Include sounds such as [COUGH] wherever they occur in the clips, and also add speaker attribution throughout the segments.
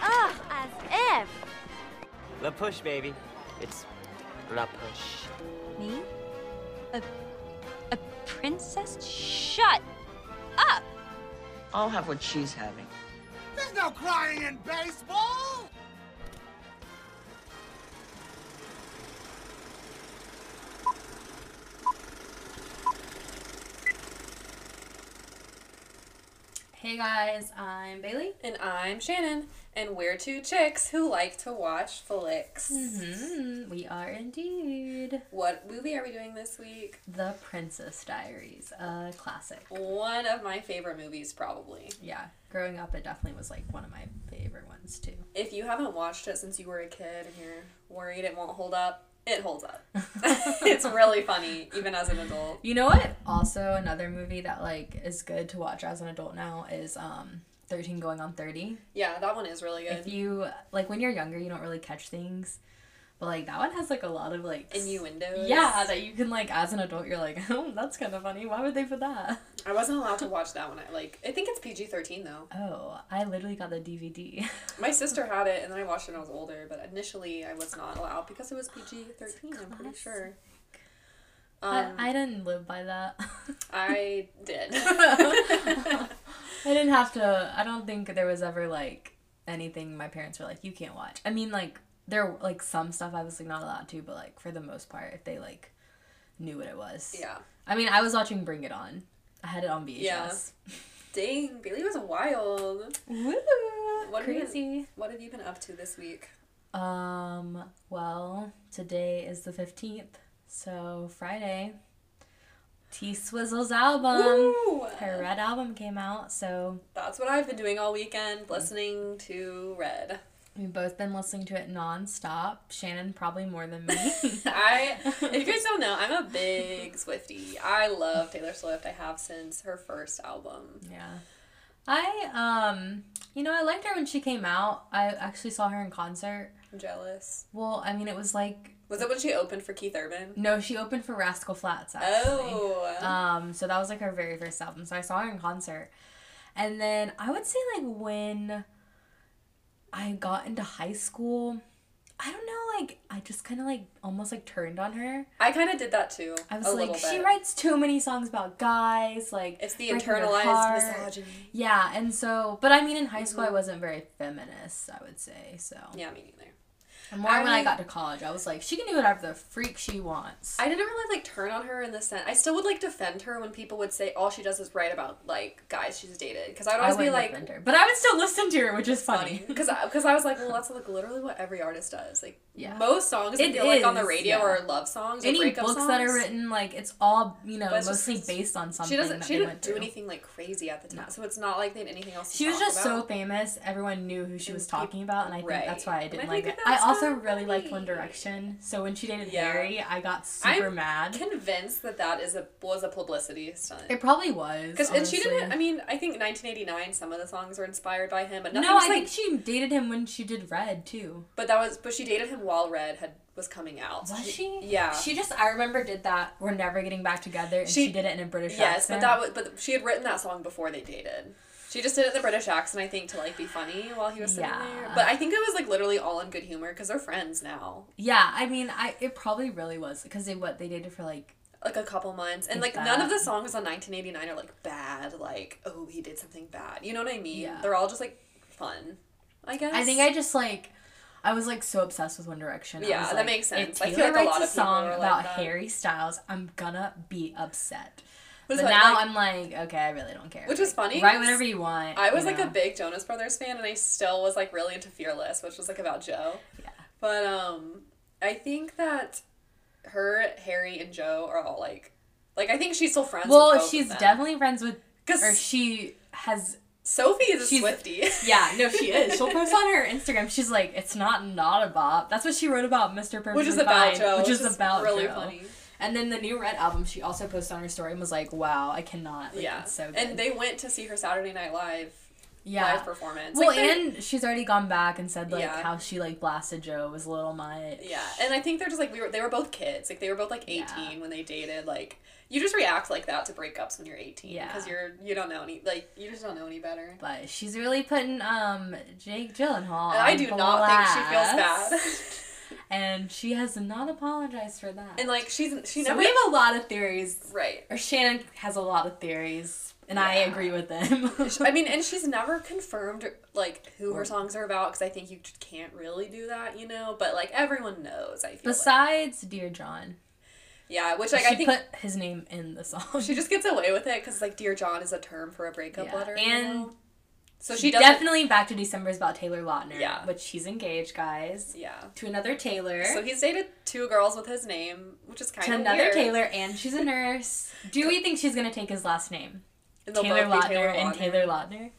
Speaker 1: Ah,
Speaker 2: La push, baby. It's la push.
Speaker 1: Me? A, a princess? Shut up!
Speaker 3: I'll have what she's having.
Speaker 4: There's no crying in baseball!
Speaker 5: Hey guys, I'm Bailey.
Speaker 6: And I'm Shannon, and we're two chicks who like to watch flicks.
Speaker 5: Mm, we are indeed
Speaker 6: What movie are we doing this week?
Speaker 5: The Princess Diaries, a classic.
Speaker 6: One of my favorite movies, probably.
Speaker 5: Yeah, growing up, it definitely was like one of my favorite ones too.
Speaker 6: If you haven't watched it since you were a kid and you're worried it won't hold up, it holds up. [LAUGHS] it's really funny, even as an adult.
Speaker 5: You know what? Also, another movie that like is good to watch as an adult now is um 13 Going on 30.
Speaker 6: Yeah, that one is really
Speaker 5: If
Speaker 6: good.
Speaker 5: you like when you're younger, you don't really catch things. But like that one has like a lot of like s-
Speaker 6: Innuendos.
Speaker 5: Yeah, that you can like as an adult you're like, [LAUGHS] "Oh, that's kind of funny. Why would they put that?"
Speaker 6: I wasn't allowed to watch that one. I like. I think it's PG thirteen though.
Speaker 5: Oh, I literally got the [LAUGHS] DVD.
Speaker 6: My sister had it, and then I watched it when I was older. But initially, I was not allowed because it was PG thirteen. I'm pretty sure. Um,
Speaker 5: I, I didn't live by that. [LAUGHS]
Speaker 6: I did.
Speaker 5: I didn't have to. I don't think there was ever like anything my parents were like, you can't watch. I mean, like there like some stuff I was like not allowed to, but like for the most part, if they like knew what it was.
Speaker 6: yeah.
Speaker 5: I mean, I was watching Bring It On. I had it on VHS.
Speaker 6: Dang, Bailey was wild.
Speaker 5: Woo!
Speaker 6: What are you-
Speaker 5: Crazy.
Speaker 6: What have you been up to this week?
Speaker 5: Um. Well, today is the fifteenth, so Friday. T Swizzle's album.
Speaker 6: Ooh,
Speaker 5: Um, Her red album came out, so
Speaker 6: that's what I've been doing all weekend, listening to
Speaker 5: [LAUGHS]
Speaker 6: Red.
Speaker 5: We've both been listening to it nonstop. Shannon probably more than me.
Speaker 6: I, if you guys don't know, I'm a big Swifty. I love Taylor Swift. I have since her first album.
Speaker 5: yeah. I um you know, I liked her when she came out. I actually saw her in concert.
Speaker 6: I'm jealous.
Speaker 5: Well, I mean it was like
Speaker 6: Was it when she opened for Keith Urban?
Speaker 5: no, she opened for Rascal Flats actually.
Speaker 6: Oh,
Speaker 5: Um so that was like her very first album. So I saw her in concert. And then I would say like when I got into high school, I don't know, like I just kind of like almost like turned on her.
Speaker 6: I kind of did that too.
Speaker 5: I was
Speaker 6: a
Speaker 5: like,
Speaker 6: little
Speaker 5: she
Speaker 6: bit.
Speaker 5: writes too many songs about guys. Like
Speaker 6: It's the
Speaker 5: breaking their
Speaker 6: internalized
Speaker 5: heart."
Speaker 6: misogyny. Mm-hmm.
Speaker 5: Yeah, and so, but I mean, in high school, I wasn't very feminist. I would say so.
Speaker 6: Yeah, me neither.
Speaker 5: And more when I
Speaker 6: I-
Speaker 5: got to college, I was like, she can do whatever the freak she wants.
Speaker 6: I didn't really like turn on her in the sense. I still would like defend her when people would say all she does is write about like guys she's dated because I'd always be
Speaker 5: wouldn't
Speaker 6: like
Speaker 5: offend her, but I would still listen to her, which is funny.
Speaker 6: funny because because I was like well that's like literally what every artist does like
Speaker 5: Yeah.
Speaker 6: most songs I
Speaker 5: It
Speaker 6: feel like on the
Speaker 5: is,
Speaker 6: radio
Speaker 5: yeah.
Speaker 6: are love songs or
Speaker 5: Any
Speaker 6: breakup
Speaker 5: books
Speaker 6: songs.
Speaker 5: that are written, like it's all you know,
Speaker 6: But it's just-
Speaker 5: mostly based on something
Speaker 6: she doesn't
Speaker 5: that
Speaker 6: she
Speaker 5: they
Speaker 6: didn't
Speaker 5: went
Speaker 6: do
Speaker 5: through.
Speaker 6: anything like crazy at the time so it's not like they had anything else. To
Speaker 5: She was
Speaker 6: talk
Speaker 5: just so
Speaker 6: about.
Speaker 5: famous. Everyone knew who she
Speaker 6: And
Speaker 5: was
Speaker 6: peop-
Speaker 5: talking about, and I think that's
Speaker 6: Right.
Speaker 5: why I
Speaker 6: And
Speaker 5: didn't
Speaker 6: I
Speaker 5: like
Speaker 6: think
Speaker 5: it. I
Speaker 6: that's
Speaker 5: also
Speaker 6: kinda
Speaker 5: really liked One
Speaker 6: funny.
Speaker 5: Direction, so when she dated
Speaker 6: Yeah.
Speaker 5: Harry, I got super
Speaker 6: I'm
Speaker 5: mad.
Speaker 6: convinced that that is a was a publicity stunt.
Speaker 5: it probably was.
Speaker 6: Because and she
Speaker 5: honestly.
Speaker 6: didn't. I mean, I think 1989. Some of the songs were inspired by him, but
Speaker 5: No, I
Speaker 6: nothing's
Speaker 5: think
Speaker 6: like
Speaker 5: she dated him when she did Red too.
Speaker 6: But that was but she dated him while Red had was coming out. So Yeah.
Speaker 5: She just I remember did that. We're never getting back together. And she,
Speaker 6: She-
Speaker 5: did it in a British
Speaker 6: yes, but
Speaker 5: accent.
Speaker 6: that was but she had written that song before they dated. She just did it in the British accent, I think, to like be funny while he was sitting there.
Speaker 5: Yeah.
Speaker 6: But I think it was like literally all in good humor because they're friends now,
Speaker 5: yeah, I mean, I it probably really was because they what they dated for like
Speaker 6: like a couple months, and
Speaker 5: Like
Speaker 6: like none of
Speaker 5: that.
Speaker 6: the songs on 1989 are like bad, like oh he did something bad. You know what I mean?
Speaker 5: Yeah.
Speaker 6: They're all just like fun, I guess.
Speaker 5: I think I just like I was like so obsessed with One Direction. I
Speaker 6: Yeah,
Speaker 5: was,
Speaker 6: that
Speaker 5: like,
Speaker 6: makes
Speaker 5: If
Speaker 6: sense. I
Speaker 5: Taylor
Speaker 6: feel like a
Speaker 5: writes
Speaker 6: lot
Speaker 5: a,
Speaker 6: of people
Speaker 5: song
Speaker 6: are like
Speaker 5: about
Speaker 6: that.
Speaker 5: Harry Styles, I'm gonna be upset.
Speaker 6: But
Speaker 5: But,
Speaker 6: it's like-
Speaker 5: now
Speaker 6: like-
Speaker 5: I'm like, okay, I really don't care.
Speaker 6: Which
Speaker 5: Like,
Speaker 6: is funny
Speaker 5: Write
Speaker 6: 'cause
Speaker 5: whatever you want.
Speaker 6: I was
Speaker 5: you
Speaker 6: like
Speaker 5: know?
Speaker 6: a big Jonas Brothers fan, and I still was like really into Fearless, which was like about Joe.
Speaker 5: Yeah.
Speaker 6: But um, I think that her, Harry, and Joe are all like, like I think she's still friends. with
Speaker 5: Well,
Speaker 6: both
Speaker 5: she's
Speaker 6: of them.
Speaker 5: definitely friends
Speaker 6: [LAUGHS]
Speaker 5: with, or
Speaker 6: because
Speaker 5: she has
Speaker 6: Sophie is a
Speaker 5: she's-
Speaker 6: Swifty.
Speaker 5: [LAUGHS] Yeah, no, she is. She'll post on her Instagram. She's like, it's not not a bop. That's what she wrote about Mr. Perfectly
Speaker 6: [LAUGHS] which is about
Speaker 5: Fine,
Speaker 6: Joe,
Speaker 5: which is about
Speaker 6: really
Speaker 5: Joe.
Speaker 6: funny.
Speaker 5: And then the new Red album, she also posted on her story and was like, wow, I cannot. Like,
Speaker 6: yeah,
Speaker 5: it's so good.
Speaker 6: and they went to see her Saturday Night Live
Speaker 5: yeah.
Speaker 6: live performance.
Speaker 5: well,
Speaker 6: Like, they're-
Speaker 5: and she's already gone back and said like
Speaker 6: Yeah.
Speaker 5: how she like blasted Joe was a little much.
Speaker 6: yeah, and I think they're just like we were. They were both kids. Like they were both like eighteen
Speaker 5: Yeah.
Speaker 6: when they dated. Like you just react like that to breakups when you're eighteen
Speaker 5: Yeah.
Speaker 6: because you're you don't know any like you just don't know any better.
Speaker 5: But she's really putting um Jake Gyllenhaal.
Speaker 6: And I
Speaker 5: on
Speaker 6: do not think she feels
Speaker 5: blast.
Speaker 6: bad. [LAUGHS]
Speaker 5: and she has not apologized for that.
Speaker 6: And like she's she
Speaker 5: so
Speaker 6: never
Speaker 5: we have a lot of theories,
Speaker 6: right.
Speaker 5: or Shannon has a lot of theories, and I
Speaker 6: Yeah.
Speaker 5: agree with them.
Speaker 6: [LAUGHS] I mean, and she's never confirmed like who her
Speaker 5: Or-
Speaker 6: songs are about because I think you just can't really do that, you know. But like everyone knows, I feel.
Speaker 5: [LAUGHS]
Speaker 6: like.
Speaker 5: besides Dear John,
Speaker 6: yeah, which like
Speaker 5: she
Speaker 6: I think
Speaker 5: put his name in the song.
Speaker 6: she just gets away with it because like "Dear John" is a term for a breakup
Speaker 5: Yeah,
Speaker 6: letter,
Speaker 5: and
Speaker 6: you know?
Speaker 5: [LAUGHS]
Speaker 6: so she
Speaker 5: she
Speaker 6: doesn't.
Speaker 5: definitely back to December is about Taylor Lautner.
Speaker 6: Yeah.
Speaker 5: but she's engaged, guys,
Speaker 6: yeah.
Speaker 5: to another Taylor,
Speaker 6: So he's dated two girls with his name, which is kind
Speaker 5: to
Speaker 6: of
Speaker 5: another
Speaker 6: weird.
Speaker 5: Taylor, and she's a
Speaker 6: [LAUGHS]
Speaker 5: nurse. Do we think she's gonna take his last name?
Speaker 6: And they'll
Speaker 5: Taylor
Speaker 6: both
Speaker 5: Lautner,
Speaker 6: be Taylor
Speaker 5: and
Speaker 6: Lautner.
Speaker 5: Taylor Lautner.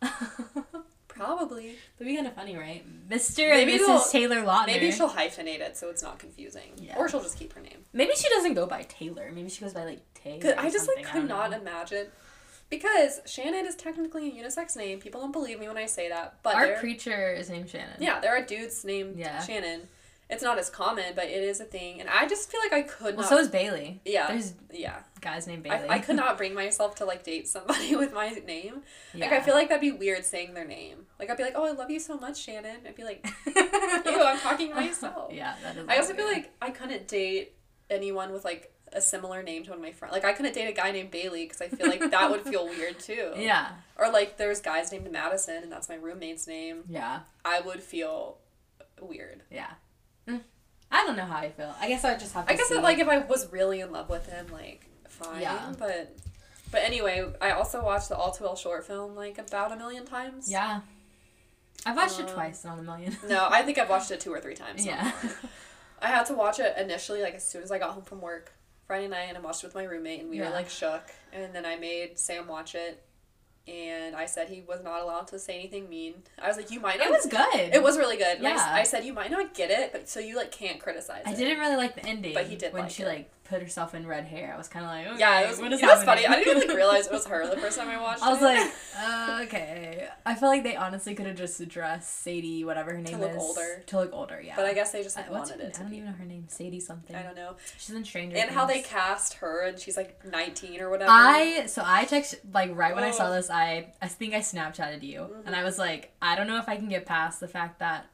Speaker 5: That'd
Speaker 6: Probably.
Speaker 5: be kind of funny, right? Mr.
Speaker 6: Maybe
Speaker 5: and
Speaker 6: they'll-
Speaker 5: Mrs. Taylor Lautner.
Speaker 6: Maybe she'll hyphenate it so it's not confusing,
Speaker 5: Yeah.
Speaker 6: or she'll just keep her name.
Speaker 5: Maybe she doesn't go by Taylor. Maybe she goes by like Taylor.
Speaker 6: Cause I just like could not
Speaker 5: Know.
Speaker 6: imagine because Shannon is technically a unisex name. People don't believe me when I say that, but
Speaker 5: Our
Speaker 6: there-
Speaker 5: preacher is named Shannon.
Speaker 6: yeah, there are dudes named
Speaker 5: Yeah.
Speaker 6: Shannon. It's not as common, but it is a thing, and I just feel like I could
Speaker 5: Well,
Speaker 6: not.
Speaker 5: so is Bailey.
Speaker 6: yeah,
Speaker 5: There's
Speaker 6: yeah.
Speaker 5: guys named Bailey.
Speaker 6: I,
Speaker 5: [LAUGHS]
Speaker 6: I could not bring myself to like date somebody [LAUGHS] with my name.
Speaker 5: yeah.
Speaker 6: Like I feel like that'd be weird saying their name. Like I'd be like, "Oh, I love you so much, Shannon." I'd
Speaker 5: [LAUGHS]
Speaker 6: be like, "Ew, I'm talking to myself."
Speaker 5: yeah, that is.
Speaker 6: I also
Speaker 5: weird.
Speaker 6: feel like I couldn't date anyone with like a similar name to one of my friends. Like I couldn't date a guy named Bailey because I feel like that would feel weird too.
Speaker 5: [LAUGHS] Yeah,
Speaker 6: Or like there's guys named Madison and that's my roommate's name.
Speaker 5: yeah,
Speaker 6: I would feel weird.
Speaker 5: yeah. Mm. I don't know how I feel. I guess I would just have to.
Speaker 6: I guess
Speaker 5: see.
Speaker 6: that like if I was really in love with him, like fine.
Speaker 5: Yeah.
Speaker 6: But but anyway, I also watched the All Too Well short film like about a million times.
Speaker 5: Yeah. I've watched it
Speaker 6: Um,
Speaker 5: twice, not a million. [LAUGHS]
Speaker 6: No, I think I've watched it two or three times. not [LAUGHS]
Speaker 5: yeah.
Speaker 6: more. I had to watch it initially, like as soon as I got home from work Friday night, and I watched it with my roommate, and we
Speaker 5: Yeah.
Speaker 6: were like shook. And then I made Sam watch it, and I said he was not allowed to say anything mean. I was like, you might not.
Speaker 5: It was good.
Speaker 6: It was really good. And I s-
Speaker 5: Yeah.
Speaker 6: I, said you might not get it, but so you like can't criticize.
Speaker 5: I
Speaker 6: it.
Speaker 5: didn't really like the ending.
Speaker 6: But he did
Speaker 5: when
Speaker 6: like
Speaker 5: she
Speaker 6: it.
Speaker 5: like put herself in red hair. I was kind of like, okay,
Speaker 6: Yeah, it was.
Speaker 5: What is
Speaker 6: it was
Speaker 5: happening?
Speaker 6: funny. I
Speaker 5: [LAUGHS]
Speaker 6: didn't even like, realize it was her the first time I watched it.
Speaker 5: I was like, uh,
Speaker 6: [LAUGHS]
Speaker 5: okay. I feel like they honestly could have just addressed Sadie, whatever her name
Speaker 6: look
Speaker 5: is,
Speaker 6: older.
Speaker 5: to look older. Yeah,
Speaker 6: but I guess they just
Speaker 5: Uh,
Speaker 6: like,
Speaker 5: what's her
Speaker 6: wanted
Speaker 5: name?
Speaker 6: it
Speaker 5: I
Speaker 6: to
Speaker 5: don't
Speaker 6: be.
Speaker 5: even know her name. Sadie something.
Speaker 6: I don't know.
Speaker 5: She's in Stranger.
Speaker 6: And how they
Speaker 5: Things.
Speaker 6: cast her, and she's like nineteen or whatever.
Speaker 5: I so I text like right when I saw
Speaker 6: Oh.
Speaker 5: this I I think I Snapchatted you
Speaker 6: Mm-hmm.
Speaker 5: and I was like I don't know if I can get past the fact that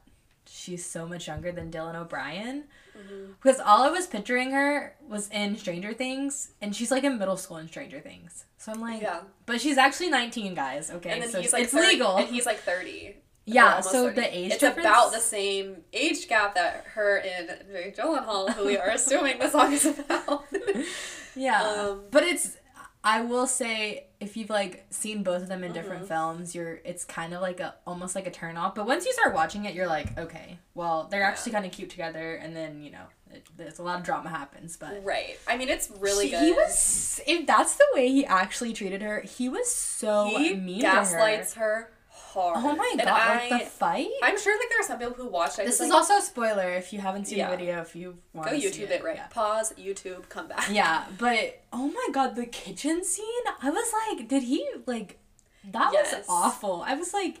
Speaker 5: she's so much younger than Dylan O'Brien
Speaker 6: Mm-hmm.
Speaker 5: because all I was picturing her was in Stranger Things and she's like in middle school in Stranger Things so I'm like
Speaker 6: Yeah.
Speaker 5: but she's actually 19 guys okay
Speaker 6: and then
Speaker 5: so
Speaker 6: he's like
Speaker 5: it's
Speaker 6: 30
Speaker 5: legal
Speaker 6: and he's like thirty. Or
Speaker 5: [LAUGHS] yeah
Speaker 6: almost
Speaker 5: so
Speaker 6: 30.
Speaker 5: the age
Speaker 6: it's
Speaker 5: difference
Speaker 6: about the same age gap that her and Jake Gyllenhaal, who we are assuming the song is about. [LAUGHS]
Speaker 5: yeah
Speaker 6: um,
Speaker 5: but it's I will say if you've like seen both of them in different
Speaker 6: Mm-hmm.
Speaker 5: films, you're it's kind of like a almost like a turn off. But once you start watching it, you're like, okay, well they're actually kind of cute together, and then you know it, there's a lot of drama happens. But
Speaker 6: right. I mean, it's really
Speaker 5: She-
Speaker 6: good.
Speaker 5: he was if that's the way he actually treated her, he was so
Speaker 6: He
Speaker 5: mean
Speaker 6: gaslights
Speaker 5: to
Speaker 6: her. hard.
Speaker 5: her. Oh my
Speaker 6: And
Speaker 5: god,
Speaker 6: I,
Speaker 5: like the fight.
Speaker 6: I'm sure like there are some people who watched. it.
Speaker 5: this is
Speaker 6: like,
Speaker 5: also a spoiler if you haven't seen
Speaker 6: Yeah.
Speaker 5: the video. If you want
Speaker 6: go
Speaker 5: to see
Speaker 6: YouTube it right.
Speaker 5: yeah.
Speaker 6: Pause YouTube. Come back.
Speaker 5: Yeah, but oh my god, the kitchen scene. I was like, did he like that
Speaker 6: Yes.
Speaker 5: was awful. I was like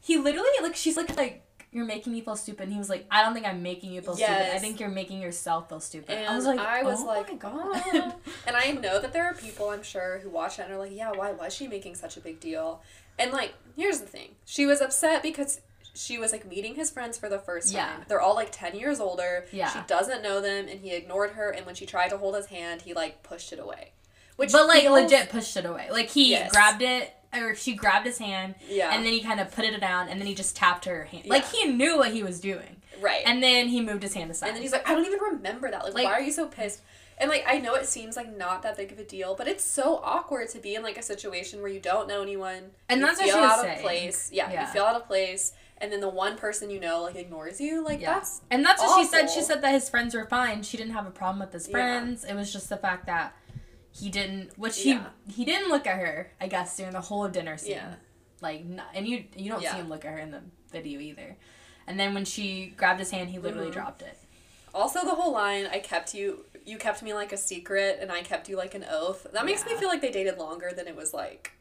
Speaker 5: he literally like she's like like you're making me feel stupid and he was like, I don't think I'm making you feel stupid. I
Speaker 6: Yes.
Speaker 5: think you're making yourself feel stupid.
Speaker 6: And
Speaker 5: I was like,
Speaker 6: I was
Speaker 5: oh
Speaker 6: like,
Speaker 5: my
Speaker 6: "Ah."
Speaker 5: god.
Speaker 6: And I know that there are people, I'm sure, who watch it and are like, yeah, why was she making such a big deal? And like, here's the thing she was upset because she was like meeting his friends for the first time.
Speaker 5: Yeah.
Speaker 6: They're all like 10 years older.
Speaker 5: Yeah.
Speaker 6: She doesn't know them, and he ignored her. And when she tried to hold his hand, he like pushed it away. Which
Speaker 5: but like
Speaker 6: feels-
Speaker 5: legit pushed it away. Like he
Speaker 6: Yes.
Speaker 5: grabbed it or she grabbed his hand
Speaker 6: Yeah.
Speaker 5: and then he kind of put it down and then he just tapped her hand. Like
Speaker 6: Yeah.
Speaker 5: he knew what he was doing.
Speaker 6: Right.
Speaker 5: And then he moved his hand aside.
Speaker 6: And then he's like, I don't even remember that. Like,
Speaker 5: Like-
Speaker 6: why are you so pissed? And like, I know it seems like not that big of a deal, but it's so awkward to be in like a situation where you don't know anyone.
Speaker 5: And
Speaker 6: you
Speaker 5: that's what
Speaker 6: feel
Speaker 5: she was
Speaker 6: out of
Speaker 5: saying.
Speaker 6: place. Yeah, you
Speaker 5: Yeah.
Speaker 6: feel out of place, and then the one person you know like ignores you. Like
Speaker 5: Yeah.
Speaker 6: that's
Speaker 5: and that's what she said. She
Speaker 6: awful.
Speaker 5: said that his friends were fine. She didn't have a problem with his
Speaker 6: Yeah.
Speaker 5: friends. It was just the fact that he didn't, which he
Speaker 6: Yeah.
Speaker 5: he didn't look at her. I guess during the whole dinner scene,
Speaker 6: Yeah.
Speaker 5: like n- and you you don't
Speaker 6: Yeah.
Speaker 5: see him look at her in the video either. And then when she grabbed his hand, he literally
Speaker 6: Mm-hmm.
Speaker 5: dropped it.
Speaker 6: also the whole line. I kept you. You kept me like a secret, and I kept you like an oath. That makes me
Speaker 5: Yeah.
Speaker 6: feel like they dated longer than it was like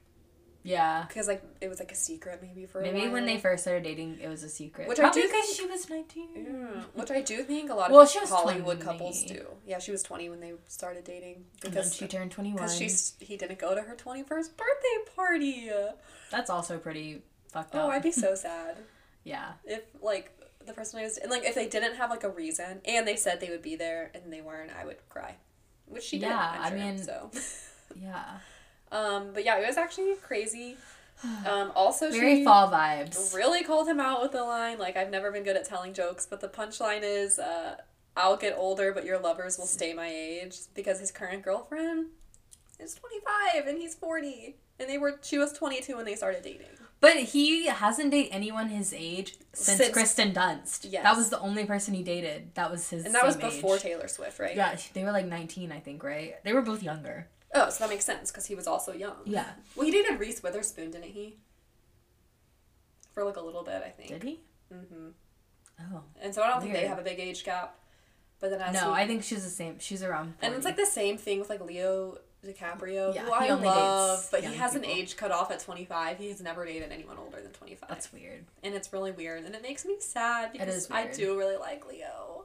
Speaker 5: Yeah.
Speaker 6: because like it was like a secret maybe for a
Speaker 5: Maybe
Speaker 6: while.
Speaker 5: when they first started dating, it was a secret.
Speaker 6: Which I
Speaker 5: Probably
Speaker 6: do
Speaker 5: because
Speaker 6: think-
Speaker 5: she was nineteen.
Speaker 6: Yeah, Hmm, Which I do think a lot
Speaker 5: Well,
Speaker 6: of
Speaker 5: she was 20.
Speaker 6: Hollywood couples do. Yeah, she was twenty when they started dating
Speaker 5: And then
Speaker 6: because
Speaker 5: she turned twenty one.
Speaker 6: Because she's he didn't go to her twenty first birthday party.
Speaker 5: That's also pretty fucked
Speaker 6: Oh,
Speaker 5: [LAUGHS] up.
Speaker 6: I'd be so sad
Speaker 5: yeah.
Speaker 6: if like the person I was and like if they didn't have like a reason and they said they would be there and they weren't, I would cry, which she did.
Speaker 5: Yeah,
Speaker 6: I'm
Speaker 5: I
Speaker 6: sure,
Speaker 5: mean-
Speaker 6: so. [LAUGHS]
Speaker 5: Yeah.
Speaker 6: Um, but yeah, it was actually
Speaker 5: [SIGHS]
Speaker 6: crazy. Um, also
Speaker 5: Very
Speaker 6: she
Speaker 5: fall vibes.
Speaker 6: really called him out with the line like I've never been good at telling jokes, but the punchline is uh, I'll get older, but your lovers will stay my age because his current girlfriend is twenty five and he's forty, and they were she was twenty two when they started dating.
Speaker 5: But he hasn't dated anyone his age since,
Speaker 6: Since-
Speaker 5: Kristen Dunst.
Speaker 6: Yes.
Speaker 5: That was the only person he dated. That was his
Speaker 6: And that was
Speaker 5: same
Speaker 6: before
Speaker 5: age.
Speaker 6: Taylor Swift, right?
Speaker 5: Yeah, they were like 19, I think, right? They were both younger.
Speaker 6: Oh, so that makes sense because he was also young.
Speaker 5: Yeah.
Speaker 6: Well, he dated Reese Witherspoon, didn't he? For like a little bit, I think.
Speaker 5: Did he?
Speaker 6: Mm-hmm.
Speaker 5: Oh.
Speaker 6: And so I don't think they
Speaker 5: Weird.
Speaker 6: have a big age gap. But then as
Speaker 5: No,
Speaker 6: he-
Speaker 5: I think she's the same. She's around. 40.
Speaker 6: and it's like the same thing with like Leo DiCaprio,
Speaker 5: Yeah,
Speaker 6: who I
Speaker 5: he only
Speaker 6: love,
Speaker 5: dates
Speaker 6: but he
Speaker 5: young
Speaker 6: has an
Speaker 5: people.
Speaker 6: age cut off at twenty five. He has never dated anyone older than twenty five,
Speaker 5: That's weird.
Speaker 6: and it's really weird, and it makes me sad because
Speaker 5: is
Speaker 6: I
Speaker 5: weird.
Speaker 6: do really like Leo.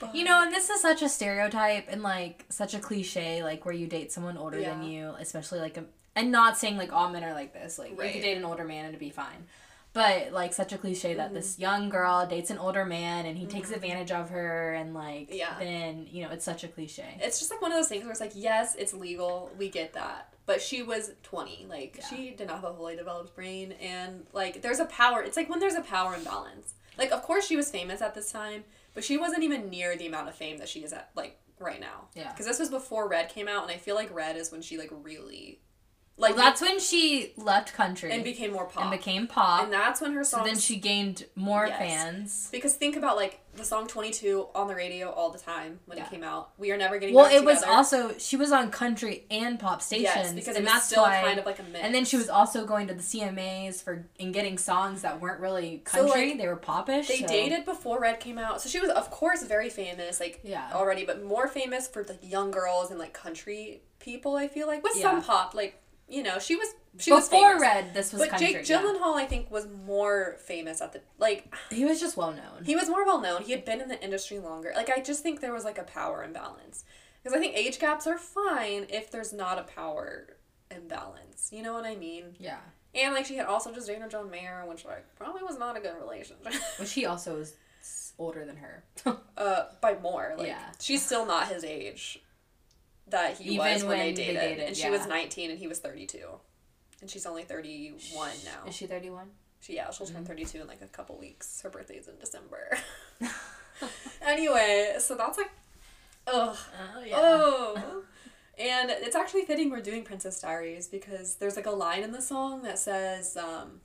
Speaker 6: But-
Speaker 5: You know, and this is such a stereotype and like such a cliche, like where you date someone older than
Speaker 6: Yeah.
Speaker 5: you, especially like a, and not saying like all men are like this. Like you
Speaker 6: Right.
Speaker 5: could date an older man and it'd be fine, but like such a cliche that
Speaker 6: Mm-hmm.
Speaker 5: this young girl dates an older man and he takes advantage of her and like
Speaker 6: Yeah.
Speaker 5: then you know it's such a cliche.
Speaker 6: it's just like one of those things where it's like, yes, it's legal, we get that. But she was 20. Like, she did not have a fully developed brain. And, like, there's a power. It's like when there's a power imbalance. Like, of course, she was famous at this time, but she wasn't even near the amount of fame that she is at, like, right now.
Speaker 5: Yeah.
Speaker 6: Because this was before Red came out, and I feel like Red is when she, like, really. Like,
Speaker 5: Well, that's when she left country
Speaker 6: And became more pop.
Speaker 5: and became pop.
Speaker 6: And that's when her
Speaker 5: so
Speaker 6: songs.
Speaker 5: then she gained more
Speaker 6: Yes.
Speaker 5: fans.
Speaker 6: Because think about, like, the song 22 on the radio all the time when
Speaker 5: Yeah.
Speaker 6: it came out. We are never getting
Speaker 5: Well,
Speaker 6: back
Speaker 5: it was
Speaker 6: together.
Speaker 5: also she was on country and pop stations,
Speaker 6: Yes, because
Speaker 5: and
Speaker 6: it was
Speaker 5: that's
Speaker 6: still
Speaker 5: why,
Speaker 6: kind of like a mix.
Speaker 5: And then she was also going to the CMAs for and getting songs that weren't really country;
Speaker 6: like,
Speaker 5: they were popish.
Speaker 6: They
Speaker 5: so-
Speaker 6: dated before Red came out, so she was, of course, very famous, like
Speaker 5: Yeah.
Speaker 6: already, but more famous for like young girls and like country people. I feel like with
Speaker 5: Yeah.
Speaker 6: some pop, like you know, she was she was
Speaker 5: before
Speaker 6: famous.
Speaker 5: Red. This was
Speaker 6: but
Speaker 5: country.
Speaker 6: Jake
Speaker 5: yeah.
Speaker 6: Gyllenhaal, I think, was more famous at the like
Speaker 5: He was just well known.
Speaker 6: he was more well known. He had been in the industry longer. Like I just think there was like a power imbalance because I think age gaps are fine if there's not a power imbalance. You know what I mean?
Speaker 5: yeah,
Speaker 6: And like she had also just dated John Mayer, which like probably was not a good relationship. [LAUGHS]
Speaker 5: which he also was older than her.
Speaker 6: uh, by more. Like,
Speaker 5: Yeah.
Speaker 6: she's still not his age that he
Speaker 5: Even
Speaker 6: was when, they
Speaker 5: when they
Speaker 6: dated.
Speaker 5: dated,
Speaker 6: and she
Speaker 5: yeah.
Speaker 6: was 19 and he was 32. And she's only 31 now.
Speaker 5: Is she Mm-hmm. thirty one?
Speaker 6: She, yeah, she'll turn 32 in like a couple weeks. Her birthday's in
Speaker 5: [LAUGHS]
Speaker 6: December. [LAUGHS] anyway, so that's like, ugh.
Speaker 5: Oh
Speaker 6: Oh. And it's actually fitting we're doing Princess Diaries because there's like a line in the song that says um,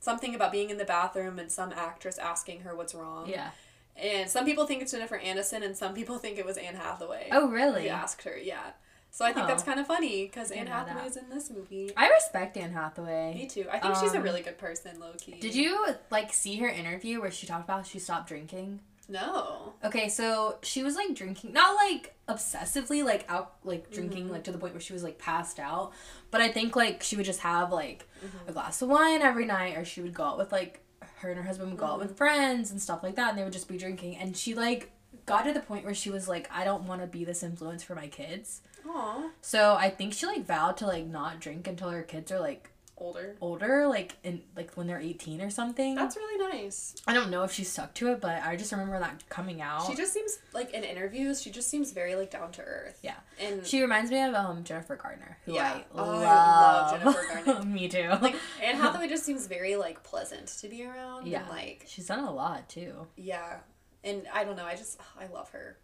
Speaker 6: something about being in the bathroom and some actress asking her what's wrong.
Speaker 5: Oh, yeah.
Speaker 6: And some people think it's Jennifer Aniston, and some people think it was Anne Hathaway.
Speaker 5: Oh really?
Speaker 6: You asked her, yeah. So I think
Speaker 5: Oh.
Speaker 6: that's kind of funny because Anne
Speaker 5: didn't know that.
Speaker 6: Hathaway is in this movie.
Speaker 5: I respect Anne Hathaway.
Speaker 6: Me too. I think she's a
Speaker 5: Um,
Speaker 6: really good person, low key.
Speaker 5: Did you like see her interview where she talked about she stopped drinking?
Speaker 6: No.
Speaker 5: Okay, so she was like drinking, not like obsessively, like out, like drinking,
Speaker 6: Mm-hmm.
Speaker 5: like to the point where she was like passed out. But I think like she would just have like
Speaker 6: Mm-hmm.
Speaker 5: a glass of wine every night, or she would go out with like her and her husband would go
Speaker 6: Mm-hmm.
Speaker 5: out with friends and stuff like that, and they would just be drinking. And she like got to the point where she was like, I don't want to be this influence for my kids.
Speaker 6: Aw.
Speaker 5: So I think she like vowed to like not drink until her kids are like
Speaker 6: Older.
Speaker 5: older, like in like when they're eighteen or something.
Speaker 6: That's really nice.
Speaker 5: I don't know if she stuck to it, but I just remember that coming out.
Speaker 6: She just seems like in interviews, she just seems very like down to earth.
Speaker 5: Yeah.
Speaker 6: And
Speaker 5: She reminds me of um Jennifer Gardner, who
Speaker 6: Yeah. Oh,
Speaker 5: I
Speaker 6: I
Speaker 5: love.
Speaker 6: love Jennifer
Speaker 5: [LAUGHS]
Speaker 6: Garner.
Speaker 5: me too.
Speaker 6: like
Speaker 5: [LAUGHS]
Speaker 6: Anne Hathaway just seems very like pleasant to be around.
Speaker 5: yeah,
Speaker 6: And, like
Speaker 5: she's done a lot too.
Speaker 6: yeah. And I don't know. I just I love her.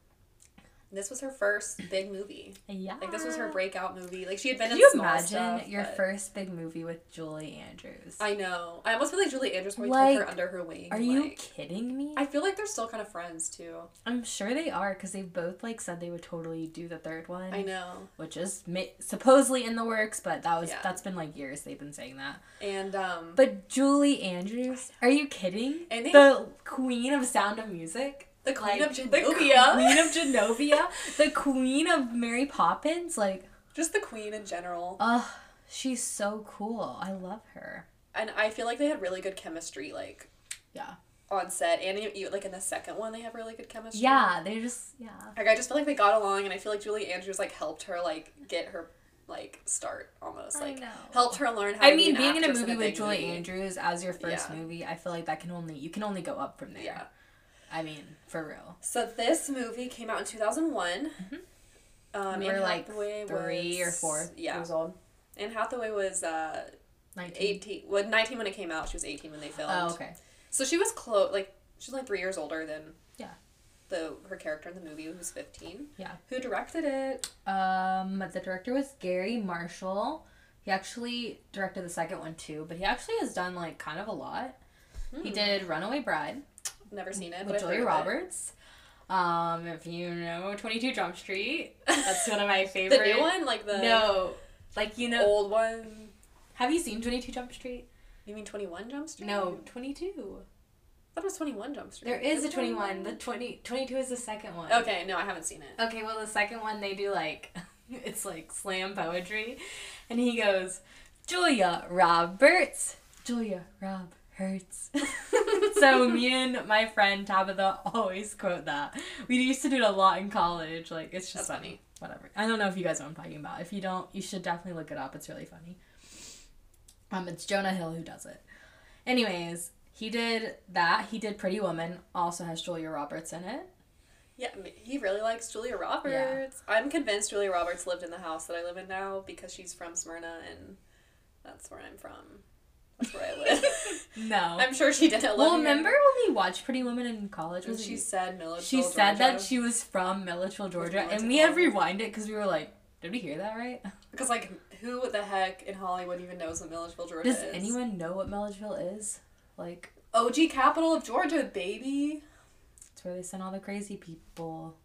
Speaker 6: This was her first big movie.
Speaker 5: Yeah.
Speaker 6: Like this was her breakout movie. Like she had
Speaker 5: Ah.
Speaker 6: been
Speaker 5: Could
Speaker 6: in
Speaker 5: you
Speaker 6: small
Speaker 5: imagine
Speaker 6: stuff,
Speaker 5: your
Speaker 6: but-
Speaker 5: first big movie with Julie Andrews?
Speaker 6: I know. I almost feel like Julie Andrews probably took
Speaker 5: Like,
Speaker 6: her under her wing.
Speaker 5: Are you
Speaker 6: like-
Speaker 5: kidding me?
Speaker 6: I feel like they're still kind of friends too.
Speaker 5: I'm sure they are because they both like said they would totally do the third one.
Speaker 6: I know.
Speaker 5: Which is ma- supposedly in the works, but that was
Speaker 6: Yeah.
Speaker 5: that's been like years they've been saying that.
Speaker 6: And um
Speaker 5: But Julie Andrews, are you kidding?
Speaker 6: And they-
Speaker 5: the queen of Sound of Music.
Speaker 6: the queen
Speaker 5: like,
Speaker 6: of
Speaker 5: the
Speaker 6: Genovia.
Speaker 5: queen of Genovia, the queen of Mary Poppins, like,
Speaker 6: just the queen in general.
Speaker 5: ugh, she's so cool. I love her.
Speaker 6: And I feel like they had really good chemistry like
Speaker 5: Yeah.
Speaker 6: on set and e- e- like in the second one they have really good chemistry.
Speaker 5: Yeah, they're just yeah.
Speaker 6: Like I just feel like they got along and I feel like Julie Andrews like helped her like get her like start almost
Speaker 5: I
Speaker 6: like
Speaker 5: know.
Speaker 6: helped her learn how.
Speaker 5: I
Speaker 6: to
Speaker 5: mean,
Speaker 6: be
Speaker 5: being in a
Speaker 6: actress
Speaker 5: movie
Speaker 6: big
Speaker 5: with Julie
Speaker 6: movie.
Speaker 5: Andrews as your first
Speaker 6: Yeah.
Speaker 5: movie, I feel like that can only you can only go up from there.
Speaker 6: Yeah.
Speaker 5: I mean, for real.
Speaker 6: So this movie came out in two thousand one. Um,
Speaker 5: We
Speaker 6: Anne
Speaker 5: Mm-hmm. were, like,
Speaker 6: Hathaway
Speaker 5: three or
Speaker 6: was-
Speaker 5: four
Speaker 6: Yeah,
Speaker 5: years old.
Speaker 6: Anne Hathaway was uh,
Speaker 5: 19.
Speaker 6: eighteen. Well, nineteen when it came out. She was eighteen when they filmed.
Speaker 5: Oh, okay.
Speaker 6: So she was close. Like she's only three years older than
Speaker 5: Yeah.
Speaker 6: the her character in the movie who's fifteen.
Speaker 5: Yeah.
Speaker 6: Who directed it?
Speaker 5: Um, the director was Gary Marshall. He actually directed the second one too, but he actually has done like kind of a lot. He did Runaway Bride
Speaker 6: Never seen it.
Speaker 5: with
Speaker 6: but I've heard
Speaker 5: Julia
Speaker 6: of it.
Speaker 5: Roberts. Um, if you know 22 Jump Street, that's one of [LAUGHS] my favorite.
Speaker 6: The new one, like the
Speaker 5: No, like you know,
Speaker 6: old one.
Speaker 5: have you seen 22 Jump Street?
Speaker 6: You mean Twenty One Jump Street?
Speaker 5: No, 22.
Speaker 6: I thought it was Twenty One Jump Street.
Speaker 5: There is a
Speaker 6: Is it
Speaker 5: 21. The 20 22 is the second one.
Speaker 6: Okay, no, I haven't seen it.
Speaker 5: Okay, well, the second one they do like, [LAUGHS] it's like slam poetry. And he goes, Julia Roberts. Julia Roberts. [LAUGHS] so me and my friend Tabitha always quote that. We used to do it a lot in college. Like, it's just
Speaker 6: That's funny.
Speaker 5: funny. Whatever. I don't know if you guys know what I'm talking about. If you don't, you should definitely look it up. It's really funny. Um, it's Jonah Hill who does it. Anyways, he did that. He did Pretty Woman. Also has Julia Roberts in it.
Speaker 6: Yeah, I mean, he really likes Julia Roberts. I'm convinced Julia Roberts lived in the house that I live in now because she's from Smyrna and that's where I'm from. That's where I live.
Speaker 5: [LAUGHS]
Speaker 6: [LAUGHS]
Speaker 5: No.
Speaker 6: I'm sure she didn't live.
Speaker 5: Well,
Speaker 6: here.
Speaker 5: remember when we watched Pretty Women in college?
Speaker 6: And
Speaker 5: Was
Speaker 6: she
Speaker 5: she?
Speaker 6: said Miller.
Speaker 5: She said that she was from Milledgeville, Georgia, and we had to rewind it because we were like, "Did we hear that right?
Speaker 6: because like who the heck in Hollywood even knows what Milledgeville, Georgia
Speaker 5: Does
Speaker 6: is?
Speaker 5: anyone know what Milledgeville is? Like,
Speaker 6: OG capital of Georgia, baby.
Speaker 5: it's where they send all the crazy people."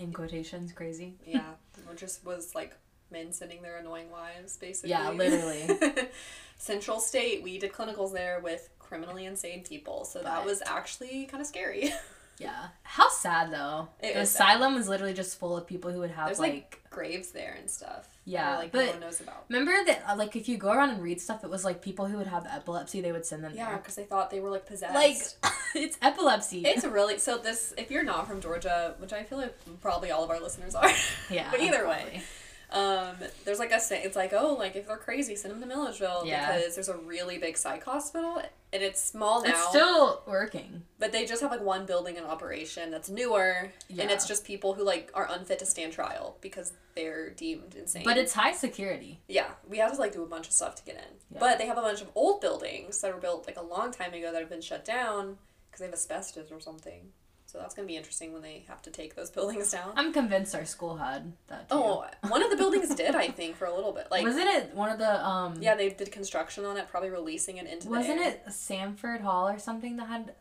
Speaker 5: In quotations, crazy.
Speaker 6: [LAUGHS] Yeah, it just was like men sending their annoying wives, basically.
Speaker 5: Yeah, literally.
Speaker 6: [LAUGHS] Central State, we did clinicals there with criminally insane people, so that
Speaker 5: But-
Speaker 6: was actually kind of scary.
Speaker 5: Yeah. How sad though.
Speaker 6: It
Speaker 5: the
Speaker 6: is sad.
Speaker 5: asylum was literally just full of people who would have
Speaker 6: [LAUGHS] There's
Speaker 5: like,
Speaker 6: like, graves there and stuff. that,
Speaker 5: Yeah,
Speaker 6: like
Speaker 5: but-
Speaker 6: no one knows about.
Speaker 5: Remember that? uh, Like, if you go around and read stuff, it was like people who would have epilepsy. They would send them
Speaker 6: Yeah, because they thought they were like possessed.
Speaker 5: there. Like, [LAUGHS] it's epilepsy.
Speaker 6: [LAUGHS] it's really so. This, if you're not from Georgia, which I feel like probably all of our listeners are. [LAUGHS]
Speaker 5: yeah.
Speaker 6: but either way.
Speaker 5: probably.
Speaker 6: Um, there's like a saying, it's like, oh, like if they're crazy, send them to Milledgeville
Speaker 5: Yeah.
Speaker 6: because there's a really big psych hospital and it's small now.
Speaker 5: it's still working.
Speaker 6: But they just have like one building in operation that's newer, and it's
Speaker 5: Yeah.
Speaker 6: just people who like are unfit to stand trial because they're deemed insane.
Speaker 5: But it's high security.
Speaker 6: yeah, we have to like do a bunch of stuff to get in.
Speaker 5: Yeah.
Speaker 6: But they have a bunch of old buildings that were built like a long time ago that have been shut down because they have asbestos or something. So that's gonna be interesting when they have to take those [LAUGHS] buildings down.
Speaker 5: I'm convinced our school had that. Too.
Speaker 6: Oh, one of the buildings did
Speaker 5: [LAUGHS]
Speaker 6: I think for a little bit. Like
Speaker 5: wasn't it one of the um?
Speaker 6: yeah, they did construction on it, probably releasing it into the
Speaker 5: Wasn't
Speaker 6: air.
Speaker 5: it Sanford Hall or something that had?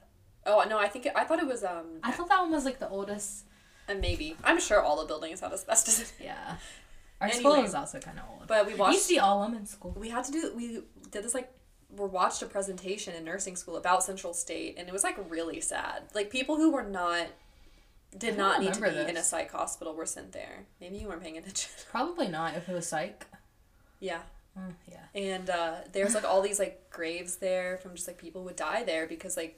Speaker 6: Oh no, I think it, I thought it was um
Speaker 5: I thought that one was like the oldest.
Speaker 6: and maybe I'm sure all the buildings have asbestos. in it.
Speaker 5: Yeah. Our school
Speaker 6: Anyway.
Speaker 5: was also kind of old.
Speaker 6: But we
Speaker 5: it
Speaker 6: watched
Speaker 5: used to be all women's school.
Speaker 6: we had to do we did this like we watched a presentation in nursing school about Central State and it was like really sad. Like people who were not did not need to be
Speaker 5: remember
Speaker 6: in a
Speaker 5: this.
Speaker 6: psych hospital were sent there. Maybe you weren't paying attention. [LAUGHS]
Speaker 5: Probably not if it was psych.
Speaker 6: yeah.
Speaker 5: Mm, yeah.
Speaker 6: And uh, there's like all these like graves there from just like people would die there because like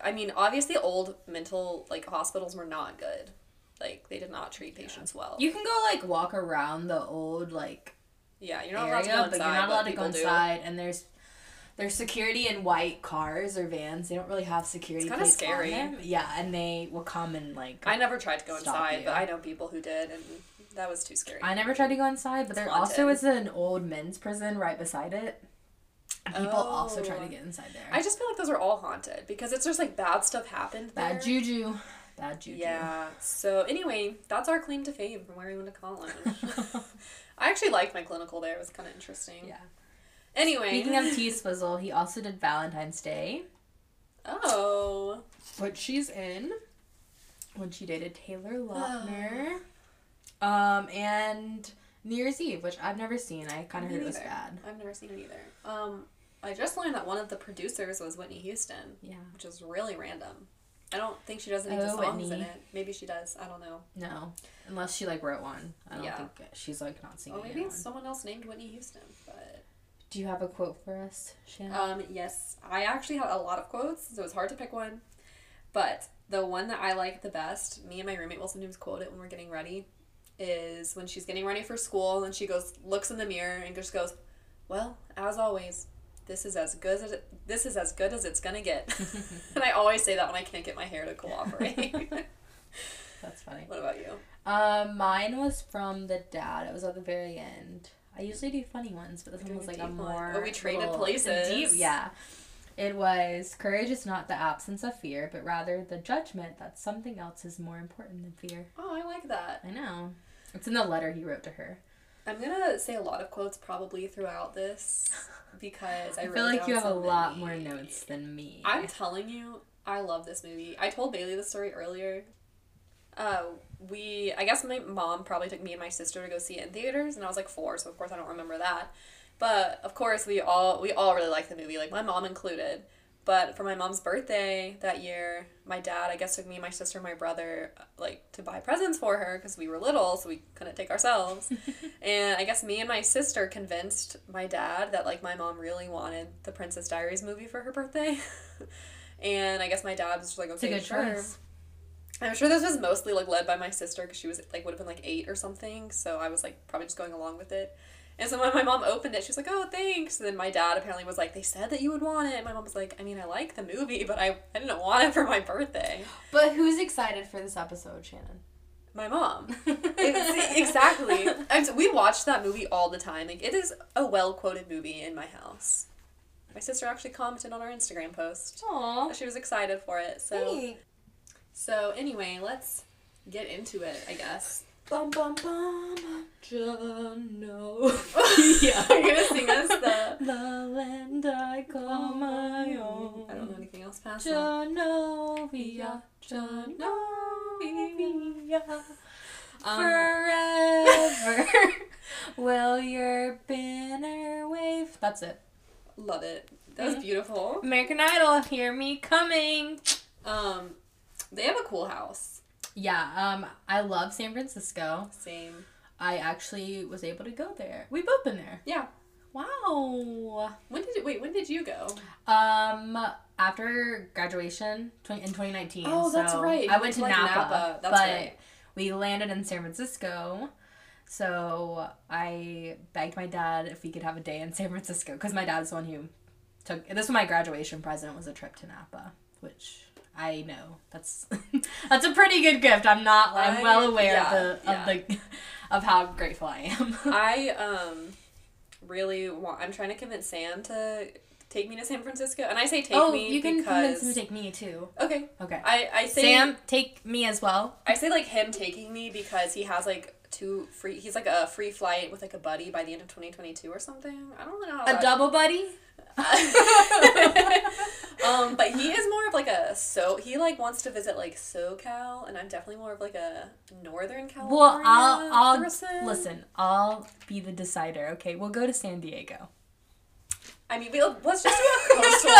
Speaker 6: I mean, obviously old mental like hospitals were not good. Like they did not treat patients well.
Speaker 5: You can go like walk around the old like
Speaker 6: yeah, you're not allowed to go
Speaker 5: area,
Speaker 6: inside.
Speaker 5: but you're not allowed to go
Speaker 6: people do.
Speaker 5: inside. And there's there's security in white cars or vans. They don't really have security.
Speaker 6: kinda
Speaker 5: plates on
Speaker 6: scary.
Speaker 5: them. Yeah, and they will come and like.
Speaker 6: I never tried to go
Speaker 5: Stop
Speaker 6: inside,
Speaker 5: you.
Speaker 6: but I know people who did, and that was too scary.
Speaker 5: I never tried to go inside, but there also
Speaker 6: haunted.
Speaker 5: is an old men's prison right beside it. And people also try
Speaker 6: Oh.
Speaker 5: to get inside there.
Speaker 6: I just feel like those are all haunted because it's just like bad stuff happened.
Speaker 5: Bad
Speaker 6: there.
Speaker 5: juju. Bad juju.
Speaker 6: Yeah. So anyway, that's our claim to fame from where we went
Speaker 5: [LAUGHS]
Speaker 6: to college. [LAUGHS] I actually liked my clinical there. It was kind of interesting.
Speaker 5: Yeah.
Speaker 6: Anyway.
Speaker 5: Speaking of T Swizzle, he also did Valentine's Day,
Speaker 6: [LAUGHS] Oh.
Speaker 5: which she's in when she dated Taylor Lautner.
Speaker 6: Oh.
Speaker 5: um, and New Year's Eve, which I've never seen. I kind of
Speaker 6: Me
Speaker 5: heard it was
Speaker 6: neither.
Speaker 5: bad.
Speaker 6: I've never seen it either. Um, I just learned that one of the producers was Whitney Houston,
Speaker 5: Yeah.
Speaker 6: which is really random. I don't think she does any of the
Speaker 5: Oh,
Speaker 6: songs in
Speaker 5: Whitney.
Speaker 6: it. Maybe she does. I don't know.
Speaker 5: No. Unless she like wrote one. I don't
Speaker 6: Yeah.
Speaker 5: think she's like not singing
Speaker 6: Or maybe
Speaker 5: it.
Speaker 6: it's someone else named Whitney Houston, but.
Speaker 5: Do you have a quote for us, Shannon?
Speaker 6: Um, yes, I actually had a lot of quotes, so it's hard to pick one. But the one that I like the best, me and my roommate will sometimes quote it when we're getting ready, is when she's getting ready for school and she goes looks in the mirror and just goes, "Well, as always, this is as good as it, this is as good as it's
Speaker 5: [LAUGHS]
Speaker 6: gonna get." [LAUGHS] and I always say that when I can't get my hair to cooperate. [LAUGHS]
Speaker 5: That's funny.
Speaker 6: what about you?
Speaker 5: Um, mine was from the dad. It was at the very end. I usually do funny ones, but this one
Speaker 6: doing
Speaker 5: was
Speaker 6: a
Speaker 5: like a
Speaker 6: deep one.
Speaker 5: more.
Speaker 6: Oh, we traded
Speaker 5: little-
Speaker 6: places.
Speaker 5: Deep, yeah. It was courage is not the absence of fear, but rather the judgment that something else is more important than fear.
Speaker 6: Oh, I like that.
Speaker 5: I know. It's in the letter he wrote to her.
Speaker 6: I'm gonna say a lot of quotes probably throughout this because I,
Speaker 5: I,
Speaker 6: wrote
Speaker 5: feel like
Speaker 6: down
Speaker 5: you have
Speaker 6: so
Speaker 5: a lot
Speaker 6: many.
Speaker 5: more notes than me.
Speaker 6: I'm telling you, I love this movie. I told Bailey the story earlier. Uh, we, I guess my mom probably took me and my sister to go see it in theaters, and I was like four, so of course I don't remember that. But of course we all we all really liked the movie, like my mom included. But for my mom's birthday that year, my dad I guess took me, my sister, and my brother uh, like to buy presents for her because we were little, so we couldn't
Speaker 5: [LAUGHS]
Speaker 6: take ourselves. and I guess me and my sister convinced my dad that like my mom really wanted the Princess Diaries movie for her birthday. [LAUGHS] and I guess my dad was just like,
Speaker 5: it's a
Speaker 6: okay,
Speaker 5: good
Speaker 6: sure.
Speaker 5: choice.
Speaker 6: I'm sure this was mostly like led by my sister because she was like would have been like eight or something, so I was like probably just going along with it. And so when my mom opened it, she was like, "Oh, thanks." And then my dad apparently was like, "They said that you would want it." And my mom was like, "I mean, I like the movie, but I, I didn't want it for my birthday."
Speaker 5: [LAUGHS] But who's excited for this episode, Shannon?
Speaker 6: My mom, [LAUGHS] It's- exactly. [LAUGHS] And so we watched that movie all the time. Like it is a well quoted movie in my house. My sister actually commented on our Instagram post.
Speaker 5: Aw.
Speaker 6: She was excited for it. So so anyway, let's get into it. I guess.
Speaker 5: Bum bum bum. John, no.
Speaker 6: [LAUGHS] yeah. [LAUGHS] You're gonna sing us the.
Speaker 5: The land I call my own.
Speaker 6: I don't know anything else past that.
Speaker 5: Genovia, Genovia. [LAUGHS]
Speaker 6: Um,
Speaker 5: Forever will your banner wave. That's it.
Speaker 6: Love it. That was beautiful.
Speaker 5: American Idol, hear me coming.
Speaker 6: Um, they have a cool house.
Speaker 5: Yeah, um, I love San Francisco.
Speaker 6: Same.
Speaker 5: I actually was able to go there. We've both been there.
Speaker 6: Yeah.
Speaker 5: Wow.
Speaker 6: When did you wait? When did you go?
Speaker 5: Um, after graduation twen- in 2019.
Speaker 6: Oh, that's
Speaker 5: so
Speaker 6: right.
Speaker 5: I
Speaker 6: You
Speaker 5: went to
Speaker 6: like
Speaker 5: Napa,
Speaker 6: Napa. That's
Speaker 5: but
Speaker 6: right.
Speaker 5: we landed in San Francisco. So I begged my dad if we could have a day in San Francisco because my dad's the one who took this was my graduation present was a trip to Napa, which I know that's [LAUGHS] that's a pretty good gift. I'm not. I'm
Speaker 6: I-
Speaker 5: well aware
Speaker 6: yeah,
Speaker 5: of the of the [LAUGHS] of how grateful I am. [LAUGHS]
Speaker 6: I um, really want. I'm trying to convince Sam to take me to San Francisco, and I say take
Speaker 5: oh,
Speaker 6: me
Speaker 5: you can
Speaker 6: because
Speaker 5: convince him to take me too.
Speaker 6: okay.
Speaker 5: Okay.
Speaker 6: I I say
Speaker 5: Sam, take me as well.
Speaker 6: I say like him taking me because he has like two free. He's like a free flight with like a buddy by the end of 2022 or something. I don't really know. How
Speaker 5: A
Speaker 6: that-
Speaker 5: double buddy?
Speaker 6: [LAUGHS] um, but he is more of like a so he like wants to visit like SoCal, and I'm definitely more of like a Northern California.
Speaker 5: Well, I'll I'll
Speaker 6: person.
Speaker 5: listen. I'll be the decider. Okay, we'll go to San Diego.
Speaker 6: I mean, we'll, let's just
Speaker 5: [LAUGHS]
Speaker 6: do a coastal.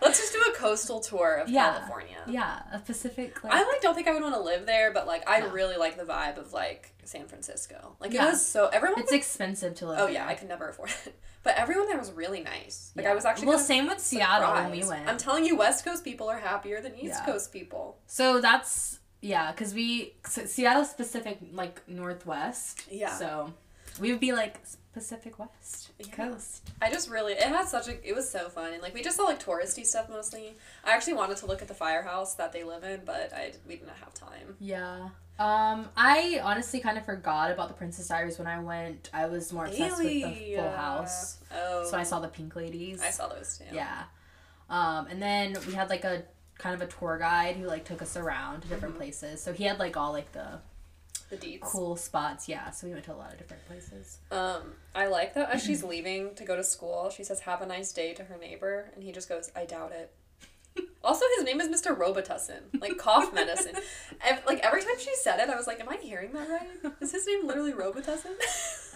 Speaker 6: let's just do a coastal tour of
Speaker 5: Yeah.
Speaker 6: California.
Speaker 5: Yeah, a Pacific. Like,
Speaker 6: I like don't think I would want to live there, but like I
Speaker 5: No.
Speaker 6: really like the vibe of like San Francisco. Like
Speaker 5: Yeah.
Speaker 6: it was so everyone.
Speaker 5: it's
Speaker 6: was-
Speaker 5: expensive to live.
Speaker 6: oh
Speaker 5: there.
Speaker 6: yeah, I could never afford [LAUGHS] it, but everyone there was really nice. Like
Speaker 5: Yeah.
Speaker 6: I was actually
Speaker 5: well.
Speaker 6: kind of
Speaker 5: Same with Seattle when we
Speaker 6: surprised.
Speaker 5: went.
Speaker 6: I'm telling you, West Coast people are happier than East
Speaker 5: Yeah.
Speaker 6: Coast people.
Speaker 5: so that's yeah, because we so Seattle's Pacific like Northwest.
Speaker 6: Yeah.
Speaker 5: So we would be like Pacific West
Speaker 6: Yeah.
Speaker 5: Coast.
Speaker 6: I just really it had such a it was so fun and like we just saw like touristy stuff mostly. I actually wanted to look at the firehouse that they live in, but I we didn't have time.
Speaker 5: Yeah. Um, I honestly kind of forgot about the Princess Diaries when I went. I was more obsessed with the
Speaker 6: Bailey,
Speaker 5: Full
Speaker 6: uh,
Speaker 5: House,
Speaker 6: Oh,
Speaker 5: so I saw the Pink Ladies.
Speaker 6: I saw those too.
Speaker 5: Yeah. Um, and then we had like a kind of a tour guide who like took us around to different
Speaker 6: Mm-hmm.
Speaker 5: places. So he had like all like the
Speaker 6: the deets.
Speaker 5: cool spots. Yeah. So we went to a lot of different places.
Speaker 6: Um, I like that
Speaker 5: [CLEARS THROAT]
Speaker 6: as she's leaving to go to school, she says "Have a nice day" to her neighbor, and he just goes, "I doubt it." also, his name is Mr. Robitussin, like
Speaker 5: [LAUGHS]
Speaker 6: cough medicine. Ev- like every time she said it, I was like, "Am I hearing that right? Is his name literally Robitussin?"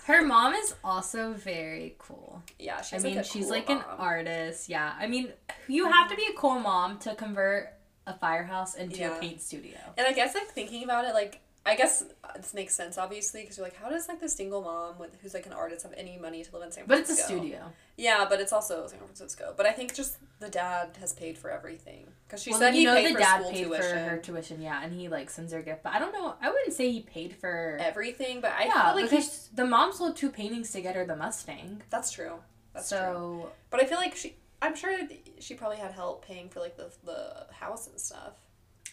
Speaker 6: [LAUGHS]
Speaker 5: Her mom is also very cool.
Speaker 6: yeah, she's.
Speaker 5: I mean,
Speaker 6: like a
Speaker 5: she's
Speaker 6: cool
Speaker 5: like an
Speaker 6: mom.
Speaker 5: artist. Yeah. I mean, you have to be a cool mom to convert a firehouse into
Speaker 6: Yeah.
Speaker 5: a paint studio.
Speaker 6: And I guess like thinking about it, like I guess this makes sense, obviously, because you're like, how does like this single mom with who's like an artist have any money to live in San
Speaker 5: But it's a
Speaker 6: Francisco?
Speaker 5: studio.
Speaker 6: Yeah, but it's also San Francisco. But I think just the dad has paid for everything because she
Speaker 5: well,
Speaker 6: said
Speaker 5: you
Speaker 6: he
Speaker 5: know
Speaker 6: paid
Speaker 5: the
Speaker 6: for
Speaker 5: dad
Speaker 6: school
Speaker 5: paid
Speaker 6: tuition,
Speaker 5: for her tuition, yeah, and he like sends her a gift. But I don't know. I wouldn't say he paid for.
Speaker 6: everything. But I
Speaker 5: yeah,
Speaker 6: feel like he,
Speaker 5: because the mom sold two paintings to get her the Mustang.
Speaker 6: that's true. That's true.
Speaker 5: so
Speaker 6: But I feel like she. I'm sure that she probably had help paying for like the the house and stuff.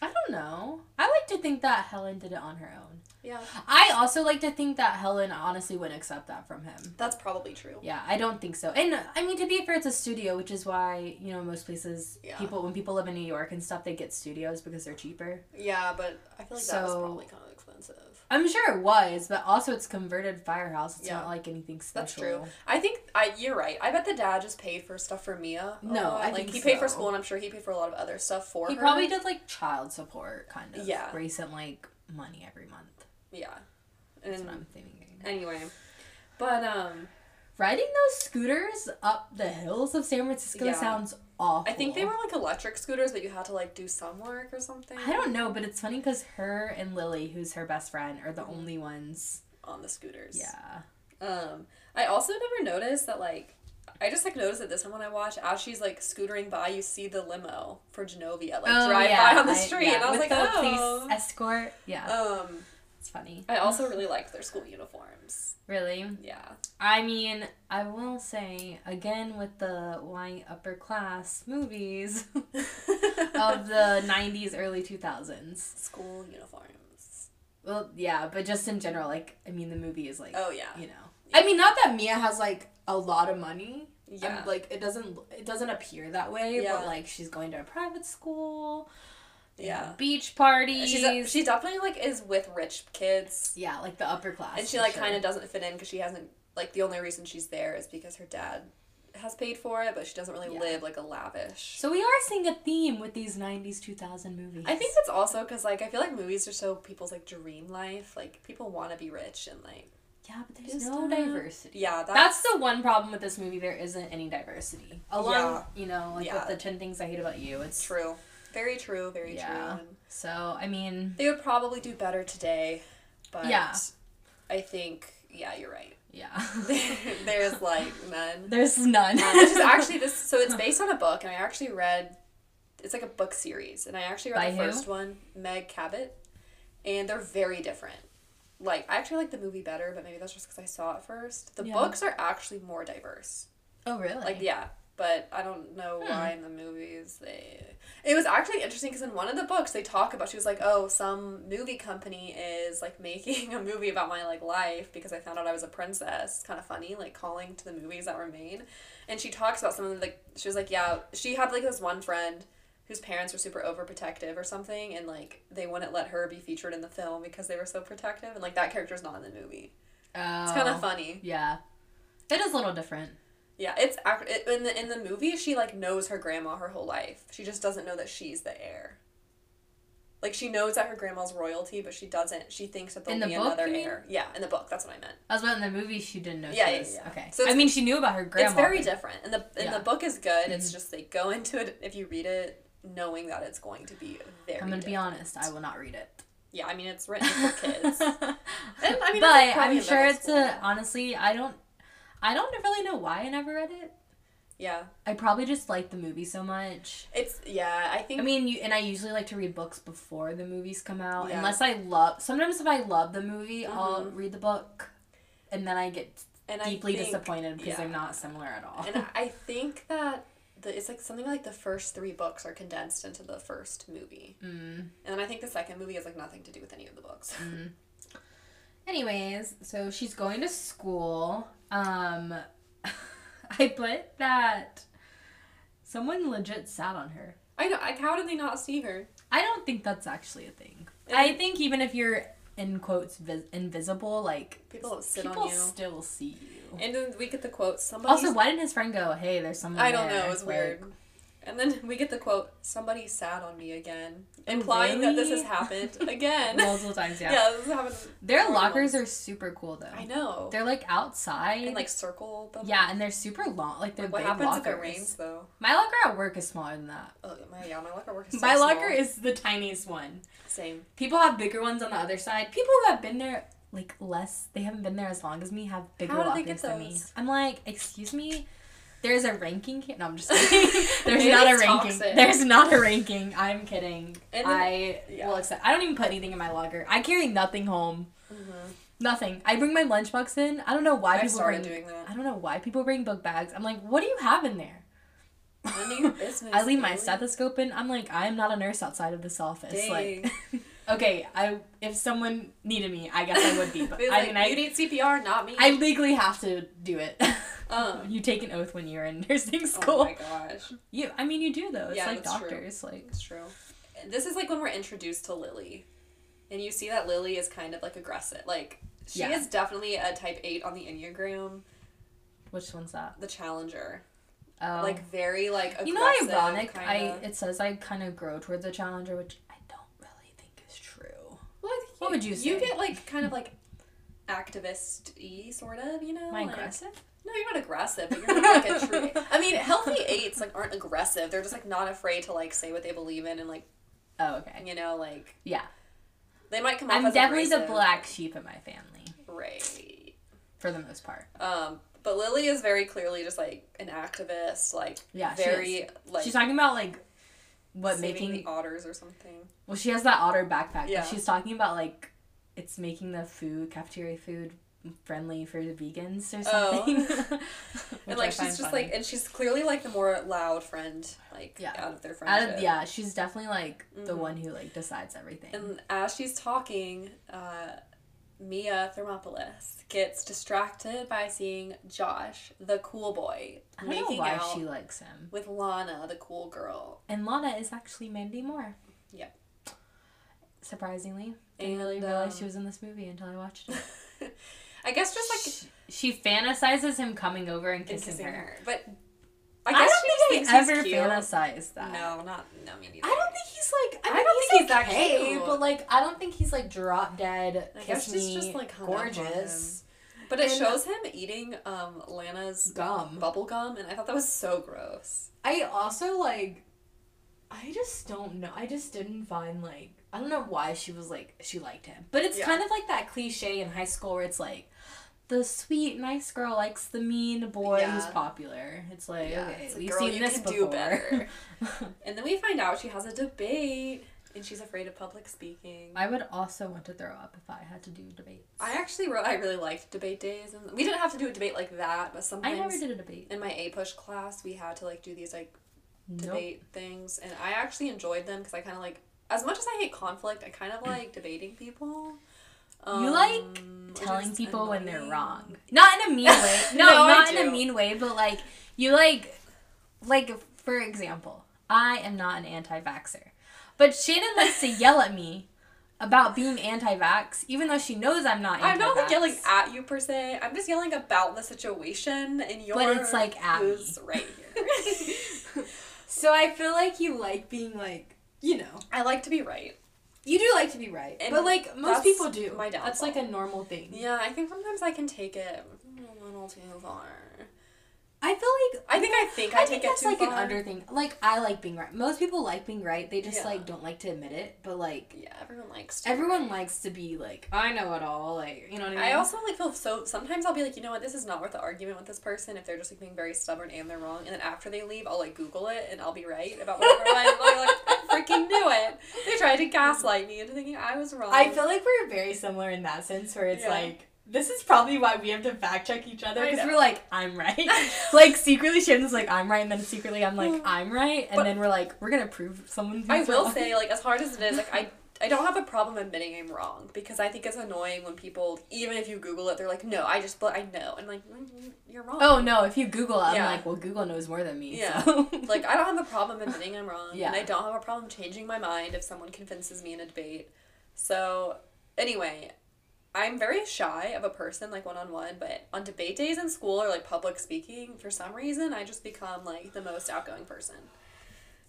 Speaker 5: I don't know. I like to think that Helen did it on her own.
Speaker 6: Yeah,
Speaker 5: I also like to think that Helen honestly wouldn't accept that from him.
Speaker 6: that's probably true.
Speaker 5: Yeah, I don't think so. And uh, I mean, to be fair, it's a studio, which is why you know most places
Speaker 6: Yeah.
Speaker 5: people when people live in New York and stuff, they get studios because they're cheaper.
Speaker 6: Yeah, but I feel like that was
Speaker 5: So-
Speaker 6: probably kind of expensive.
Speaker 5: I'm sure it was, but also it's converted firehouse. It's
Speaker 6: Yeah.
Speaker 5: not like anything special.
Speaker 6: That's true. I think I you're right. I bet the dad just paid for stuff for Mia. a
Speaker 5: No,
Speaker 6: lot.
Speaker 5: I
Speaker 6: like
Speaker 5: think
Speaker 6: he paid for
Speaker 5: so.
Speaker 6: school, and I'm sure he paid for a lot of other stuff for
Speaker 5: He
Speaker 6: her.
Speaker 5: probably did like child support kind of.
Speaker 6: Yeah.
Speaker 5: Yeah. Recent like money every month.
Speaker 6: Yeah,
Speaker 5: That's
Speaker 6: and
Speaker 5: what I'm thinking.
Speaker 6: anyway, but um,
Speaker 5: Riding those scooters up the hills of San Francisco
Speaker 6: Yeah.
Speaker 5: sounds awful.
Speaker 6: I think they were like electric scooters, but you had to like do some work or something.
Speaker 5: I don't know, but it's funny because her and Lily, who's her best friend, are
Speaker 6: Mm-hmm.
Speaker 5: the only ones.
Speaker 6: on the scooters.
Speaker 5: Yeah.
Speaker 6: Um, I also never noticed that like. I just like noticed that this time when I watch, as she's like scootering by, you see the limo for Genovia like
Speaker 5: Oh,
Speaker 6: drive by on the street, and I was
Speaker 5: With
Speaker 6: like,
Speaker 5: the
Speaker 6: oh.
Speaker 5: police escort. Yeah,
Speaker 6: Um,
Speaker 5: it's funny.
Speaker 6: I also
Speaker 5: [SIGHS]
Speaker 6: really liked their school uniforms.
Speaker 5: Really,
Speaker 6: Yeah.
Speaker 5: I mean, I will say again with the why upper class movies [LAUGHS] of the '90s, early 2000s.
Speaker 6: [LAUGHS] school uniforms.
Speaker 5: Well, yeah, but just in general, like I mean, the movie is like,
Speaker 6: Oh yeah.
Speaker 5: you know, I mean, not that Mia has like a lot of money,
Speaker 6: Yeah.
Speaker 5: Um, like it doesn't it doesn't appear that way,
Speaker 6: Yeah.
Speaker 5: but like she's going to a private school, they
Speaker 6: Yeah.
Speaker 5: have beach parties.
Speaker 6: She's a, she definitely like is with rich kids,
Speaker 5: yeah, like the upper class.
Speaker 6: and she like kind of doesn't fit in because she hasn't like the only reason she's there is because her dad has paid for it, but she doesn't really
Speaker 5: Yeah.
Speaker 6: live like a lavish.
Speaker 5: So we are seeing a theme with these 90s 2000 movies.
Speaker 6: I think that's also because like I feel like movies are so people's like dream life. Like people want to be rich and like
Speaker 5: yeah, but there's
Speaker 6: Just
Speaker 5: no
Speaker 6: not-
Speaker 5: diversity.
Speaker 6: yeah,
Speaker 5: That's the one problem with this movie. There isn't any diversity. Along,
Speaker 6: Yeah.
Speaker 5: you know, like
Speaker 6: Yeah.
Speaker 5: with the ten things I hate about you. It's
Speaker 6: true. Very true. Very
Speaker 5: Yeah.
Speaker 6: true. And
Speaker 5: so. I mean,
Speaker 6: they would probably do better today, but
Speaker 5: Yeah.
Speaker 6: I think yeah, you're right.
Speaker 5: yeah, [LAUGHS]
Speaker 6: There's like none.
Speaker 5: there's none.
Speaker 6: um, [LAUGHS] which is actually this. So it's based on a book, and I actually read. It's like a book series, and I actually read
Speaker 5: By
Speaker 6: the
Speaker 5: who?
Speaker 6: first one, Meg Cabot, and they're very different. Like I actually like the movie better, but maybe that's just because I saw it first. The
Speaker 5: Yeah.
Speaker 6: books are actually more diverse.
Speaker 5: [LAUGHS] oh really?
Speaker 6: Like yeah, but I don't know why in the movies they. It was actually interesting because in one of the books they talk about she was like, oh, some movie company is like [LAUGHS] making a movie about my like life because I found out I was a princess. Kind of funny, like calling to the movies that were made, and she talks about some of the like she was like yeah she had like this one friend whose parents were super overprotective or something and like they wouldn't let her be featured in the film because they were so protective and like that character's not in the movie.
Speaker 5: Oh.
Speaker 6: It's kind of funny.
Speaker 5: Yeah, it is a little different.
Speaker 6: Yeah, it's ac- it, in the in the movie she like knows her grandma her whole life. She just doesn't know that she's the heir. Like she knows that her grandma's royalty, but she doesn't. She thinks that there'll
Speaker 5: In the
Speaker 6: be
Speaker 5: book,
Speaker 6: another
Speaker 5: you mean?
Speaker 6: heir. Yeah, in the book, that's what I meant.
Speaker 5: I was about in the movie. She didn't know.
Speaker 6: Yeah,
Speaker 5: she
Speaker 6: yeah,
Speaker 5: was.
Speaker 6: yeah.
Speaker 5: Okay.
Speaker 6: So
Speaker 5: I
Speaker 6: it's-
Speaker 5: mean, she knew about her grandma.
Speaker 6: it's very
Speaker 5: but-
Speaker 6: different, and the and
Speaker 5: Yeah. Mm-hmm.
Speaker 6: the book is good. It's just like go into it if you read it knowing that it's going to be very.
Speaker 5: I'm gonna be
Speaker 6: different.
Speaker 5: honest. I will not read it.
Speaker 6: Yeah, I mean it's written
Speaker 5: [LAUGHS]
Speaker 6: for kids. And, I
Speaker 5: but
Speaker 6: mean, it's, like, probably
Speaker 5: I'm
Speaker 6: in
Speaker 5: sure
Speaker 6: middle
Speaker 5: it's
Speaker 6: school.
Speaker 5: a. Honestly, I don't. I don't really know why I never read it.
Speaker 6: Yeah,
Speaker 5: I probably just like the movie so much.
Speaker 6: it's yeah. I
Speaker 5: I
Speaker 6: think
Speaker 5: mean, you and I usually like to read books before the movies come out,
Speaker 6: Yeah. Mm-hmm.
Speaker 5: unless I love. Sometimes if I love the movie, I'll read the book, and then I get
Speaker 6: and
Speaker 5: deeply
Speaker 6: I think,
Speaker 5: disappointed because they're
Speaker 6: yeah.
Speaker 5: not similar at all.
Speaker 6: and I think that the, it's like something like the first three books are condensed into the first movie, mm. and then I think the second movie has like nothing to do with any of the books.
Speaker 5: Mm. Anyways, so she's going to school. Um, [LAUGHS] I put that someone legit sat on her.
Speaker 6: [LAUGHS] I know. Like, how did they not see her?
Speaker 5: I don't think that's actually a thing. I think even if you're in quotes vis- invisible, like
Speaker 6: People don't sit
Speaker 5: people
Speaker 6: on you.
Speaker 5: still see you.
Speaker 6: and then we get the quote. Somebody
Speaker 5: Also, why didn't his friend go? Hey, there's someone.
Speaker 6: I don't know.
Speaker 5: there,"
Speaker 6: It was
Speaker 5: like,
Speaker 6: weird. And then we get the quote, somebody sat on me again, implying that this has
Speaker 5: Oh, really? [LAUGHS]
Speaker 6: happened again.
Speaker 5: Multiple times, yeah.
Speaker 6: [LAUGHS] yeah, this has happened.
Speaker 5: Their
Speaker 6: more
Speaker 5: lockers are
Speaker 6: once.
Speaker 5: super cool though.
Speaker 6: I know.
Speaker 5: They're like outside.
Speaker 6: and like circle them.
Speaker 5: yeah, and they're super long. Like they're
Speaker 6: Like, what
Speaker 5: big
Speaker 6: happens
Speaker 5: lockers.
Speaker 6: if it rains though?
Speaker 5: My locker at work is smaller than that.
Speaker 6: Oh my yeah, my locker work is. So
Speaker 5: My locker
Speaker 6: small.
Speaker 5: is the tiniest one.
Speaker 6: same.
Speaker 5: People have bigger ones on the other side. People who have been there like less, they haven't been there as long as me, have bigger
Speaker 6: How do they
Speaker 5: lockers
Speaker 6: get
Speaker 5: than me.
Speaker 6: those?
Speaker 5: I'm like, excuse me. There's a ranking. Here. No, I'm just
Speaker 6: [LAUGHS]
Speaker 5: kidding. [LAUGHS] There's
Speaker 6: Maybe
Speaker 5: not a
Speaker 6: it's
Speaker 5: ranking.
Speaker 6: toxic.
Speaker 5: There's not a ranking. I'm kidding.
Speaker 6: And then-
Speaker 5: I
Speaker 6: yeah.
Speaker 5: will accept. I don't even put anything in my locker. I carry nothing home. Nothing. I bring my lunchbox in. I don't know why
Speaker 6: Mm-hmm. I
Speaker 5: people
Speaker 6: started
Speaker 5: bring.
Speaker 6: doing that.
Speaker 5: I don't know why people bring book bags. I'm like, what do you have in there?
Speaker 6: None of your business.
Speaker 5: [LAUGHS] I leave my
Speaker 6: dude.
Speaker 5: stethoscope in. I'm like, I am not a nurse outside of this office. Like, okay, I if someone needed me, I guess [LAUGHS] I would be.
Speaker 6: [LAUGHS]
Speaker 5: But
Speaker 6: It's
Speaker 5: I
Speaker 6: like,
Speaker 5: mean, I,
Speaker 6: you need CPR, not me.
Speaker 5: I legally have to do it. [LAUGHS]
Speaker 6: Um.
Speaker 5: you take an oath when you're in [LAUGHS] nursing school.
Speaker 6: Oh my gosh,
Speaker 5: You, I mean, you do though. It's
Speaker 6: Yeah,
Speaker 5: like
Speaker 6: that's true.
Speaker 5: doctors. Like,
Speaker 6: it's true. This is like when we're introduced to Lily, and you see that Lily is kind of like aggressive. Like she
Speaker 5: Yeah.
Speaker 6: is definitely a type eight on the enneagram,
Speaker 5: which one's that?
Speaker 6: the challenger.
Speaker 5: Oh,
Speaker 6: Like very like aggressive.
Speaker 5: you know, ironic. I
Speaker 6: kinda.
Speaker 5: it says I kind of grow towards the challenger, which I don't really think is true.
Speaker 6: Well, I think
Speaker 5: What would you say?
Speaker 6: You get like kind of like activist y sort of, you know?
Speaker 5: Am I
Speaker 6: like-
Speaker 5: aggressive?
Speaker 6: No, you're not aggressive, but you're not like a true I mean, healthy eights like aren't aggressive. They're just like not afraid to like say what they believe in and like
Speaker 5: Oh, okay.
Speaker 6: you know, like
Speaker 5: Yeah,
Speaker 6: they might come off
Speaker 5: I'm
Speaker 6: as
Speaker 5: definitely the
Speaker 6: abrasive.
Speaker 5: black sheep in my family
Speaker 6: Right.
Speaker 5: for the most part.
Speaker 6: Um but Lily is very clearly just like an activist, like
Speaker 5: Yeah, she
Speaker 6: very
Speaker 5: is.
Speaker 6: like
Speaker 5: She's talking about like what
Speaker 6: saving
Speaker 5: making
Speaker 6: the otters or something.
Speaker 5: Well, she has that otter backpack.
Speaker 6: Yeah.
Speaker 5: But she's talking about like it's making the food cafeteria food friendly for the vegans or
Speaker 6: Oh. [LAUGHS]
Speaker 5: something. [LAUGHS] Which
Speaker 6: and
Speaker 5: I
Speaker 6: like she's
Speaker 5: find
Speaker 6: just
Speaker 5: funny.
Speaker 6: like and she's clearly like the more loud friend, like
Speaker 5: Yeah.
Speaker 6: out of their friendship.
Speaker 5: out of yeah, she's definitely like the
Speaker 6: Mhm.
Speaker 5: one who like decides everything.
Speaker 6: And as she's talking, uh, Mia Thermopolis gets distracted by seeing Josh, the cool boy,
Speaker 5: I don't know
Speaker 6: making
Speaker 5: why
Speaker 6: out
Speaker 5: she likes him.
Speaker 6: with Lana, the cool girl.
Speaker 5: And Lana is actually Mandy Moore.
Speaker 6: Yep.
Speaker 5: Surprisingly, didn't
Speaker 6: And,
Speaker 5: really realize she
Speaker 6: um,
Speaker 5: was in this movie until I watched
Speaker 6: [LAUGHS]
Speaker 5: it.
Speaker 6: I guess just like
Speaker 5: she, she fantasizes him coming over and
Speaker 6: and
Speaker 5: kissing, her.
Speaker 6: but
Speaker 5: I,
Speaker 6: I guess
Speaker 5: don't
Speaker 6: she
Speaker 5: think
Speaker 6: just
Speaker 5: I
Speaker 6: thinks
Speaker 5: ever
Speaker 6: he's cute.
Speaker 5: fantasized that.
Speaker 6: No, not no, me neither.
Speaker 5: I don't think he's like. I,
Speaker 6: I
Speaker 5: mean,
Speaker 6: don't
Speaker 5: he's
Speaker 6: think he's that
Speaker 5: okay,
Speaker 6: cute.
Speaker 5: but like, I don't think he's like drop dead.
Speaker 6: I guess
Speaker 5: kiss
Speaker 6: she's
Speaker 5: me,
Speaker 6: just, like, hung up on
Speaker 5: gorgeous
Speaker 6: But it
Speaker 5: And-
Speaker 6: shows him eating um Lana's
Speaker 5: gum.
Speaker 6: bubble gum, and I thought that was so gross.
Speaker 5: I also like. I just don't know. I just didn't find like. I don't know why she was like she liked him, but it's
Speaker 6: Yeah.
Speaker 5: kind of like that cliche in high school where it's like, the sweet nice girl likes the mean boy who's
Speaker 6: Yeah.
Speaker 5: popular. It's like
Speaker 6: Yeah,
Speaker 5: okay,
Speaker 6: it's like,
Speaker 5: we've
Speaker 6: girl,
Speaker 5: seen
Speaker 6: you
Speaker 5: this
Speaker 6: can do
Speaker 5: before.
Speaker 6: better. And then we find out she has a debate, and she's afraid of public speaking.
Speaker 5: [LAUGHS] I would also want to throw up if I had to do debates.
Speaker 6: I actually wrote. I really liked debate days, and we didn't have to do a debate like that, but
Speaker 5: I
Speaker 6: sometimes
Speaker 5: never did a debate.
Speaker 6: in my A push class we had to like do these like
Speaker 5: Nope.
Speaker 6: debate things, and I actually enjoyed them because I kind of like as much as I hate conflict, I
Speaker 5: [CLEARS THROAT]
Speaker 6: kind of like debating people.
Speaker 5: You like
Speaker 6: Um, which
Speaker 5: telling
Speaker 6: is
Speaker 5: people when they're
Speaker 6: annoying.
Speaker 5: wrong. Not in a mean way. [LAUGHS] No,
Speaker 6: No, I
Speaker 5: not in
Speaker 6: do.
Speaker 5: a mean way, but like you like like for example, I am not an anti-vaxxer. But Shannon likes to yell at me about being anti-vax even though she knows I'm not anti-vax.
Speaker 6: I'm not like yelling at you per se. I'm just yelling about the situation, and your
Speaker 5: it's, like, at me.
Speaker 6: is right here. [LAUGHS]
Speaker 5: So I feel like you like being like, you know,
Speaker 6: I like to be right.
Speaker 5: you do like to be right.
Speaker 6: And
Speaker 5: but like most
Speaker 6: that's
Speaker 5: people do.
Speaker 6: my
Speaker 5: that's like a
Speaker 6: downfall.
Speaker 5: normal thing.
Speaker 6: Yeah, I think sometimes I can take it a little too far.
Speaker 5: I feel like
Speaker 6: I think I think I,
Speaker 5: I
Speaker 6: take
Speaker 5: think
Speaker 6: it
Speaker 5: that's
Speaker 6: too
Speaker 5: like
Speaker 6: far.
Speaker 5: an under thing. Like I like being right. Most people like being right. They just
Speaker 6: Yeah.
Speaker 5: like don't like to admit it. But like
Speaker 6: Yeah, everyone likes. To
Speaker 5: everyone likes to be like I know it all. Like you know what I mean.
Speaker 6: I also like feel so. Sometimes I'll be like, you know what, this is not worth the argument with this person if they're just like being very stubborn and they're wrong. And then after they leave, I'll like Google it and I'll be right about whatever. I'm like, I freaking knew it. They tried to gaslight me into thinking I was wrong.
Speaker 5: I feel like we're very similar in that sense where it's
Speaker 6: Yeah.
Speaker 5: like. This is probably why we have to fact check each other
Speaker 6: I
Speaker 5: because
Speaker 6: know.
Speaker 5: we're like, I'm [LAUGHS] right. like secretly, Shannon's like, I'm right, and then secretly, I'm like, I'm right, and
Speaker 6: But-
Speaker 5: then we're like, we're gonna prove someone.
Speaker 6: I
Speaker 5: who's [LAUGHS]
Speaker 6: will
Speaker 5: wrong.
Speaker 6: say, like, as hard as it is,
Speaker 5: [LAUGHS]
Speaker 6: like, I I don't have a problem admitting I'm wrong because I think it's annoying when people, even if you Google it, they're like, no, I just, but I know, and like, "Mm, you're wrong.
Speaker 5: Oh no! If you Google, it, I'm
Speaker 6: Yeah.
Speaker 5: like, well, Google knows more than me.
Speaker 6: Yeah. [LAUGHS]
Speaker 5: So.
Speaker 6: Like, I don't have a problem admitting I'm wrong,
Speaker 5: Yeah.
Speaker 6: and I don't have a problem changing my mind if someone convinces me in a debate. So, anyway, I'm very shy of a person, like one on one, but on debate days in school or like public speaking, for some reason, I just become like the most outgoing person.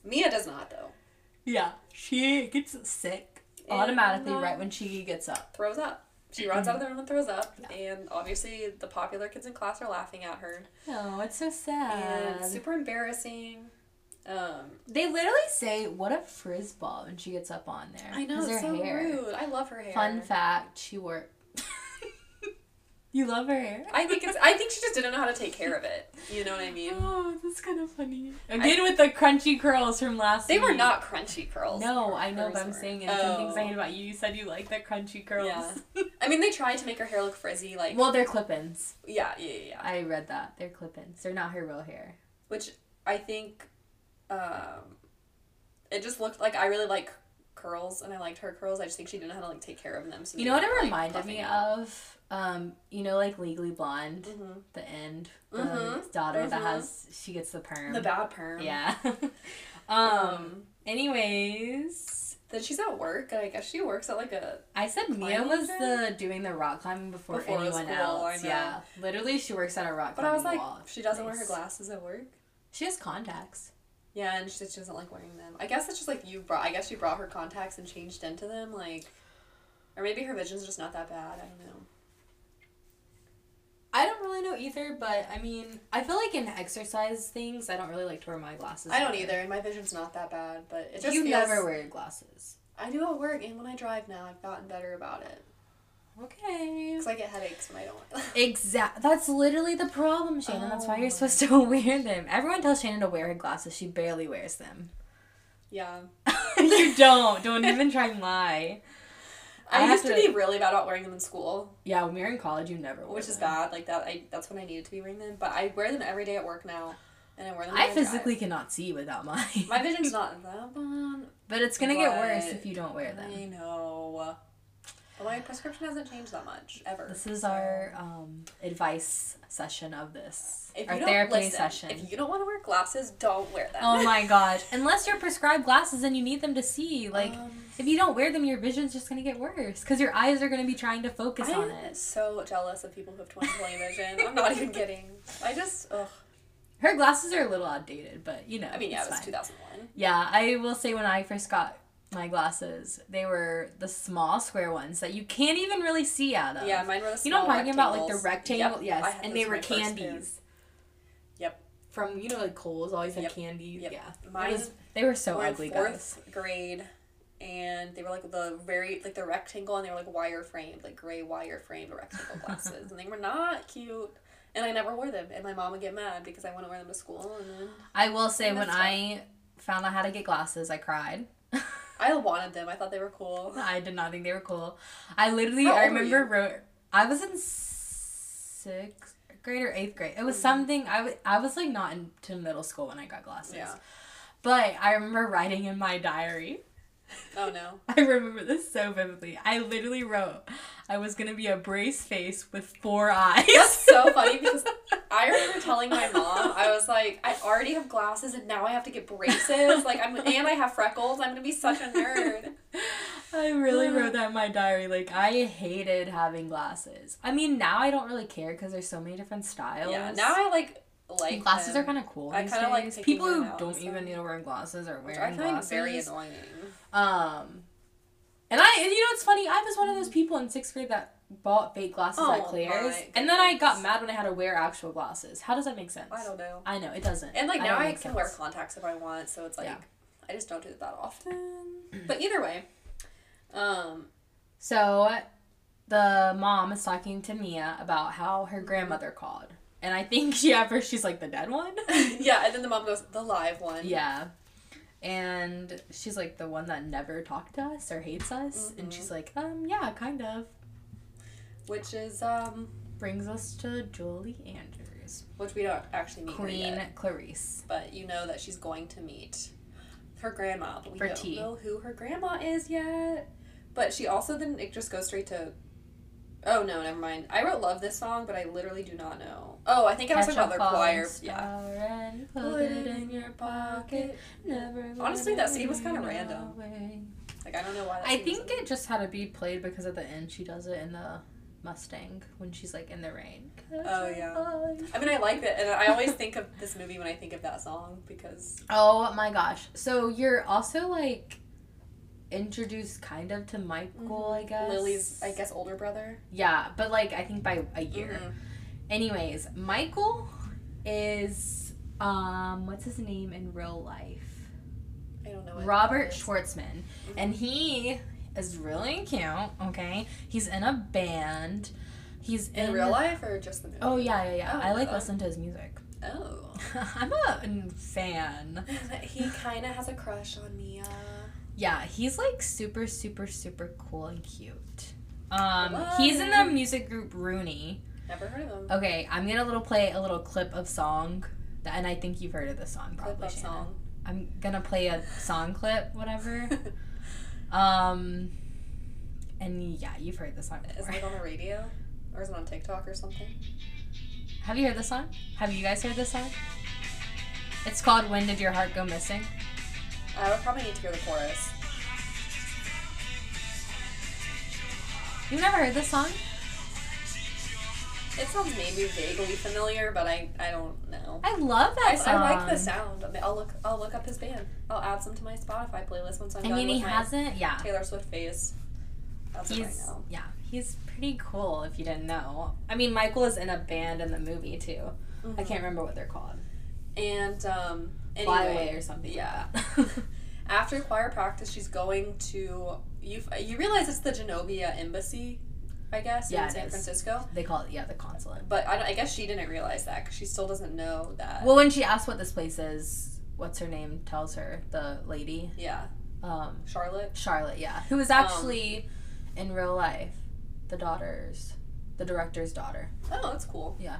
Speaker 6: Mia does not though.
Speaker 5: [LAUGHS] Yeah, she gets sick
Speaker 6: And
Speaker 5: automatically
Speaker 6: not-
Speaker 5: right when she gets up.
Speaker 6: Throws up. She runs out of the room and throws up, and obviously the popular kids in class are laughing at her.
Speaker 5: No, it's so sad.
Speaker 6: And super embarrassing. Um,
Speaker 5: They literally say, "What a frizz ball" when she gets up on there.
Speaker 6: I know
Speaker 5: 'Cause
Speaker 6: it's
Speaker 5: her
Speaker 6: so
Speaker 5: hair.
Speaker 6: rude. I love her hair.
Speaker 5: Fun fact: she wore. [LAUGHS] you love her hair.
Speaker 6: I think it's. I think she just didn't know how to take care of it. You know what I mean?
Speaker 5: Oh, that's kind of funny. Again with the crunchy curls from last.
Speaker 6: They were
Speaker 5: week.
Speaker 6: not crunchy curls.
Speaker 5: Mm. No,
Speaker 6: Her
Speaker 5: I know,
Speaker 6: curls
Speaker 5: but I'm
Speaker 6: were-
Speaker 5: saying it's
Speaker 6: Oh.
Speaker 5: something saying about you. You said you like the crunchy curls.
Speaker 6: Yeah. Oh. I mean, they tried to make her hair look frizzy,
Speaker 5: [LAUGHS]
Speaker 6: like
Speaker 5: well, they're clip-ins.
Speaker 6: yeah, yeah, yeah, yeah.
Speaker 5: I read that they're clip-ins. They're not her real hair.
Speaker 6: Which I think, um, it just looked like I really like curls, and I liked her curls. I just think she didn't know how to like take care of them. So
Speaker 5: You
Speaker 6: they
Speaker 5: know what
Speaker 6: were,
Speaker 5: it
Speaker 6: like,
Speaker 5: reminded
Speaker 6: puffing
Speaker 5: me
Speaker 6: out.
Speaker 5: of? Um, you know, like Legally Blonde,
Speaker 6: Mm-hmm.
Speaker 5: the end, the
Speaker 6: Mhm.
Speaker 5: daughter that
Speaker 6: Mhm.
Speaker 5: has she gets the perm.
Speaker 6: the bad perm.
Speaker 5: Yeah. [LAUGHS] um.
Speaker 6: Um,
Speaker 5: Anyways,
Speaker 6: then she's at work. and I guess she works at like a
Speaker 5: I said Mia
Speaker 6: Climbing
Speaker 5: was
Speaker 6: thing?
Speaker 5: the doing the rock climbing before,
Speaker 6: Before it was
Speaker 5: anyone
Speaker 6: cool, I
Speaker 5: else.
Speaker 6: know.
Speaker 5: Yeah. Literally, she works on a rock.
Speaker 6: But I was
Speaker 5: climbing
Speaker 6: like,
Speaker 5: wall.
Speaker 6: she doesn't wear her
Speaker 5: Nice.
Speaker 6: glasses at work.
Speaker 5: She has contacts.
Speaker 6: Yeah, and she just doesn't like wearing them. I guess it's just like you brought. I guess she brought her contacts and changed into them, like, or maybe her vision's just not that bad. I don't know.
Speaker 5: I don't really know either, but I mean, I feel like in exercise things, I don't really like to wear my glasses.
Speaker 6: I don't either, and my vision's not that bad. But it just
Speaker 5: you
Speaker 6: feels,
Speaker 5: never wear glasses.
Speaker 6: I do at work, and when I drive now, I've gotten better about it.
Speaker 5: Okay.
Speaker 6: Cause I get headaches when I don't. [LAUGHS]
Speaker 5: Exact. That's literally the problem, Shannon. That's why you're supposed to [LAUGHS] wear them. Everyone tells Shannon to wear her glasses. She barely wears
Speaker 6: [LAUGHS]
Speaker 5: them.
Speaker 6: yeah,
Speaker 5: you don't. Don't even try and lie. I
Speaker 6: I,
Speaker 5: have
Speaker 6: used to,
Speaker 5: to-
Speaker 6: be really bad about wearing them in school,
Speaker 5: Yeah, when we were in college, you never. Wore
Speaker 6: which is
Speaker 5: them.
Speaker 6: bad. Like that, I that's when I needed to be wearing them. But I wear them every day at work now, and I wear them. When
Speaker 5: I physically
Speaker 6: Drive.
Speaker 5: cannot see without mine.
Speaker 6: My vision's not that bad.
Speaker 5: [LAUGHS] but it's gonna get worse
Speaker 6: But-
Speaker 5: if you don't wear
Speaker 6: I
Speaker 5: them.
Speaker 6: know. But my prescription hasn't changed that much ever.
Speaker 5: This is our um, advice session of this.
Speaker 6: if
Speaker 5: our
Speaker 6: you don't
Speaker 5: therapy
Speaker 6: listen,
Speaker 5: session.
Speaker 6: If you don't want to wear glasses, don't wear them.
Speaker 5: [LAUGHS] Oh my gosh. Unless you're prescribed glasses and you need them to see. Like,
Speaker 6: Um,
Speaker 5: if you don't wear them, your vision's just gonna get worse because your eyes are gonna be trying to focus on
Speaker 6: I'm
Speaker 5: it.
Speaker 6: so jealous of people who have 20/20 vision. I'm not even kidding. I just, ugh.
Speaker 5: Her glasses are a little outdated, but you know.
Speaker 6: I mean, yeah,
Speaker 5: it's
Speaker 6: it was
Speaker 5: fine.
Speaker 6: 2001.
Speaker 5: Yeah, I will say when I first got my glasses, they were the small square ones that you can't even really see out of.
Speaker 6: Yeah, mine were the
Speaker 5: You know what I'm talking
Speaker 6: small
Speaker 5: about? Like the rectangle,
Speaker 6: rectangles. Yep, I
Speaker 5: yes.
Speaker 6: had
Speaker 5: And
Speaker 6: those
Speaker 5: they
Speaker 6: in
Speaker 5: were
Speaker 6: my first pair.
Speaker 5: candies.
Speaker 6: Yep.
Speaker 5: From, you know, like Cole's always had
Speaker 6: Yep.
Speaker 5: candies.
Speaker 6: Yep.
Speaker 5: Yeah. It
Speaker 6: Mine
Speaker 5: was- they were so
Speaker 6: were in
Speaker 5: ugly, guys.
Speaker 6: fourth grade, and they were like the very like the rectangle, and they were like wire framed, like gray wire framed rectangle glasses, and they were not cute. And I never wore them, and my mom would get mad because I wouldn't wear them to school. And then
Speaker 5: I will say when
Speaker 6: messed up.
Speaker 5: I found out how to get glasses, I cried.
Speaker 6: I wanted them. I thought they were cool.
Speaker 5: I did not think they were cool. I literally,
Speaker 6: How
Speaker 5: I
Speaker 6: old were
Speaker 5: remember
Speaker 6: you?
Speaker 5: wrote. I was in sixth grade or eighth grade. It
Speaker 6: Mm-hmm.
Speaker 5: was something I was. I was like not into middle school when I got glasses.
Speaker 6: Yeah.
Speaker 5: But I remember writing in my diary. [LAUGHS]
Speaker 6: Oh no.
Speaker 5: I remember this so vividly. I literally wrote, "I was gonna be a brace face with four eyes." [LAUGHS]
Speaker 6: That's so funny because I remember telling my mom, I was like, I already have glasses and now I have to get braces. Like I'm and I have freckles. I'm gonna be such a nerd.
Speaker 5: I
Speaker 6: [LAUGHS]
Speaker 5: really wrote that in my diary. Like I hated having glasses. I mean, now I don't really care because there's so many different styles.
Speaker 6: Yeah. Now I like like
Speaker 5: glasses
Speaker 6: them,
Speaker 5: are kind of cool.
Speaker 6: I
Speaker 5: these
Speaker 6: kinda like
Speaker 5: days.
Speaker 6: picking
Speaker 5: people
Speaker 6: them
Speaker 5: who
Speaker 6: out,
Speaker 5: don't
Speaker 6: so-
Speaker 5: even need to wear glasses are
Speaker 6: which
Speaker 5: wearing
Speaker 6: I find
Speaker 5: glasses.
Speaker 6: very annoying.
Speaker 5: Um, and I, and you know, it's funny. I was one of those people in sixth grade that bought fake glasses
Speaker 6: Oh
Speaker 5: at Claire's,
Speaker 6: my
Speaker 5: and then I got
Speaker 6: goodness.
Speaker 5: mad when I had to wear actual glasses. How does that make sense?
Speaker 6: I don't know.
Speaker 5: I know it doesn't.
Speaker 6: And like
Speaker 5: I
Speaker 6: now
Speaker 5: don't
Speaker 6: I
Speaker 5: make
Speaker 6: can wear
Speaker 5: sense.
Speaker 6: contacts if I want, so it's like
Speaker 5: Yeah. Mm.
Speaker 6: I just don't do it that often. But either way, um, [LAUGHS]
Speaker 5: So, the mom is talking to Mia about how her grandmother called, and I think [LAUGHS] she at first she's like the dead one. [LAUGHS]
Speaker 6: yeah. And then the mom goes the live one.
Speaker 5: Yeah. And she's like the one that never talked to us or hates us.
Speaker 6: Mm-hmm.
Speaker 5: And she's like, um, yeah, kind of.
Speaker 6: Which is um,
Speaker 5: Brings us to Julie Andrews,
Speaker 6: which we don't actually meet her
Speaker 5: Queen
Speaker 6: yet,
Speaker 5: Clarice.
Speaker 6: but you know that she's going to meet her grandma. But we
Speaker 5: For
Speaker 6: don't
Speaker 5: tea.
Speaker 6: know who her grandma is yet. But she also then it just goes straight to. Oh no, never mind. I wrote "Love" this song, but I literally do not know. Oh, I think I was talking about their choir. Yeah.
Speaker 5: Uh,
Speaker 6: Put it in your pocket. Honestly, that scene was kinda random. Like I don't know why. That
Speaker 5: I
Speaker 6: scene was
Speaker 5: think it just had to be played because at the end she does it in the Mustang when she's like in the rain.
Speaker 6: Oh, yeah. I mean, I like it, and I always think of this movie when I think of that song
Speaker 5: [LAUGHS]
Speaker 6: because
Speaker 5: Oh my gosh. So you're also like introduced kind of to Michael, I guess.
Speaker 6: Mm-hmm. Lily's, I guess, older brother.
Speaker 5: Yeah, but like I think by a year.
Speaker 6: Mhm.
Speaker 5: Anyways, Michael is um what's his name in real life?
Speaker 6: I don't know. what Mm-hmm.
Speaker 5: Robert
Speaker 6: that is.
Speaker 5: Schwartzman. And he is really cute, okay? He's in a band. He's in,
Speaker 6: In real life or just the movie?
Speaker 5: Oh yeah, yeah, yeah.
Speaker 6: Oh,
Speaker 5: I like
Speaker 6: okay.
Speaker 5: listening to his music. [LAUGHS]
Speaker 6: Oh.
Speaker 5: I'm a fan.
Speaker 6: he kind of has a crush on Mia.
Speaker 5: Yeah, he's like super, super, super cool and cute. Um, he's in the
Speaker 6: Why?
Speaker 5: music group Rooney.
Speaker 6: Never heard of him.
Speaker 5: Okay, I'm gonna little play a little clip of song, that, and I think you've heard of this song probably.
Speaker 6: Clip of
Speaker 5: Shannon.
Speaker 6: song.
Speaker 5: I'm gonna play a song clip,
Speaker 6: [LAUGHS]
Speaker 5: whatever. [LAUGHS] um, and yeah, you've heard this song
Speaker 6: Is
Speaker 5: before.
Speaker 6: it on the radio? Or is it on TikTok or something?
Speaker 5: Have you heard this song? Have you guys heard this song? It's called "When Did Your Heart Go Missing."
Speaker 6: I would probably need to hear the chorus.
Speaker 5: You've never heard this song?
Speaker 6: It sounds maybe vaguely familiar, but I, I don't know.
Speaker 5: I Um, love
Speaker 6: I,
Speaker 5: that
Speaker 6: I
Speaker 5: song.
Speaker 6: like the sound. I mean, I'll look I'll look up his band. I'll add some to my Spotify playlist once I'm
Speaker 5: I
Speaker 6: done
Speaker 5: mean,
Speaker 6: with
Speaker 5: he
Speaker 6: my
Speaker 5: hasn't. Yeah,
Speaker 6: Taylor Swift phase. That's what I
Speaker 5: He's
Speaker 6: know.
Speaker 5: yeah, he's pretty cool. If you didn't know, I mean, Michael is in a band in the movie too. I can't remember what they're called.
Speaker 6: And um, Mm-hmm. anyway,
Speaker 5: Flyway or something. like
Speaker 6: Yeah.
Speaker 5: that.
Speaker 6: After choir practice, she's going to you. You realize it's the Genovia Embassy, I guess,
Speaker 5: Yeah, it
Speaker 6: in San
Speaker 5: is.
Speaker 6: Francisco.
Speaker 5: [LAUGHS] they call it yeah the consulate.
Speaker 6: But I, don't- I guess she didn't realize that because she still doesn't know that.
Speaker 5: Well, when she asks what this place is, what's her name tells her the lady,
Speaker 6: yeah,
Speaker 5: um,
Speaker 6: Charlotte.
Speaker 5: Charlotte, yeah, who is actually
Speaker 6: Um.
Speaker 5: in real life the daughter's, the director's daughter,
Speaker 6: Oh, that's cool.
Speaker 5: Yeah.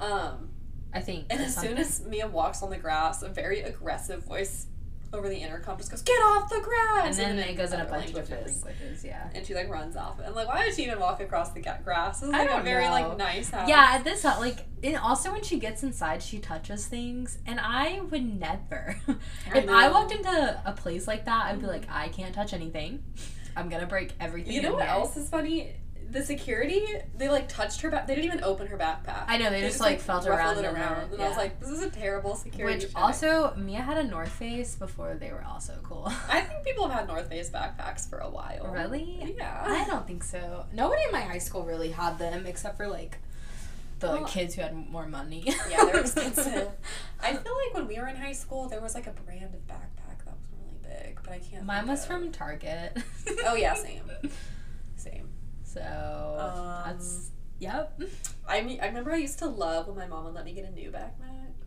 Speaker 6: Um,
Speaker 5: I think.
Speaker 6: and
Speaker 5: or
Speaker 6: as soon
Speaker 5: something.
Speaker 6: as Mia walks on the grass, a very aggressive voice over the intercom just goes, "Get off the grass!"
Speaker 5: and then it goes in a
Speaker 6: other
Speaker 5: bunch of different
Speaker 6: languages.
Speaker 5: languages, yeah.
Speaker 6: and she like runs off. And like, why did she even walk across the ga- grass? This is
Speaker 5: I
Speaker 6: like a
Speaker 5: don't
Speaker 6: very
Speaker 5: know.
Speaker 6: like nice house.
Speaker 5: Yeah, at this hou- like, and also when she gets inside, she touches things, and I would never. [LAUGHS]
Speaker 6: I
Speaker 5: if I
Speaker 6: know.
Speaker 5: walked into a place like that, I'd be like, I can't touch anything. I'm gonna break everything.
Speaker 6: You know
Speaker 5: in
Speaker 6: what
Speaker 5: here."
Speaker 6: else is funny? The security, they like touched her back. They didn't even open her backpack.
Speaker 5: I know they, just, like felt around.
Speaker 6: ruffled it
Speaker 5: in there,
Speaker 6: around, and I was
Speaker 5: yeah.
Speaker 6: like, this is a terrible security.
Speaker 5: Which
Speaker 6: check.
Speaker 5: also, Mia had a North Face before they were also cool. [LAUGHS]
Speaker 6: I think people have had North Face backpacks for a while.
Speaker 5: really? I
Speaker 6: Yeah.
Speaker 5: don't think so. Nobody in my high school really had them except for like the
Speaker 6: Well-
Speaker 5: kids who had more money. [LAUGHS]
Speaker 6: Yeah, they're expensive. I feel like when we were in high school, there was like a brand of backpack that was really big, but I can't.
Speaker 5: Mine
Speaker 6: think
Speaker 5: was
Speaker 6: of-
Speaker 5: from Target. [LAUGHS]
Speaker 6: Oh yeah, same, same.
Speaker 5: So
Speaker 6: Um,
Speaker 5: that's
Speaker 6: [LAUGHS]
Speaker 5: yep.
Speaker 6: I mean, I remember I used to love when my mom would let me get a new backpack.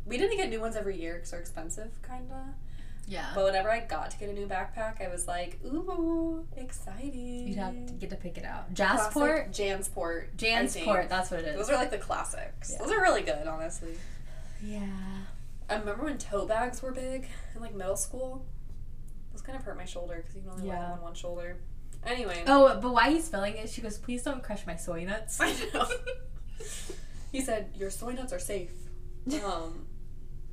Speaker 6: We didn't get new ones every year because they're expensive, kinda.
Speaker 5: Yeah.
Speaker 6: But whenever I got to get a new backpack, I was like, ooh, exciting.
Speaker 5: You'd have to get to pick it out.
Speaker 6: Classic
Speaker 5: Jassport,
Speaker 6: Jansport. I think.
Speaker 5: Jansport. That's what it
Speaker 6: Those
Speaker 5: is.
Speaker 6: are like the classics.
Speaker 5: Yeah.
Speaker 6: Those are really good, honestly.
Speaker 5: Yeah.
Speaker 6: I remember when toe bags were big in like middle school. Those kind of hurt my shoulder because you can only wear
Speaker 5: Yeah.
Speaker 6: them on one shoulder. Anyway.
Speaker 5: Oh, but why he's spelling it? She goes, "Please don't crush my soy nuts."
Speaker 6: [LAUGHS] I know. he said, Your soy nuts
Speaker 5: [LAUGHS]
Speaker 6: are safe. Um,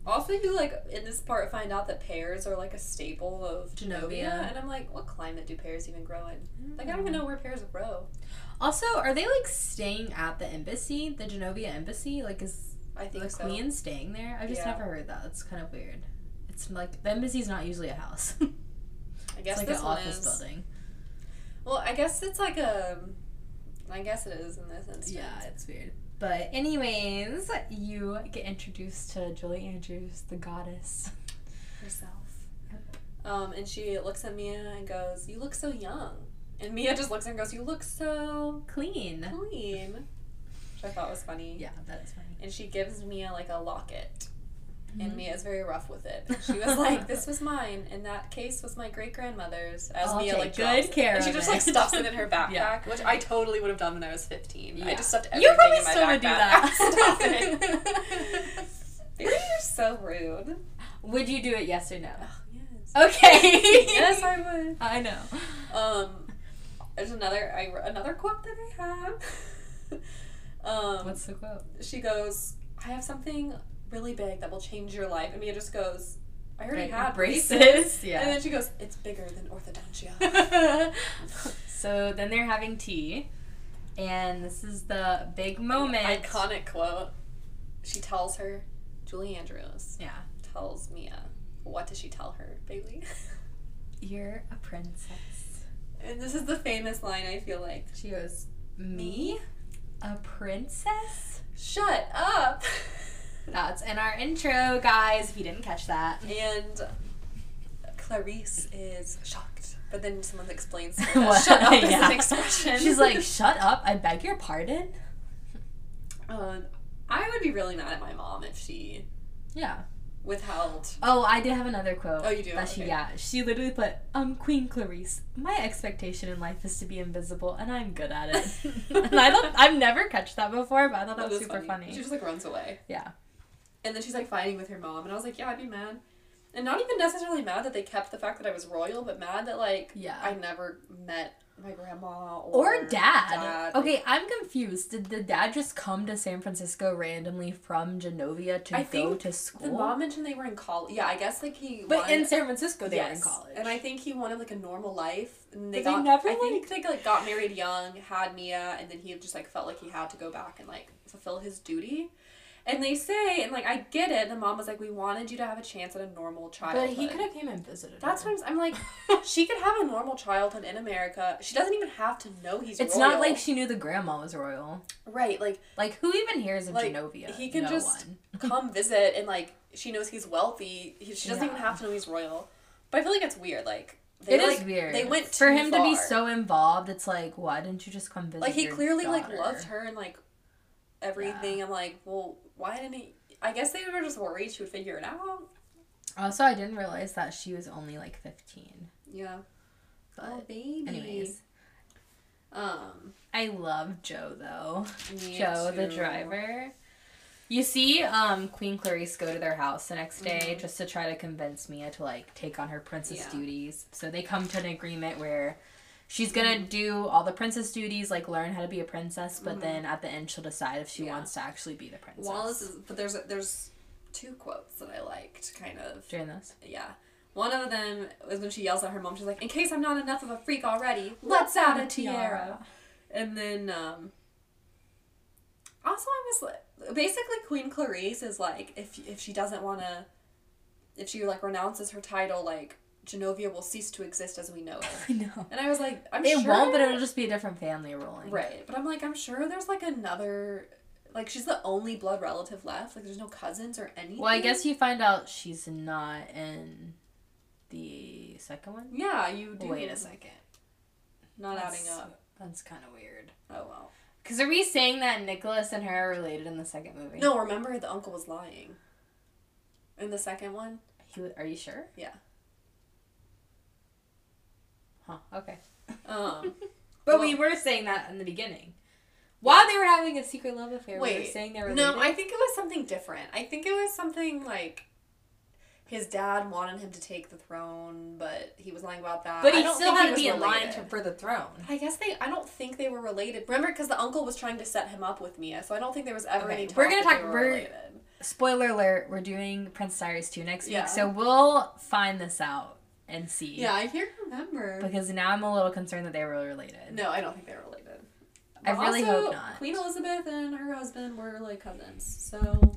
Speaker 6: also, you like in this part find out that pears are like a staple of
Speaker 5: Genovia. Mm.
Speaker 6: Genovia. And I'm like, What climate do pears even grow in? Like, I don't even know where pears grow.
Speaker 5: Also, are they like staying at the embassy, the Genovia embassy? Like, is
Speaker 6: I think
Speaker 5: the
Speaker 6: so.
Speaker 5: queen staying there? I've just
Speaker 6: Yeah.
Speaker 5: never heard that. That's kind of weird. It's like the embassy's not usually a house. [LAUGHS]
Speaker 6: I
Speaker 5: it's
Speaker 6: guess
Speaker 5: like
Speaker 6: this
Speaker 5: an
Speaker 6: one
Speaker 5: office
Speaker 6: is.
Speaker 5: building.
Speaker 6: Well, I guess it's like a. I guess it is in this instance.
Speaker 5: Yeah, it's weird. But anyways, you get introduced to Julie Andrews, the goddess.
Speaker 6: Herself. Um, and she looks at Mia and goes, "You look so young." And Mia just looks at her and goes, "You look so
Speaker 5: Clean.
Speaker 6: clean," which I thought was funny.
Speaker 5: Yeah, that's funny.
Speaker 6: and she gives Mia like a locket.
Speaker 5: Mm-hmm.
Speaker 6: And Mia's very rough with it. She
Speaker 5: [LAUGHS]
Speaker 6: was like, "This was mine, and that case was my great grandmother's." As
Speaker 5: I'll
Speaker 6: Mia
Speaker 5: take
Speaker 6: like
Speaker 5: good
Speaker 6: drops it.
Speaker 5: care
Speaker 6: and she
Speaker 5: of
Speaker 6: just like
Speaker 5: it.
Speaker 6: stuffs it in
Speaker 5: [LAUGHS]
Speaker 6: her backpack,
Speaker 5: Yeah.
Speaker 6: which I totally would have done when I was fifteen. I
Speaker 5: Yeah.
Speaker 6: just stuffed
Speaker 5: You
Speaker 6: everything
Speaker 5: probably
Speaker 6: in my
Speaker 5: still
Speaker 6: backpack.
Speaker 5: would do that.
Speaker 6: [LAUGHS] Stop
Speaker 5: [LAUGHS]
Speaker 6: it. These are so rude.
Speaker 5: Would you do it? Yes or no?
Speaker 6: Oh, yes.
Speaker 5: [LAUGHS] Okay.
Speaker 6: [LAUGHS] yes, I would.
Speaker 5: I know.
Speaker 6: Um, there's another I another quote that I have. [LAUGHS] um,
Speaker 5: What's the quote?
Speaker 6: she goes, I have something really big that will change your life, and Mia just goes, I already had braces.
Speaker 5: [LAUGHS]
Speaker 6: And
Speaker 5: Yeah.
Speaker 6: then she goes,
Speaker 5: [LAUGHS]
Speaker 6: It's bigger than orthodontia.
Speaker 5: so then they're having tea. And this is the big moment.
Speaker 6: Iconic quote. She tells her, Julie Andrews
Speaker 5: Yeah.
Speaker 6: tells Mia, what does she tell her, Bailey? [LAUGHS]
Speaker 5: You're a princess.
Speaker 6: And this is the famous line I feel like.
Speaker 5: She goes, Me? A princess?
Speaker 6: Shut up! [LAUGHS]
Speaker 5: That's in our intro, guys, if you didn't catch that.
Speaker 6: and Clarice is shocked. But then
Speaker 5: [LAUGHS]
Speaker 6: someone explains to her that
Speaker 5: What?
Speaker 6: shut up is
Speaker 5: Yeah.
Speaker 6: an expression.
Speaker 5: She's [LAUGHS] like, Shut up, I beg your pardon?
Speaker 6: [LAUGHS] Um, I would be really mad at my mom if she
Speaker 5: Yeah.
Speaker 6: withheld.
Speaker 5: Oh, I did have another quote.
Speaker 6: Oh, you do?
Speaker 5: That she,
Speaker 6: [LAUGHS] Okay.
Speaker 5: yeah, she literally put, um, Queen Clarice. My expectation in life is to be invisible, and I'm good at it.
Speaker 6: [LAUGHS]
Speaker 5: and I don't, I've never catched that before, but I thought that, was super funny.
Speaker 6: She just like runs away.
Speaker 5: Yeah.
Speaker 6: And then she's like fighting with her mom, and I was like, yeah, I'd be mad. And not even necessarily mad that they kept the fact that I was royal, but mad that like
Speaker 5: Yeah.
Speaker 6: I never met my grandma or,
Speaker 5: Or dad.
Speaker 6: Like,
Speaker 5: Okay, I'm confused. Did the dad just come to San Francisco randomly from Genovia to
Speaker 6: I
Speaker 5: go
Speaker 6: think
Speaker 5: to school?
Speaker 6: The mom mentioned they were in college. Yeah, I guess like he.
Speaker 5: but
Speaker 6: wanted-
Speaker 5: in San Francisco, they were in
Speaker 6: Yes.
Speaker 5: college.
Speaker 6: And I think he wanted like a normal life. And they
Speaker 5: But they
Speaker 6: got,
Speaker 5: never,
Speaker 6: I think they like got married young, had Mia, and then he just like felt like he had to go back and like fulfill his duty. And they say, and like I get it. The mom was like, "We wanted you to have a chance at a normal
Speaker 5: but
Speaker 6: childhood."
Speaker 5: he could have came and visited.
Speaker 6: That's
Speaker 5: her.
Speaker 6: what I'm, s- I'm [LAUGHS] like. she could have a normal childhood in America. She doesn't even have to know he's.
Speaker 5: It's
Speaker 6: royal.
Speaker 5: not like she knew the grandma was royal.
Speaker 6: right, like
Speaker 5: Like who even hears of
Speaker 6: Like,
Speaker 5: Genovia?
Speaker 6: he can
Speaker 5: no
Speaker 6: just-
Speaker 5: one.
Speaker 6: [LAUGHS] come visit and like she knows he's wealthy. He, she doesn't
Speaker 5: Yeah.
Speaker 6: even have to know he's royal. But I feel like it's weird. Like
Speaker 5: It is
Speaker 6: like,
Speaker 5: weird.
Speaker 6: They went
Speaker 5: for
Speaker 6: too
Speaker 5: him to be
Speaker 6: far.
Speaker 5: so involved. It's like, why didn't you just come visit?
Speaker 6: like he
Speaker 5: your
Speaker 6: clearly like
Speaker 5: daughter?
Speaker 6: loved her and like everything i'm like well why didn't he i guess they were just worried she would figure it out
Speaker 5: Also, I didn't realize that she was only like 15.
Speaker 6: yeah
Speaker 5: But
Speaker 6: oh baby
Speaker 5: anyways,
Speaker 6: um
Speaker 5: I love Joe though.
Speaker 6: me
Speaker 5: Joe the
Speaker 6: too.
Speaker 5: driver. You see, um, Queen Clarice go to their house the next day just to try to convince Mia to like take on her princess
Speaker 6: Mm-hmm. Yeah.
Speaker 5: duties. So they come to an agreement where she's gonna
Speaker 6: Mm-hmm.
Speaker 5: do all the princess duties, like learn how to be a princess, but then at the end she'll decide if she
Speaker 6: Yeah.
Speaker 5: wants to actually be the princess.
Speaker 6: wallace is but there's there's two quotes that i liked kind of
Speaker 5: during this.
Speaker 6: yeah one of them is when she yells at her mom she's like in case i'm not enough of a freak already let's add a tiara And then, um, also I was like, basically Queen Clarice is like, if if she doesn't want to, if she like renounces her title, like Genovia will cease to exist as we know it.
Speaker 5: [LAUGHS] I know.
Speaker 6: And I was like, I'm
Speaker 5: It
Speaker 6: sure
Speaker 5: won't, but it'll just be a different family ruling.
Speaker 6: right. But I'm like, I'm sure there's like another, like she's the only blood relative left. Like there's no cousins or anything.
Speaker 5: Well, I guess you find out she's not in the second one.
Speaker 6: Yeah, you do.
Speaker 5: Wait a second.
Speaker 6: Not
Speaker 5: That's-
Speaker 6: adding up.
Speaker 5: That's kind of weird.
Speaker 6: Oh well.
Speaker 5: Because are we saying that Nicholas and her are related in the second movie?
Speaker 6: No, remember the uncle was lying. In the second one.
Speaker 5: He, wa- are you sure?
Speaker 6: Yeah.
Speaker 5: Huh. Okay.
Speaker 6: Um.
Speaker 5: But
Speaker 6: Well-
Speaker 5: we were saying that in the beginning. While they were having a secret love affair, we were
Speaker 6: Wait,
Speaker 5: saying [LAUGHS] they were related.
Speaker 6: No, I think it was something different. I think it was something like his dad wanted him to take the throne, but he was lying about that.
Speaker 5: But
Speaker 6: I
Speaker 5: he
Speaker 6: don't
Speaker 5: still
Speaker 6: think
Speaker 5: had to
Speaker 6: was
Speaker 5: be in line
Speaker 6: related.
Speaker 5: to, for the throne.
Speaker 6: I guess they. I don't think they were related. Remember, because the uncle was trying to set him up with Mia, so I don't think there was ever
Speaker 5: Okay,
Speaker 6: any.
Speaker 5: we're gonna
Speaker 6: that they
Speaker 5: talk-
Speaker 6: were
Speaker 5: we're-
Speaker 6: related.
Speaker 5: Spoiler alert: We're doing Prince Cyrus two next
Speaker 6: Yeah.
Speaker 5: week, so we'll find this out and see.
Speaker 6: Yeah, I can't remember.
Speaker 5: Because now I'm a little concerned that they were related.
Speaker 6: no, I don't think they were related.
Speaker 5: I
Speaker 6: But
Speaker 5: really
Speaker 6: also,
Speaker 5: hope not.
Speaker 6: Queen Elizabeth and her husband were like cousins, so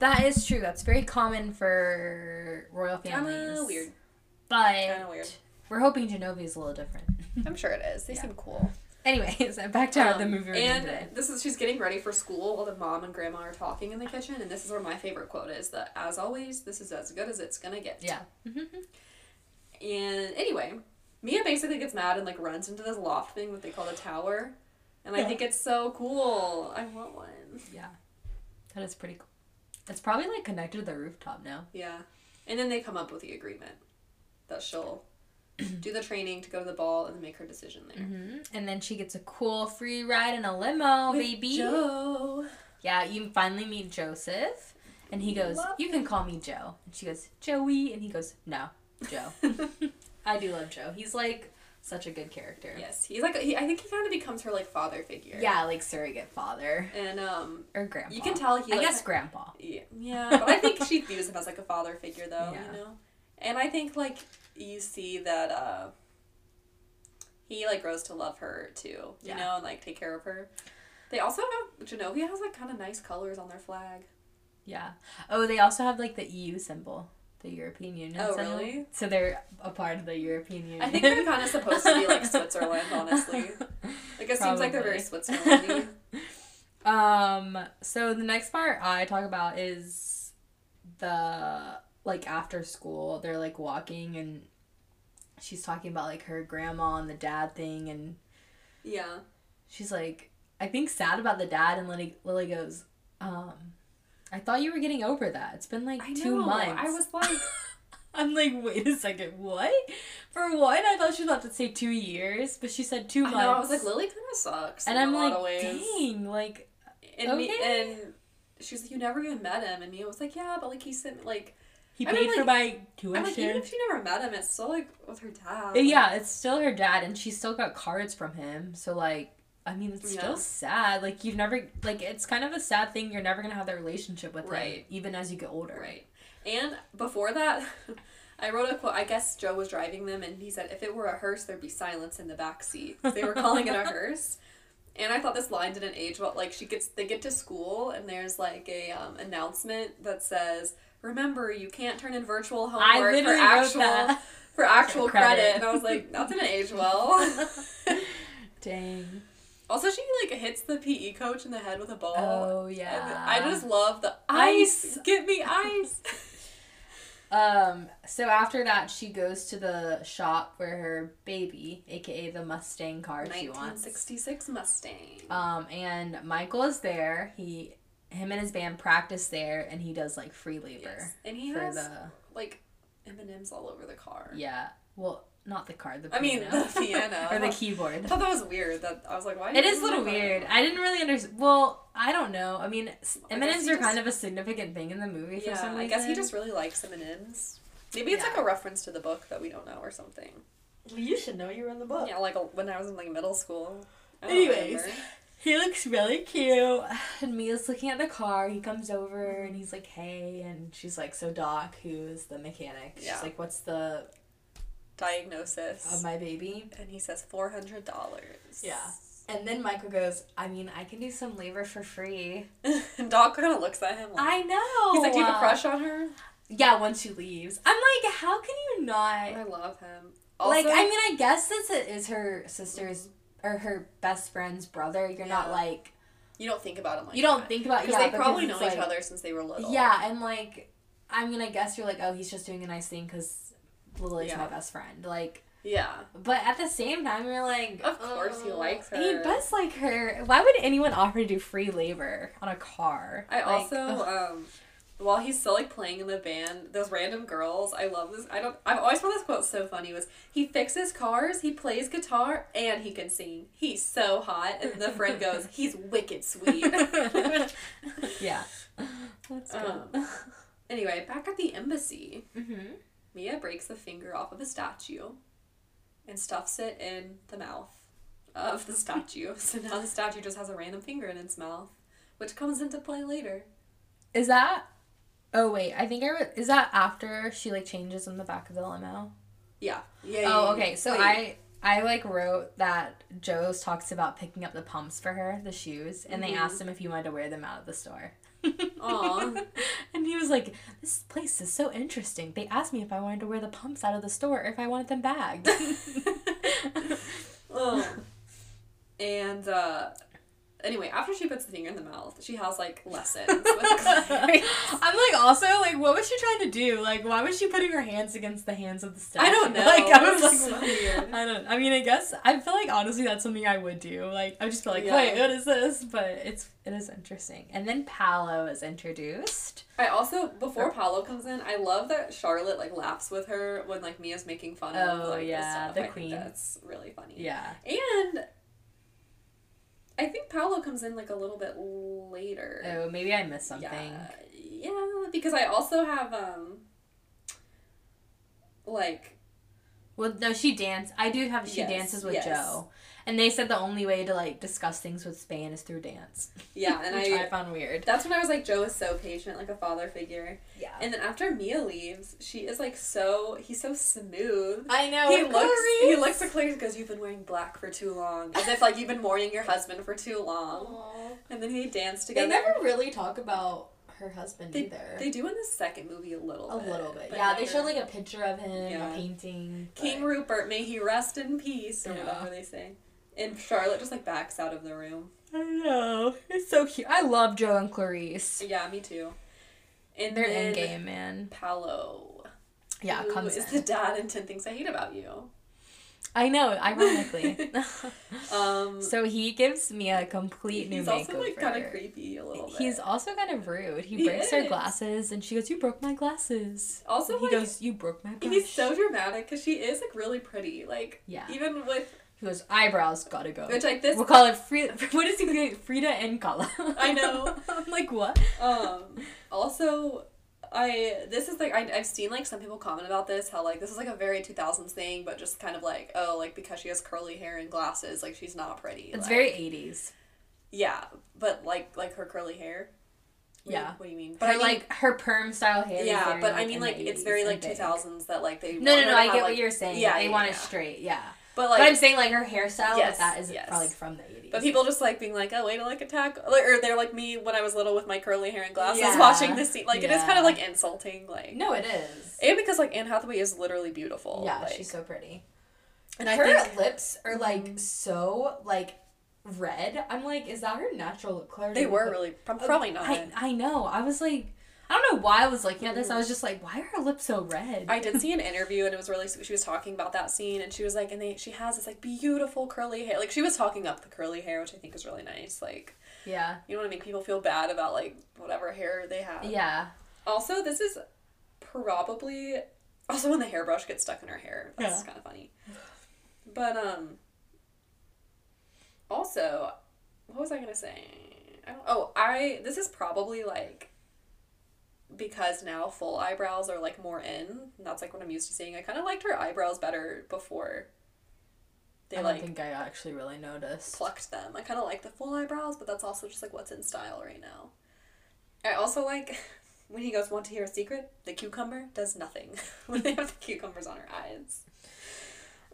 Speaker 5: That is true. That's very common for royal
Speaker 6: kind
Speaker 5: families.
Speaker 6: of weird.
Speaker 5: But
Speaker 6: Kind of weird.
Speaker 5: we're hoping Genovia is a little different. [LAUGHS]
Speaker 6: I'm sure it is. They
Speaker 5: Yeah.
Speaker 6: seem cool.
Speaker 5: Anyways, back to how the
Speaker 6: Um,
Speaker 5: movie we're doing
Speaker 6: and
Speaker 5: today.
Speaker 6: this is she's getting ready for school while the mom and grandma are talking in the kitchen, and this is where my favorite quote is that as always, this is as good as it's gonna get.
Speaker 5: Yeah.
Speaker 6: And anyway, Mia basically gets mad and like runs into this loft thing that they call the tower, and I think it's so cool. I want one.
Speaker 5: Yeah. That is pretty cool. It's probably like connected to the rooftop now.
Speaker 6: Yeah. And then they come up with the agreement
Speaker 5: [CLEARS THROAT]
Speaker 6: that she'll do the training to go to the ball and then make her decision there.
Speaker 5: And then she gets a cool free ride in a limo,
Speaker 6: With
Speaker 5: baby.
Speaker 6: Joe.
Speaker 5: Yeah, you finally meet Joseph. And he goes,
Speaker 6: Love
Speaker 5: You can call me Joe. And she goes, Joey. And he goes, No,
Speaker 6: [LAUGHS]
Speaker 5: Joe. I do love Joe. He's like such a good character.
Speaker 6: Yes, he's like he, I think he kind of becomes her like father figure.
Speaker 5: Yeah, like surrogate father
Speaker 6: And um,
Speaker 5: or grandpa.
Speaker 6: you can tell he.
Speaker 5: I
Speaker 6: like,
Speaker 5: guess grandpa.
Speaker 6: Yeah,
Speaker 5: [LAUGHS]
Speaker 6: yeah, but I think she views him as like a father figure, though.
Speaker 5: Yeah.
Speaker 6: You know, and I think like you see that uh, he like grows to love her too, you
Speaker 5: Yeah.
Speaker 6: know, and like take care of her. They also have Genovia has like kind of nice colors on their flag.
Speaker 5: Yeah. Oh, they also have like the EU symbol, the European Union.
Speaker 6: Oh,
Speaker 5: symbol.
Speaker 6: really?
Speaker 5: So they're a part of the European Union.
Speaker 6: I think they're kind of supposed to
Speaker 5: [LAUGHS]
Speaker 6: be like Switzerland, honestly. Like it seems like they're very
Speaker 5: Probably.
Speaker 6: Switzerland.
Speaker 5: [LAUGHS] Um, so the next part I talk about is the like after school, they're like walking and she's talking about like her grandma and the dad thing and
Speaker 6: yeah.
Speaker 5: she's like I think sad about the dad and Lily Lily goes, um, I thought you were getting over that. It's been like
Speaker 6: I
Speaker 5: two
Speaker 6: know,
Speaker 5: months.
Speaker 6: I was like
Speaker 5: [LAUGHS] I'm like, wait a second, what? For one, I thought she was about to say two years, but she said two
Speaker 6: I
Speaker 5: months.
Speaker 6: know, I was like Lily kind of sucks
Speaker 5: and
Speaker 6: in
Speaker 5: I'm
Speaker 6: a lot of
Speaker 5: like,
Speaker 6: ways.
Speaker 5: dang, like
Speaker 6: And me
Speaker 5: Okay.
Speaker 6: and she was like, You never even met him and Mia was like, Yeah, but like he sent like
Speaker 5: he
Speaker 6: I
Speaker 5: paid
Speaker 6: mean,
Speaker 5: for
Speaker 6: like-
Speaker 5: my
Speaker 6: I'm like, even
Speaker 5: tuition.
Speaker 6: if she never met him, it's still like with her dad.
Speaker 5: But yeah, it's still her dad, and she still got cards from him. So like, I mean, it's
Speaker 6: Yeah.
Speaker 5: still sad. Like you've never like it's kind of a sad thing. You're never gonna have that relationship with him,
Speaker 6: Right.
Speaker 5: even as you get older.
Speaker 6: Right. And before that, [LAUGHS] I wrote a quote. I guess Joe was driving them, and he said, "If it were a hearse, there'd be silence in the back seat." They were calling it a hearse. [LAUGHS] And I thought this line didn't age well. Like she gets, they get to school, and there's like a um, announcement that says, "Remember, you can't turn in virtual
Speaker 5: I
Speaker 6: homework for
Speaker 5: literally wrote
Speaker 6: actual
Speaker 5: that. [LAUGHS]
Speaker 6: for actual
Speaker 5: Credit.
Speaker 6: credit. And I was like, "That didn't
Speaker 5: [LAUGHS]
Speaker 6: age well."
Speaker 5: Dang.
Speaker 6: also, she like hits the PE coach in the head with a ball.
Speaker 5: Oh
Speaker 6: And
Speaker 5: yeah.
Speaker 6: I just love the
Speaker 5: Ice.
Speaker 6: ice. Give me ice.
Speaker 5: Um, so after that, she goes to the shop where her baby, aka the Mustang car [LAUGHS] she wants.
Speaker 6: 1966 Mustang.
Speaker 5: Um, and Michael is there. He, him and his band practice there, and he does like free labor
Speaker 6: Yes. And he
Speaker 5: for
Speaker 6: has
Speaker 5: the
Speaker 6: like M&Ms all over the car.
Speaker 5: yeah. Well, not the card. The
Speaker 6: I mean,
Speaker 5: piano.
Speaker 6: the piano.
Speaker 5: [LAUGHS] or the
Speaker 6: I
Speaker 5: keyboard.
Speaker 6: thought that was weird. That I was like, why?
Speaker 5: It is a little weird. I didn't really understand. Well, I don't know. I mean, s-
Speaker 6: I
Speaker 5: M
Speaker 6: guess
Speaker 5: Ms
Speaker 6: he
Speaker 5: are
Speaker 6: just-
Speaker 5: kind of a significant thing in the movie for
Speaker 6: yeah,
Speaker 5: some reason.
Speaker 6: I guess he just really likes M&Ms. Maybe it's
Speaker 5: Yeah.
Speaker 6: like a reference to the book that we don't know or something.
Speaker 7: Well, you should know you were in the book.
Speaker 6: Yeah, like when I was in like middle school. I don't
Speaker 5: Anyways.
Speaker 6: remember.
Speaker 5: He looks really cute. [SIGHS] And Mia's looking at the car. He comes over and he's like, hey. And she's like, so Doc, who's the mechanic? She's
Speaker 6: Yeah.
Speaker 5: like, what's the of
Speaker 6: diagnosis,
Speaker 5: Oh my baby?
Speaker 6: and he says four hundred dollars.
Speaker 5: Yeah. And then Michael goes, I mean, I can do some labor for free.
Speaker 6: [LAUGHS] and Doc kind of looks at him like
Speaker 5: I know.
Speaker 6: he's like, do you have a
Speaker 5: uh,
Speaker 6: crush on her?
Speaker 5: Yeah, once she leaves. I'm like, how can you not?
Speaker 6: I love him.
Speaker 5: like,
Speaker 6: Also,
Speaker 5: I mean, I guess this is her sister's or her best friend's brother. You're not
Speaker 6: Yeah. Oh
Speaker 5: like,
Speaker 6: you don't think about him like
Speaker 5: you don't
Speaker 6: that.
Speaker 5: think about
Speaker 6: because
Speaker 5: yeah,
Speaker 6: they probably know
Speaker 5: because
Speaker 6: each
Speaker 5: it's like-
Speaker 6: other since they were little.
Speaker 5: Yeah, and like, I mean, I guess you're like, oh, he's just doing a nice thing because Lily's my
Speaker 6: Yeah.
Speaker 5: best friend. Like,
Speaker 6: Yeah.
Speaker 5: but at the same time, you're like,
Speaker 6: Of course he
Speaker 5: "Oh,
Speaker 6: likes
Speaker 5: He
Speaker 6: her."
Speaker 5: does like her. Why would anyone offer to do free labor on a car?
Speaker 6: I
Speaker 5: Like,
Speaker 6: also
Speaker 5: ugh.
Speaker 6: um while he's still like playing in the band, those random girls, I love this. I don't I've always found this quote so funny was he fixes cars, he plays guitar, and he can sing. He's so hot. And the friend goes, He's wicked [LAUGHS] sweet.
Speaker 5: [LAUGHS] yeah. [LAUGHS] That's good.
Speaker 6: um, [LAUGHS] anyway, back at the embassy,
Speaker 5: mm-hmm.
Speaker 6: Mia breaks the finger off of a statue and stuffs it in the mouth of the [LAUGHS] statue. so now the statue just has a random finger in its mouth, which comes into play later.
Speaker 5: Is that? Oh wait, I think I re- is that after she like changes in the back of the limo.
Speaker 6: Yeah. Yeah. yeah,
Speaker 5: Oh
Speaker 6: yeah.
Speaker 5: okay, so
Speaker 6: Wait.
Speaker 5: I I like wrote that Joe's talks about picking up the pumps for her, the shoes, and they
Speaker 6: Mhm.
Speaker 5: asked him if he wanted to wear them out of the store.
Speaker 6: [LAUGHS] Aw.
Speaker 5: and he was like, "This place is so interesting. They asked me if I wanted to wear the pumps out of the store or if I wanted them bagged." [LAUGHS]
Speaker 6: Ugh. Oh. and uh, anyway, after she puts the finger in the mouth, she has like lessons with [LAUGHS] Claire.
Speaker 5: [LAUGHS] I'm like, also, like, what was she trying to do? Like, why was she putting her hands against the hands of the statue?
Speaker 6: I don't
Speaker 5: [LAUGHS]
Speaker 6: know.
Speaker 5: Like, I was
Speaker 6: It
Speaker 5: like,
Speaker 6: was so weird.
Speaker 5: I don't. I mean, I guess I feel like honestly that's something I would do. Like, I would just be like,
Speaker 6: Yeah.
Speaker 5: wait, what is this? But it's it is interesting. And then Paolo is introduced.
Speaker 6: I also
Speaker 5: Oh.
Speaker 6: before Paolo comes in, I love that Charlotte like laughs with her when like Mia's making fun of
Speaker 5: Oh,
Speaker 6: like this
Speaker 5: yeah,
Speaker 6: stuff.
Speaker 5: the
Speaker 6: I think
Speaker 5: queen.
Speaker 6: that's really funny.
Speaker 5: Yeah.
Speaker 6: and I think Paolo comes in like a little bit later.
Speaker 5: Oh, maybe I missed something.
Speaker 6: Yeah, yeah, because I also have um like
Speaker 5: Well, no, she danced. I do have she
Speaker 7: Yes,
Speaker 5: dances with
Speaker 7: yes.
Speaker 5: Joe, and they said the only way to like discuss things with Spain is through dance, [LAUGHS]
Speaker 6: Yeah, and
Speaker 5: which I,
Speaker 6: I.
Speaker 5: found weird.
Speaker 6: That's when I was like, Joe is so patient, like a father figure.
Speaker 5: Yeah.
Speaker 6: And then after Mia leaves, she is like so. He's so smooth.
Speaker 7: I know.
Speaker 6: he
Speaker 7: it
Speaker 6: looks. He looks at Claire and goes, "You've been wearing black for too long," as if like you've been mourning your husband for too long.
Speaker 7: Aw.
Speaker 6: And then they dance
Speaker 7: They
Speaker 6: together.
Speaker 7: never really talk about her husband
Speaker 6: They,
Speaker 7: either.
Speaker 6: they do in the second movie a little.
Speaker 7: a
Speaker 6: bit,
Speaker 7: little bit.
Speaker 6: but
Speaker 7: Yeah, they
Speaker 6: never-
Speaker 7: showed like a picture of him,
Speaker 6: Yeah.
Speaker 7: a painting. but-
Speaker 6: King Rupert, may he rest in peace, or
Speaker 5: Yeah.
Speaker 6: whatever they say. And Charlotte just like backs out of the room.
Speaker 5: I know. It's so cute. I love Joe and Clarice.
Speaker 6: Yeah, me too. And
Speaker 5: Their
Speaker 6: then
Speaker 5: end game, man.
Speaker 6: Paolo.
Speaker 5: Yeah,
Speaker 6: who
Speaker 5: comes
Speaker 6: is
Speaker 5: in.
Speaker 6: the dad in Ten Things I Hate About You.
Speaker 5: I know,
Speaker 7: [LAUGHS]
Speaker 5: ironically. [LAUGHS]
Speaker 6: Um,
Speaker 5: so he gives Mia a complete new
Speaker 6: he's
Speaker 5: makeover.
Speaker 6: also like kind of creepy a little bit.
Speaker 5: He's also kind of rude. He,
Speaker 6: He
Speaker 5: breaks her
Speaker 6: is.
Speaker 5: glasses, and she goes, "You broke my glasses."
Speaker 6: also
Speaker 5: he
Speaker 6: like,
Speaker 5: goes, "You broke my." Brush.
Speaker 6: he's so dramatic because she is like really pretty. Like
Speaker 5: Yeah.
Speaker 6: even with
Speaker 5: He goes, "Eyebrows gotta go."
Speaker 6: which like this
Speaker 5: We'll call it Frida. [LAUGHS] What is he going Frida and Kala.
Speaker 6: I know.
Speaker 5: [LAUGHS] I'm like, what?
Speaker 6: um also I this is like I, I've seen like some people comment about this how like this is like a very 2000s thing but just kind of like oh like because she has curly hair and glasses like she's not pretty.
Speaker 5: It's
Speaker 6: like-
Speaker 5: very 80s.
Speaker 6: yeah, but like like her curly hair. What do you-
Speaker 5: Yeah.
Speaker 6: what do you mean?
Speaker 5: But
Speaker 6: I
Speaker 5: her,
Speaker 6: mean-
Speaker 5: like, her perm style hair. is
Speaker 6: yeah,
Speaker 5: very,
Speaker 6: but I mean
Speaker 5: in
Speaker 6: like
Speaker 5: the
Speaker 6: it's
Speaker 5: 80s
Speaker 6: very
Speaker 5: and
Speaker 6: like
Speaker 5: big.
Speaker 6: 2000s that like they
Speaker 5: No,
Speaker 6: want
Speaker 5: no, no.
Speaker 6: her to
Speaker 5: I
Speaker 6: have,
Speaker 5: get
Speaker 6: like-
Speaker 5: what you're saying.
Speaker 6: Yeah,
Speaker 5: Yeah, they
Speaker 6: yeah,
Speaker 5: want
Speaker 6: yeah.
Speaker 5: it straight. Yeah,
Speaker 6: But like
Speaker 5: but I'm saying like her hairstyle.
Speaker 6: Yes,
Speaker 5: but that is
Speaker 6: yes.
Speaker 5: probably from the 80s.
Speaker 6: But people just like being like, oh wait, I like attack, like, or they're like me when I was little with my curly hair and glasses,
Speaker 5: Yeah.
Speaker 6: watching this scene. Like it is kind
Speaker 5: Yeah.
Speaker 6: of like insulting, like
Speaker 5: No, it is.
Speaker 6: and because like Anne Hathaway is literally beautiful.
Speaker 5: yeah,
Speaker 6: like,
Speaker 5: she's so pretty.
Speaker 6: and I
Speaker 7: her
Speaker 6: think Mm-hmm.
Speaker 7: lips are like so like red. I'm like, is that her natural lip color?
Speaker 6: they
Speaker 7: Did
Speaker 6: were
Speaker 7: they-
Speaker 6: really prob- probably not.
Speaker 5: Oh, I,
Speaker 6: I,
Speaker 5: I know. I was like, I don't know why I was looking at this. I
Speaker 6: Mm-hmm.
Speaker 5: was just like, why are her lips so red? [LAUGHS]
Speaker 6: did see an interview and it was really sweet. she was talking about that scene and she was like, and they she has this like beautiful curly hair. Like she was talking up the curly hair, which I think is really nice. Like
Speaker 5: yeah,
Speaker 6: you don't want to make people feel bad about like whatever hair they have.
Speaker 5: yeah.
Speaker 6: Also, this is probably also when the hairbrush gets stuck in her hair. That's
Speaker 5: Yeah.
Speaker 6: kind of funny. But um, also, what was I gonna say? I don't, oh, I this is probably like because now full eyebrows are like more in. And that's like what I'm used to seeing. I kind of liked her eyebrows better before. They
Speaker 5: I don't
Speaker 6: like
Speaker 5: think I actually really noticed.
Speaker 6: plucked them. I kind of like the full eyebrows, but that's also just like what's in style right now. I also like [LAUGHS] when he goes, "Want to hear a secret?" The cucumber does nothing [LAUGHS] when they have the cucumbers on her eyes.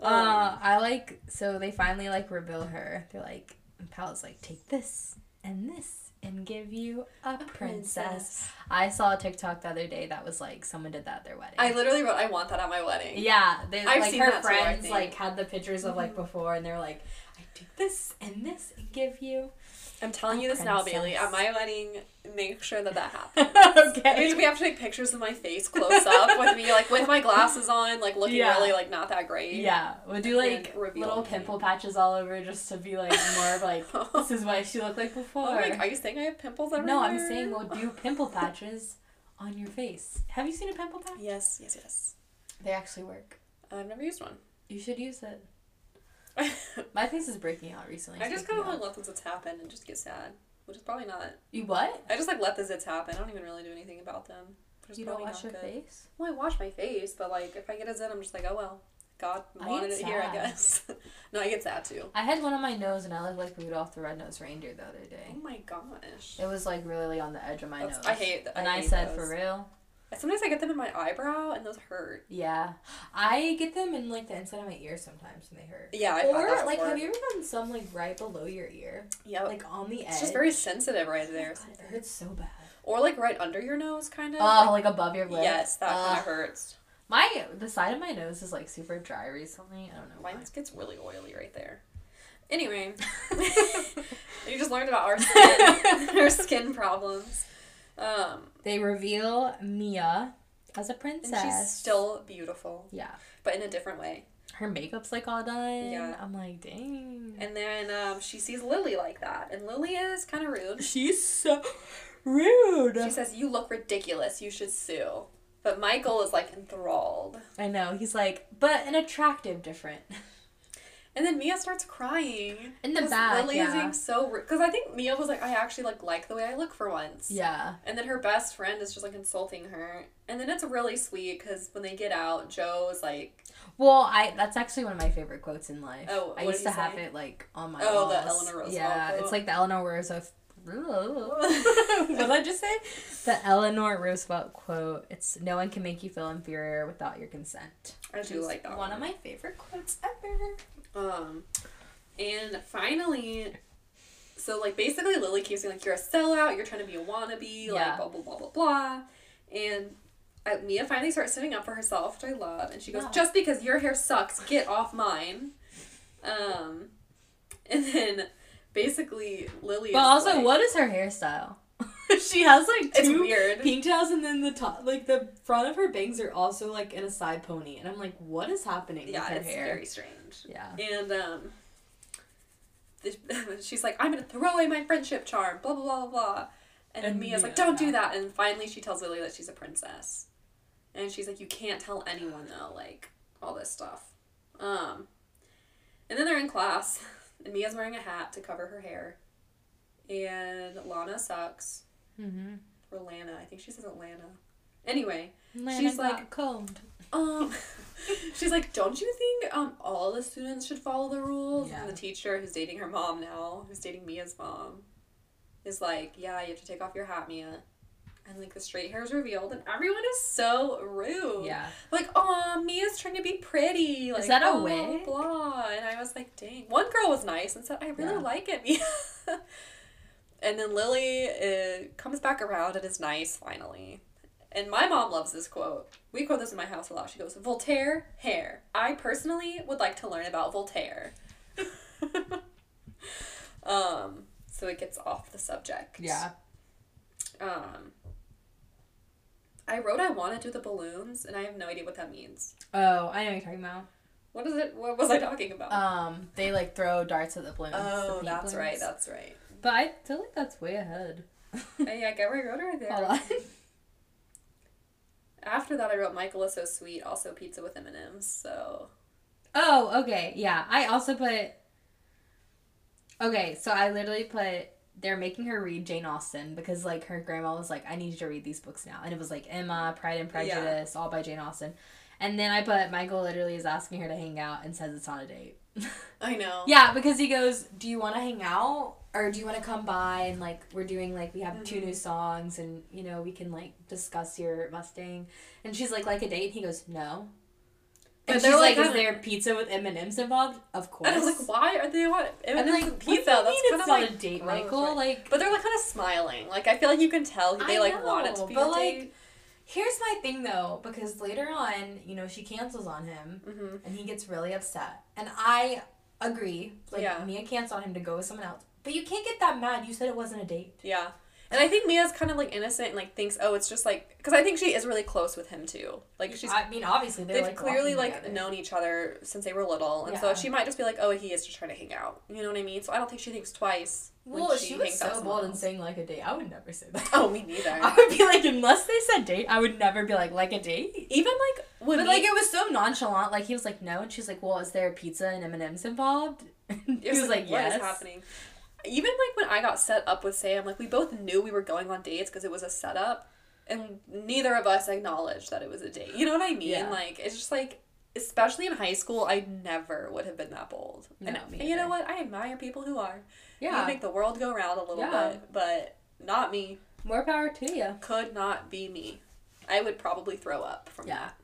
Speaker 6: Um,
Speaker 5: Uh, I like so they finally like reveal her. They're like, and Pal's like, take this and this and give you a, princess. I saw a TikTok the other day that was like someone did that at their wedding.
Speaker 6: I literally wrote, "I want that at my wedding."
Speaker 5: yeah, they
Speaker 6: I've
Speaker 5: like
Speaker 6: seen
Speaker 5: her
Speaker 6: that too, I
Speaker 5: friends
Speaker 6: think. Mm-hmm.
Speaker 5: like had the pictures of like before, and they were like, I do this and this and give
Speaker 6: [LAUGHS]
Speaker 5: you. [LAUGHS]
Speaker 6: I'm telling you this now, Bailey. At
Speaker 5: Princess.
Speaker 6: my wedding, make sure that that happens.
Speaker 5: [LAUGHS]
Speaker 6: That means
Speaker 5: okay.
Speaker 6: we have to take pictures of my face close up with me, like with my glasses on, like looking
Speaker 5: Yeah.
Speaker 6: really like not that great.
Speaker 5: Yeah, we'll do
Speaker 6: And
Speaker 5: like
Speaker 6: reveal
Speaker 5: little
Speaker 6: me.
Speaker 5: pimple patches all over just to be like more of
Speaker 6: [LAUGHS]
Speaker 5: like this is what she looked like before.
Speaker 6: Oh my, are you saying I have pimples everywhere?
Speaker 5: No, I'm saying we'll do pimple patches on your face. Have you seen a pimple patch?
Speaker 6: Yes, yes, yes.
Speaker 5: They actually work.
Speaker 6: I've never used
Speaker 5: You should use it.
Speaker 6: one.
Speaker 5: My face is breaking out recently.
Speaker 6: I just
Speaker 5: speaking
Speaker 6: kind of like
Speaker 5: of-
Speaker 6: let the zits happen and just get sad, which is probably not.
Speaker 5: You what?
Speaker 6: I just like let the zits happen. I don't even really do anything about them. Which is
Speaker 5: You don't
Speaker 6: probably
Speaker 5: wash your
Speaker 6: not good.
Speaker 5: face?
Speaker 6: Well, I wash my face, but like if I get a zit, I'm just like, oh well, God
Speaker 5: I
Speaker 6: wanted
Speaker 5: get
Speaker 6: it here, I
Speaker 5: sad.
Speaker 6: guess. [LAUGHS] no, I get sad too.
Speaker 5: I had one on my nose and I looked like Rudolph the Red-Nosed Reindeer the other
Speaker 6: Oh
Speaker 5: day.
Speaker 6: my gosh.
Speaker 5: It was like really on the edge of my
Speaker 6: That's-
Speaker 5: nose.
Speaker 6: I hate th- I
Speaker 5: And I,
Speaker 6: hate
Speaker 5: said,
Speaker 6: those.
Speaker 5: for real?
Speaker 6: Sometimes I get them in my eyebrow and those hurt.
Speaker 5: Yeah. I get them in like the inside of my ear sometimes and they hurt.
Speaker 6: Yeah, I've had
Speaker 7: Or
Speaker 6: that Oh.
Speaker 7: like,
Speaker 6: before.
Speaker 7: have you ever gotten some like right below your ear,
Speaker 6: Yeah,
Speaker 7: like on the edge?
Speaker 6: it's just very sensitive right
Speaker 7: God,
Speaker 6: there.
Speaker 7: it hurts so bad.
Speaker 6: Or like right under your nose, kind of.
Speaker 5: Oh, like, above your lip.
Speaker 6: like, yes, that kind
Speaker 5: Ugh.
Speaker 6: of hurts.
Speaker 5: My the side of my nose is like super dry recently. I don't know why.
Speaker 6: Mine gets really oily right there.
Speaker 5: [LAUGHS]
Speaker 6: Anyway, [LAUGHS] you just learned about
Speaker 5: [LAUGHS]
Speaker 6: our skin, our skin problems. Um,
Speaker 5: They reveal Mia as a
Speaker 6: and
Speaker 5: princess.
Speaker 6: she's still beautiful,
Speaker 5: yeah.
Speaker 6: but in a different way.
Speaker 5: Her makeup's like all done.
Speaker 6: Yeah.
Speaker 5: I'm like, dang.
Speaker 6: And then um, she sees Lily like that, and Lily is kind of rude.
Speaker 5: she's so rude.
Speaker 6: She says, "You look ridiculous. You should sue." But Michael is like enthralled.
Speaker 5: I know. He's like, but an attractive different.
Speaker 6: And then Mia starts crying.
Speaker 5: In the
Speaker 6: 'Cause
Speaker 5: back,
Speaker 6: Lily is
Speaker 5: yeah.
Speaker 6: being so because I think Mia was like, I actually like like the way I look for
Speaker 5: [LAUGHS]
Speaker 6: once.
Speaker 5: Yeah.
Speaker 6: [LAUGHS] And then her best friend is just like insulting her. And then it's really sweet because when they get out, Joe is like, [LAUGHS]
Speaker 5: Well, I that's actually one of my favorite quotes in life.
Speaker 6: Oh,
Speaker 5: I
Speaker 6: what
Speaker 5: used
Speaker 6: did
Speaker 5: to
Speaker 6: he
Speaker 5: have
Speaker 6: say?
Speaker 5: it like on my
Speaker 6: Oh, the
Speaker 5: walls.
Speaker 6: Eleanor Roosevelt
Speaker 5: Yeah,
Speaker 6: quote.
Speaker 5: it's like the Eleanor
Speaker 6: [LAUGHS]
Speaker 5: Roosevelt. what
Speaker 6: "What
Speaker 5: did I just say? The Eleanor Roosevelt quote. It's no one can make you feel inferior without your consent.
Speaker 6: I do like that
Speaker 7: One
Speaker 6: one.
Speaker 7: of my favorite quotes ever.
Speaker 6: Um, and finally, so like basically Lily keeps being like, "You're a sellout. You're trying to be a wannabe.
Speaker 5: Yeah.
Speaker 6: Like blah blah blah blah blah." And uh, Mia finally starts standing up for herself, which I love. And she goes,
Speaker 5: Yeah.
Speaker 6: "Just because your hair sucks, get off mine." Um, and then basically Lily.
Speaker 5: But
Speaker 6: is
Speaker 5: also,
Speaker 6: like-
Speaker 5: what is her hairstyle? [LAUGHS] she has like
Speaker 6: It's
Speaker 5: two.
Speaker 6: weird.
Speaker 7: Pigtails and then the top, like the front of her bangs are also like in a side pony, and I'm like, what is happening
Speaker 6: yeah,
Speaker 7: with her
Speaker 6: it's
Speaker 7: hair?
Speaker 6: very strange.
Speaker 5: Yeah.
Speaker 6: And um, the, [LAUGHS] she's like, I'm gonna throw away my friendship charm, blah blah blah blah. blah. And, then
Speaker 5: And
Speaker 6: Mia's like,
Speaker 5: Mia,
Speaker 6: don't do
Speaker 5: yeah.
Speaker 6: that. And finally, she tells Lily that she's a princess, and she's like, you can't tell anyone though, like all this stuff. Um, and then they're in class, [LAUGHS] and Mia's wearing a hat to cover her hair, and Lana sucks.
Speaker 5: Mm-hmm.
Speaker 6: Or Lana, I think she says Atlanta. Anyway, She's like-
Speaker 5: combed.
Speaker 6: um, she's like, don't you think um all the students should follow the rules? And the
Speaker 5: Yeah.
Speaker 6: teacher who's dating her mom now, who's dating Mia's mom, is like, yeah, you have to take off your hat, Mia. And like the straight hair is revealed, and everyone is so rude.
Speaker 5: Yeah.
Speaker 6: Like, oh, Mia's trying to be pretty. Like,
Speaker 5: that a
Speaker 6: blah, blah,
Speaker 5: wig?
Speaker 6: Blah. And I was like, dang. One girl was nice and said, I really
Speaker 5: Yeah.
Speaker 6: like it, [LAUGHS] Mia. and then Lily uh, comes back around and is nice finally. And my mom loves this quote. We quote this in my house a lot. She goes, Voltaire, hair. I personally would like to learn about Voltaire. [LAUGHS] um, so it gets off the subject.
Speaker 5: Yeah.
Speaker 6: Um, I wrote I want to do the balloons, and I have no idea what that means.
Speaker 5: Oh, I know what you're talking about.
Speaker 6: What is it? What was I talking about?
Speaker 5: Um, they like throw darts at the balloons. the
Speaker 6: oh,
Speaker 5: pink
Speaker 6: that's right.
Speaker 5: balloons.
Speaker 6: That's
Speaker 7: [LAUGHS]
Speaker 6: right.
Speaker 5: But I feel like that's way ahead.
Speaker 6: I, I Uh, get where I wrote it right there.
Speaker 5: Hold on. [LAUGHS]
Speaker 6: After that, I wrote Michael is so sweet. Also, pizza with M and M's. So
Speaker 5: Oh, okay. Yeah. I also put. Okay, so I literally put. They're making her read Jane Austen because, like, her grandma was like, I need you to read these books now. And it was like Emma, Pride and Prejudice, all by Jane Austen. And then I put Michael literally is asking her to hang out and says it's on a date.
Speaker 6: I know.
Speaker 5: yeah, because he goes,
Speaker 7: goes, "Do you want to hang out, or do you want to come by and like we're doing like we have two new songs, and you know we can like discuss your Mustang?" And she's like, "Like a date?" And he goes, "No."
Speaker 6: But
Speaker 7: And
Speaker 6: they're
Speaker 7: she's like,
Speaker 6: like,
Speaker 7: "Is there pizza with M [LAUGHS] and M's involved?" Of course.
Speaker 6: And I was like, why are they want M and
Speaker 7: I'm
Speaker 6: M's
Speaker 7: like,
Speaker 6: and
Speaker 7: "What do you
Speaker 6: pizza? That's
Speaker 7: mean it's
Speaker 6: kind
Speaker 7: not
Speaker 6: of like
Speaker 7: a date,
Speaker 6: gross,
Speaker 7: Michael.
Speaker 6: right?
Speaker 7: Like,
Speaker 6: But they're like kind of smiling. Like I feel like you can tell they
Speaker 7: I
Speaker 6: like want it to
Speaker 7: know,
Speaker 6: be
Speaker 7: but,
Speaker 6: a
Speaker 7: like,
Speaker 6: date.
Speaker 7: here's my thing though, because later on, you know, she cancels on him,
Speaker 6: Mhm.
Speaker 7: and he gets really upset, and I agree. Like,
Speaker 6: Yeah.
Speaker 7: Mia canceled on him to go with someone else, but you can't get that mad. You said it wasn't a date.
Speaker 6: Yeah. And I think Mia's kind of like innocent and like thinks, oh, it's just like because I think she is really close with him too. Like she's
Speaker 7: I mean, obviously they're
Speaker 6: they've
Speaker 7: like
Speaker 6: clearly
Speaker 7: walking
Speaker 6: like
Speaker 7: together.
Speaker 6: known each other since they were little, and so
Speaker 7: Yeah.
Speaker 6: she might just be like, oh, he is just trying to hang out. You know what I mean? So I don't think she thinks twice. when
Speaker 7: Well, she, was
Speaker 6: hangs out
Speaker 7: so
Speaker 6: with
Speaker 7: bold
Speaker 6: someone
Speaker 7: in saying like a date. I would never say that.
Speaker 6: else. Oh, me neither.
Speaker 5: I would be like, unless they said date, I would never be like, like a date.
Speaker 6: Even like when
Speaker 5: But
Speaker 6: we-
Speaker 5: like it was so nonchalant. Like he was like, no, and she's like, well, is there pizza and M and M's involved? [LAUGHS] And he
Speaker 6: It was,
Speaker 5: was like,
Speaker 6: what is
Speaker 5: yes.
Speaker 6: happening? Even like when I got set up with Sam, like we both knew we were going on dates because it was a setup, and neither of us acknowledged that it was a date. You know what I mean?
Speaker 5: Yeah.
Speaker 6: Like it's just like, especially in high school, I never would have been that bold. and
Speaker 5: No, me
Speaker 6: you know
Speaker 5: either.
Speaker 6: what? I admire people who are.
Speaker 5: Yeah,
Speaker 6: you make the world go round a little
Speaker 5: Yeah.
Speaker 6: bit, but not me.
Speaker 5: more power to you.
Speaker 6: Could not be me. I would probably throw up from
Speaker 5: Yeah.
Speaker 6: that.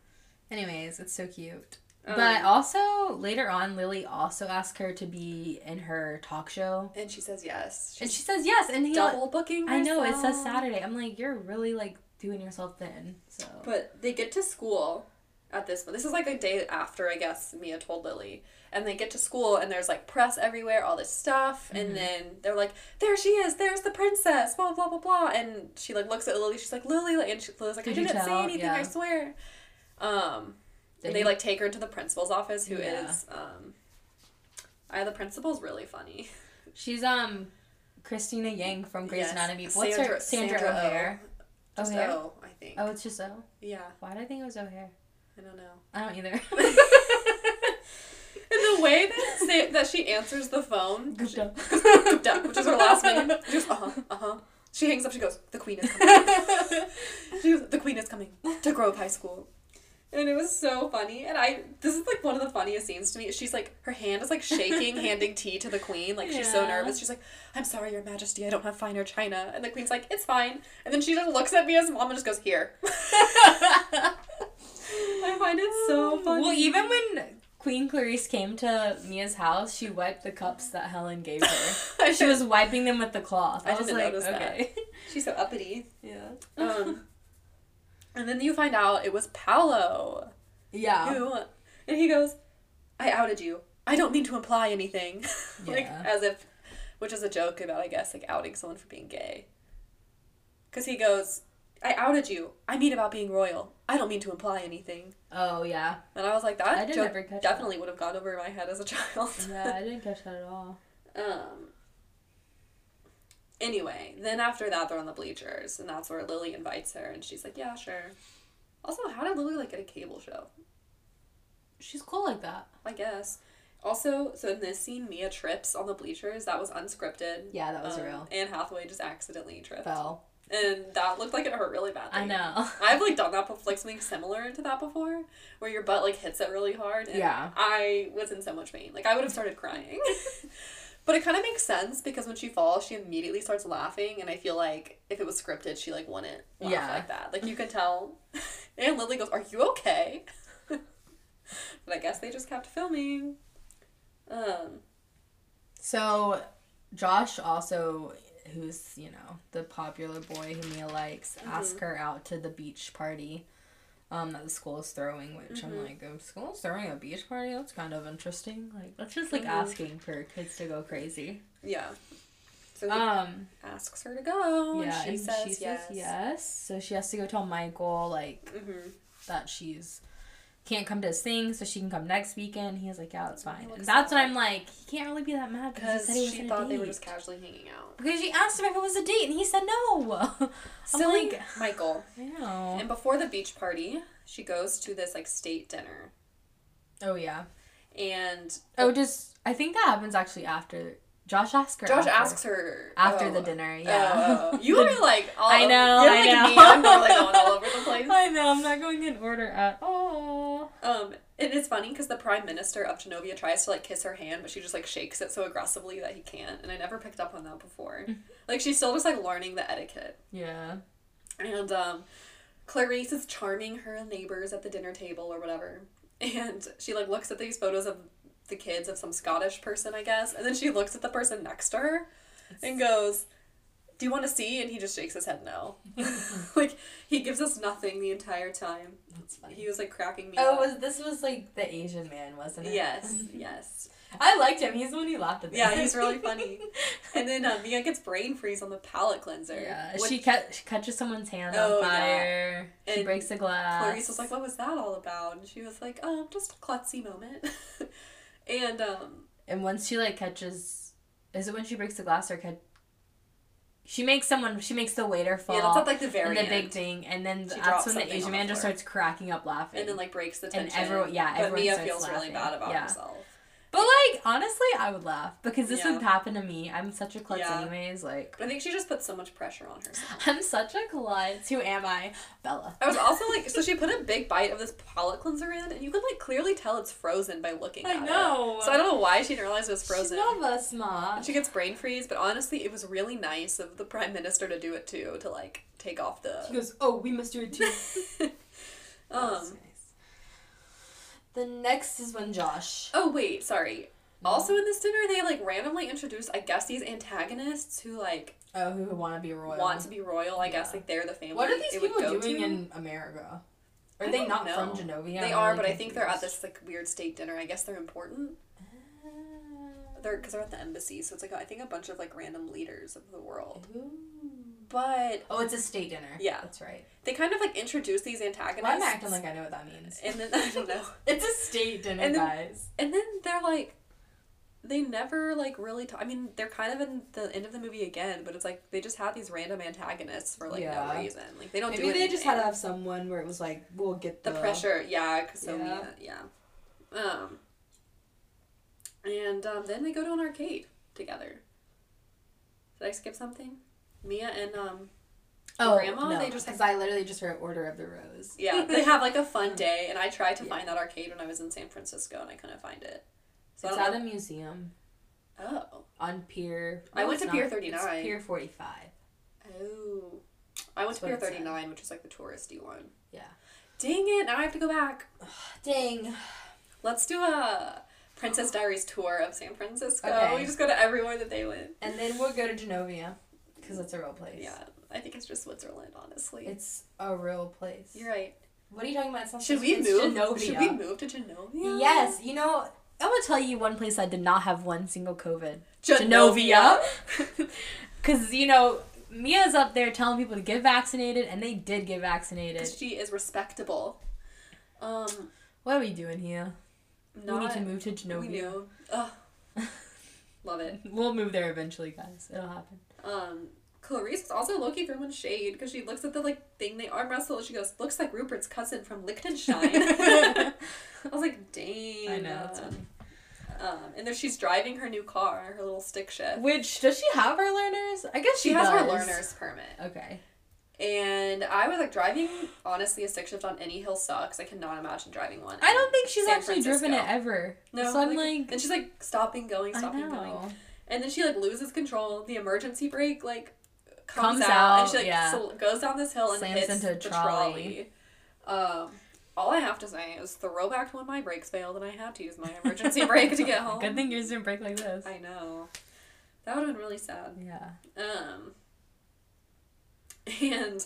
Speaker 5: Anyways, it's so cute.
Speaker 6: Um,
Speaker 5: but also later on, Lily also asked her to be in her talk show,
Speaker 6: And she says yes.
Speaker 5: and
Speaker 6: She's
Speaker 5: she says yes. And he,
Speaker 6: double booking.
Speaker 5: I know it says
Speaker 6: herself.
Speaker 5: Saturday. I'm like, you're really like doing yourself thin. So
Speaker 6: But they get to school at this This is like a day after, I guess, Mia told Lily. And they get to school, and there's like press everywhere, all this stuff.
Speaker 5: Mm-hmm.
Speaker 6: And then they're like, there she is, there's the princess, blah, blah, blah, blah. And she like looks at Lily, she's like, Lily, like- and she, Lily's like,
Speaker 5: Did
Speaker 6: I
Speaker 5: you
Speaker 6: didn't say
Speaker 5: tell?
Speaker 6: anything,
Speaker 5: Yeah.
Speaker 6: I swear. Um, and
Speaker 5: Did
Speaker 6: they
Speaker 5: he-
Speaker 6: like take her to the principal's office, who is
Speaker 5: Yeah.
Speaker 6: um, I, the principal's really funny.
Speaker 5: she's um, Christina Yang from Grey's
Speaker 6: Yes.
Speaker 5: Anatomy. What's her Sandra,
Speaker 6: Sandra O.
Speaker 5: O'Hare?
Speaker 6: Just
Speaker 5: O'Hare.
Speaker 6: O, I think.
Speaker 5: Oh, it's just O.
Speaker 6: Yeah,
Speaker 5: Why did I think it was O'Hare? [LAUGHS]
Speaker 6: I don't know.
Speaker 5: I don't either.
Speaker 6: and then the way that sa- that she answers the phone, [LAUGHS]
Speaker 5: Gupta.
Speaker 6: she- Gupta, which is her
Speaker 5: [LAUGHS]
Speaker 6: last name, just uh huh, uh huh. She hangs up. She goes, "The queen is coming." she goes, "The queen is coming to Grove High School," and it was so funny. And I, this is like one of the funniest scenes to me. She's like, her hand is
Speaker 5: [LAUGHS]
Speaker 6: like shaking, handing tea to the queen. Like she's so
Speaker 5: Yeah.
Speaker 6: nervous. She's like, "I'm sorry, Your Majesty, I don't have finer china." And the queen's like, "It's fine." And then she just looks at me as mom and just
Speaker 5: [LAUGHS]
Speaker 6: goes, "Here." [LAUGHS] I find it so funny.
Speaker 5: Well, even when Queen Clarice came to Mia's house, she wiped the cups that Helen gave
Speaker 6: [LAUGHS]
Speaker 5: her. she was wiping them with the cloth. I,
Speaker 6: I
Speaker 5: was
Speaker 6: didn't
Speaker 5: like,
Speaker 6: notice that. [LAUGHS]
Speaker 5: okay.
Speaker 6: She's so uppity.
Speaker 5: yeah. [LAUGHS]
Speaker 6: Um, and then you find out it was Paolo
Speaker 5: Yeah.
Speaker 6: who, and he goes, "I outed you. I don't mean to imply anything, [LAUGHS] like
Speaker 5: Yeah.
Speaker 6: as if, which is a joke about I guess like outing someone for being gay." Because he goes, "I outed you. I mean about being royal. I don't mean to imply anything."
Speaker 5: Oh yeah.
Speaker 6: And I was like,
Speaker 5: I
Speaker 6: "That
Speaker 5: didn't
Speaker 6: joke
Speaker 5: ever catch that.
Speaker 6: definitely would have gone over my head as a [LAUGHS] child."
Speaker 5: Yeah, I didn't catch that at all.
Speaker 6: Um. Anyway, then after that, they're on the bleachers, and that's where Lily invites her, and she's like, "Yeah, sure." Also, how did Lily like get a cable show?
Speaker 5: She's cool like that.
Speaker 6: I guess. Also, so in this scene, Mia trips on the bleachers. That was unscripted.
Speaker 5: Yeah, that was
Speaker 6: Um,
Speaker 5: real.
Speaker 6: Anne Hathaway just accidentally tripped,
Speaker 5: Fell.
Speaker 6: and that looked like it hurt really badly.
Speaker 5: I know.
Speaker 6: I've like done that before, like something similar to that before, where your butt like hits it really hard. And
Speaker 5: Yeah.
Speaker 6: I was in so much pain. Like I would have started crying. [LAUGHS] but it kind of makes sense because when she falls, she immediately starts laughing, and I feel like if it was scripted, she like wouldn't laugh
Speaker 5: Yeah.
Speaker 6: like that. Like you can tell. [LAUGHS] and Lily goes, "Are you okay?" [LAUGHS] but I guess they just kept filming. Um.
Speaker 5: So, Josh also, who's you know the popular boy who Mia likes,
Speaker 6: Mm-hmm.
Speaker 5: asked her out to the beach party, um, that the school is throwing. Which
Speaker 6: Mm-hmm.
Speaker 5: I'm like, the school's throwing a beach party. That's kind of interesting. Like, that's just
Speaker 6: Mm-hmm.
Speaker 5: like asking for kids to go crazy.
Speaker 6: Yeah. So he
Speaker 5: Um,
Speaker 6: asks her to go.
Speaker 5: yeah,
Speaker 6: Oh, and she says yes.
Speaker 5: yes. So she has to go tell Michael like
Speaker 6: Mhm.
Speaker 5: that she's can't come to his thing, so she can come next weekend. He was like, yeah, that's fine.
Speaker 6: looks
Speaker 5: And that's
Speaker 6: sad.
Speaker 5: when I'm like, he can't really be that mad because he
Speaker 6: Because
Speaker 5: said he was
Speaker 6: she
Speaker 5: gonna
Speaker 6: thought they were
Speaker 5: date.
Speaker 6: just casually hanging out.
Speaker 5: Because she asked him if it was a date, and he said no. [LAUGHS] I'm
Speaker 6: Silly
Speaker 5: like,
Speaker 6: Michael.
Speaker 5: I know.
Speaker 6: And before the beach party, she goes to this like state dinner,
Speaker 5: Oh yeah.
Speaker 6: and
Speaker 5: Oh, just I think that happens actually after Josh asks her.
Speaker 6: Josh
Speaker 5: after.
Speaker 6: asks her
Speaker 5: after
Speaker 6: oh,
Speaker 5: the dinner. Yeah. [LAUGHS]
Speaker 6: oh, you are like all
Speaker 5: I know,
Speaker 6: You're
Speaker 5: I
Speaker 6: like
Speaker 5: know.
Speaker 6: me. I'm really going all over
Speaker 5: [LAUGHS]
Speaker 6: the place.
Speaker 5: I know. I'm not going in order at all.
Speaker 6: Um, it is funny because the prime minister of Genovia tries to like kiss her hand, but she just like shakes it so aggressively that he can't. And I never picked up on that before.
Speaker 5: Mm-hmm.
Speaker 6: like she's still just like learning the etiquette.
Speaker 5: Yeah.
Speaker 6: And um, Clarice is charming her neighbors at the dinner table or whatever. And she like looks at these photos of the kids of some Scottish person, I guess. And then she looks at the person next to her and goes, "Do you want to see?" And he just shakes his head no. [LAUGHS] like he gives us nothing the entire time.
Speaker 7: That's funny.
Speaker 6: He was like cracking me
Speaker 7: Oh,
Speaker 6: up.
Speaker 7: was this was like the Asian man, wasn't it?
Speaker 6: yes,
Speaker 7: [LAUGHS]
Speaker 6: yes.
Speaker 7: I liked him. He's the one who laughed at me.
Speaker 6: Yeah, he's
Speaker 5: [LAUGHS]
Speaker 6: really funny. And then um, Mia gets brain freeze on the palate cleanser.
Speaker 5: Yeah.
Speaker 6: which
Speaker 5: she, cat- she catches someone's hand
Speaker 6: Oh,
Speaker 5: on
Speaker 6: yeah.
Speaker 5: fire. She
Speaker 6: And
Speaker 5: breaks a glass.
Speaker 6: Clarice was like, "What was that all about?" And she was like, "Um, just a klutzy moment." [LAUGHS] and um,
Speaker 5: and once she like catches, is it when she breaks the glass or catch? She makes someone. She makes the waiter fall.
Speaker 6: yeah, that's at like the very
Speaker 5: and the big
Speaker 6: end.
Speaker 5: thing, and then
Speaker 6: She
Speaker 5: that's
Speaker 6: drops
Speaker 5: when the
Speaker 6: something
Speaker 5: Asian
Speaker 6: on
Speaker 5: man
Speaker 6: the
Speaker 5: just
Speaker 6: floor.
Speaker 5: starts cracking up laughing.
Speaker 6: and then like breaks the
Speaker 5: And
Speaker 6: tension.
Speaker 5: everyone- yeah,
Speaker 6: but
Speaker 5: everyone
Speaker 6: Mia
Speaker 5: starts
Speaker 6: feels really
Speaker 5: laughing.
Speaker 6: bad about
Speaker 5: Yeah.
Speaker 6: herself.
Speaker 5: but like honestly, I would laugh because this
Speaker 6: Yeah.
Speaker 5: would happen to me. I'm such a klutz,
Speaker 6: Yeah.
Speaker 5: anyways. Like [LAUGHS]
Speaker 6: I think she just put so much pressure on herself.
Speaker 5: I'm such a klutz. Who am I, Bella?
Speaker 6: I was
Speaker 5: [LAUGHS]
Speaker 6: also like, so she put a big bite of this palate cleanser in, and you can like clearly tell it's frozen by looking
Speaker 5: I
Speaker 6: at
Speaker 5: know.
Speaker 6: it. So I don't know why she didn't realize it was frozen.
Speaker 7: Nova smart.
Speaker 6: And she gets brain freeze, but honestly, it was really nice of the prime minister to do it too, to like take off the.
Speaker 7: goes, oh, we must do it
Speaker 5: [LAUGHS]
Speaker 7: too.
Speaker 6: Um,
Speaker 7: the next is when Josh.
Speaker 6: Oh wait, sorry.
Speaker 7: Mm-hmm.
Speaker 6: Also in this dinner, they like randomly introduced, I guess, these antagonists who like
Speaker 7: Oh, who want to be royal?
Speaker 6: want to be royal. I guess
Speaker 7: Yeah.
Speaker 6: like they're the family.
Speaker 7: What are these
Speaker 6: it would
Speaker 7: people
Speaker 6: go
Speaker 7: doing
Speaker 6: to.
Speaker 7: in America? Are
Speaker 6: I
Speaker 7: they
Speaker 6: don't
Speaker 7: not
Speaker 6: know.
Speaker 7: from Genovia?
Speaker 6: They
Speaker 7: I'm
Speaker 6: are,
Speaker 7: really
Speaker 6: but I think they're at
Speaker 7: confused.
Speaker 6: this like weird state dinner. I guess they're important. They're because they're at the embassy, so it's like I think a bunch of like random leaders of the world. But
Speaker 7: Oh, it's a state dinner.
Speaker 6: Yeah.
Speaker 7: that's right.
Speaker 6: they kind of like introduce these antagonists.
Speaker 7: Why am I acting like I know what
Speaker 6: [LAUGHS]
Speaker 7: that means?
Speaker 6: And then I don't know.
Speaker 7: It's a state dinner,
Speaker 6: And then-
Speaker 7: guys.
Speaker 6: And then they're like, they never like really. ta- I mean, they're kind of in the end of the movie again, but it's like they just had these random antagonists for like
Speaker 7: Yeah.
Speaker 6: no reason. Like they don't do
Speaker 7: Maybe
Speaker 6: anything.
Speaker 7: they just had to have someone where it was like, we'll get
Speaker 6: the
Speaker 7: the,
Speaker 6: pressure. Yeah, 'cause so
Speaker 7: Yeah.
Speaker 6: Mia- yeah. Um. And um, then they go to an arcade together. Did I skip something? Mia and um,
Speaker 7: Oh,
Speaker 6: grandma,
Speaker 7: no,
Speaker 6: they just-
Speaker 7: because I literally just heard Order of the Rose. [LAUGHS]
Speaker 6: yeah, they have like a fun day. And I tried to find that arcade when I was in San Francisco and I couldn't find it. So
Speaker 7: it's
Speaker 6: I
Speaker 7: at
Speaker 6: don't
Speaker 7: a museum
Speaker 6: know- oh,
Speaker 7: on Pier.
Speaker 6: I went
Speaker 7: it's
Speaker 6: to Pier
Speaker 7: not. It's
Speaker 6: 39.
Speaker 7: Pier Forty Five.
Speaker 6: oh, I went
Speaker 7: That's
Speaker 6: to
Speaker 7: what
Speaker 6: Pier
Speaker 7: it said.
Speaker 6: Thirty Nine, which is like the touristy one.
Speaker 7: Yeah.
Speaker 6: Dang it! Now I have to go back.
Speaker 7: Dang.
Speaker 6: Let's do a Princess Diaries tour of San Francisco.
Speaker 7: Uh-huh. Okay.
Speaker 6: We just go to everywhere that they went.
Speaker 7: And then we'll go to Genovia because it's a real place.
Speaker 6: Yeah, I think it's just Switzerland, honestly.
Speaker 7: It's a real place.
Speaker 6: You're right.
Speaker 7: What are you talking about? It's not
Speaker 6: Should we
Speaker 7: Swiss- it's
Speaker 6: move?
Speaker 7: Genovia.
Speaker 6: Should we move to Genovia?
Speaker 7: Yes. You know,
Speaker 5: I'm gonna tell you one place that did not have one single COVID.
Speaker 6: Genovia.
Speaker 5: Cause you know, Mia's up there telling people to get vaccinated and they did get vaccinated.
Speaker 6: 'Cause [LAUGHS] she is respectable. Um,
Speaker 5: What are we doing here?
Speaker 6: not,
Speaker 5: we need to move to
Speaker 6: We
Speaker 5: Genovia.
Speaker 6: do.
Speaker 7: [LAUGHS]
Speaker 6: Ugh. Love it.
Speaker 5: We'll move there eventually, guys. It'll happen.
Speaker 6: Um, Clarice is also Loki throwing shade because she looks at the like thing they arm wrestle and she goes, "Looks like Rupert's cousin
Speaker 5: [LAUGHS]
Speaker 6: from Liechtenstein." [LAUGHS] I was like, "Dang."
Speaker 5: I know, that's funny.
Speaker 6: Um, and then she's driving her new car, her little stick shift.
Speaker 5: Which does she have her learners? I guess she,
Speaker 6: she has her
Speaker 5: does.
Speaker 6: learner's permit.
Speaker 5: Okay.
Speaker 6: And I was like driving. Honestly, a stick shift on any hill sucks. I cannot imagine driving one.
Speaker 5: I don't think she's
Speaker 6: San
Speaker 5: actually driven it
Speaker 6: Francisco.
Speaker 5: ever.
Speaker 6: No,
Speaker 5: So I'm
Speaker 6: like,
Speaker 5: like,
Speaker 6: and she's like stopping, going,
Speaker 5: I
Speaker 6: stopping,
Speaker 5: [LAUGHS]
Speaker 6: going,
Speaker 5: know.
Speaker 6: and then she like loses control. The emergency brake like comes,
Speaker 5: Comes
Speaker 6: out, and
Speaker 5: out,
Speaker 6: she like
Speaker 5: yeah.
Speaker 6: sl- goes down this hill and
Speaker 5: Slams
Speaker 6: hits
Speaker 5: into a
Speaker 6: the trolley.
Speaker 5: trolley.
Speaker 6: Um, all I have to say is throwback to when my brakes failed and I had to use my emergency [LAUGHS]
Speaker 5: [LAUGHS]
Speaker 6: brake to get home.
Speaker 5: Good thing yours didn't break like this.
Speaker 6: I know. That would have been really sad.
Speaker 5: yeah.
Speaker 6: Um, and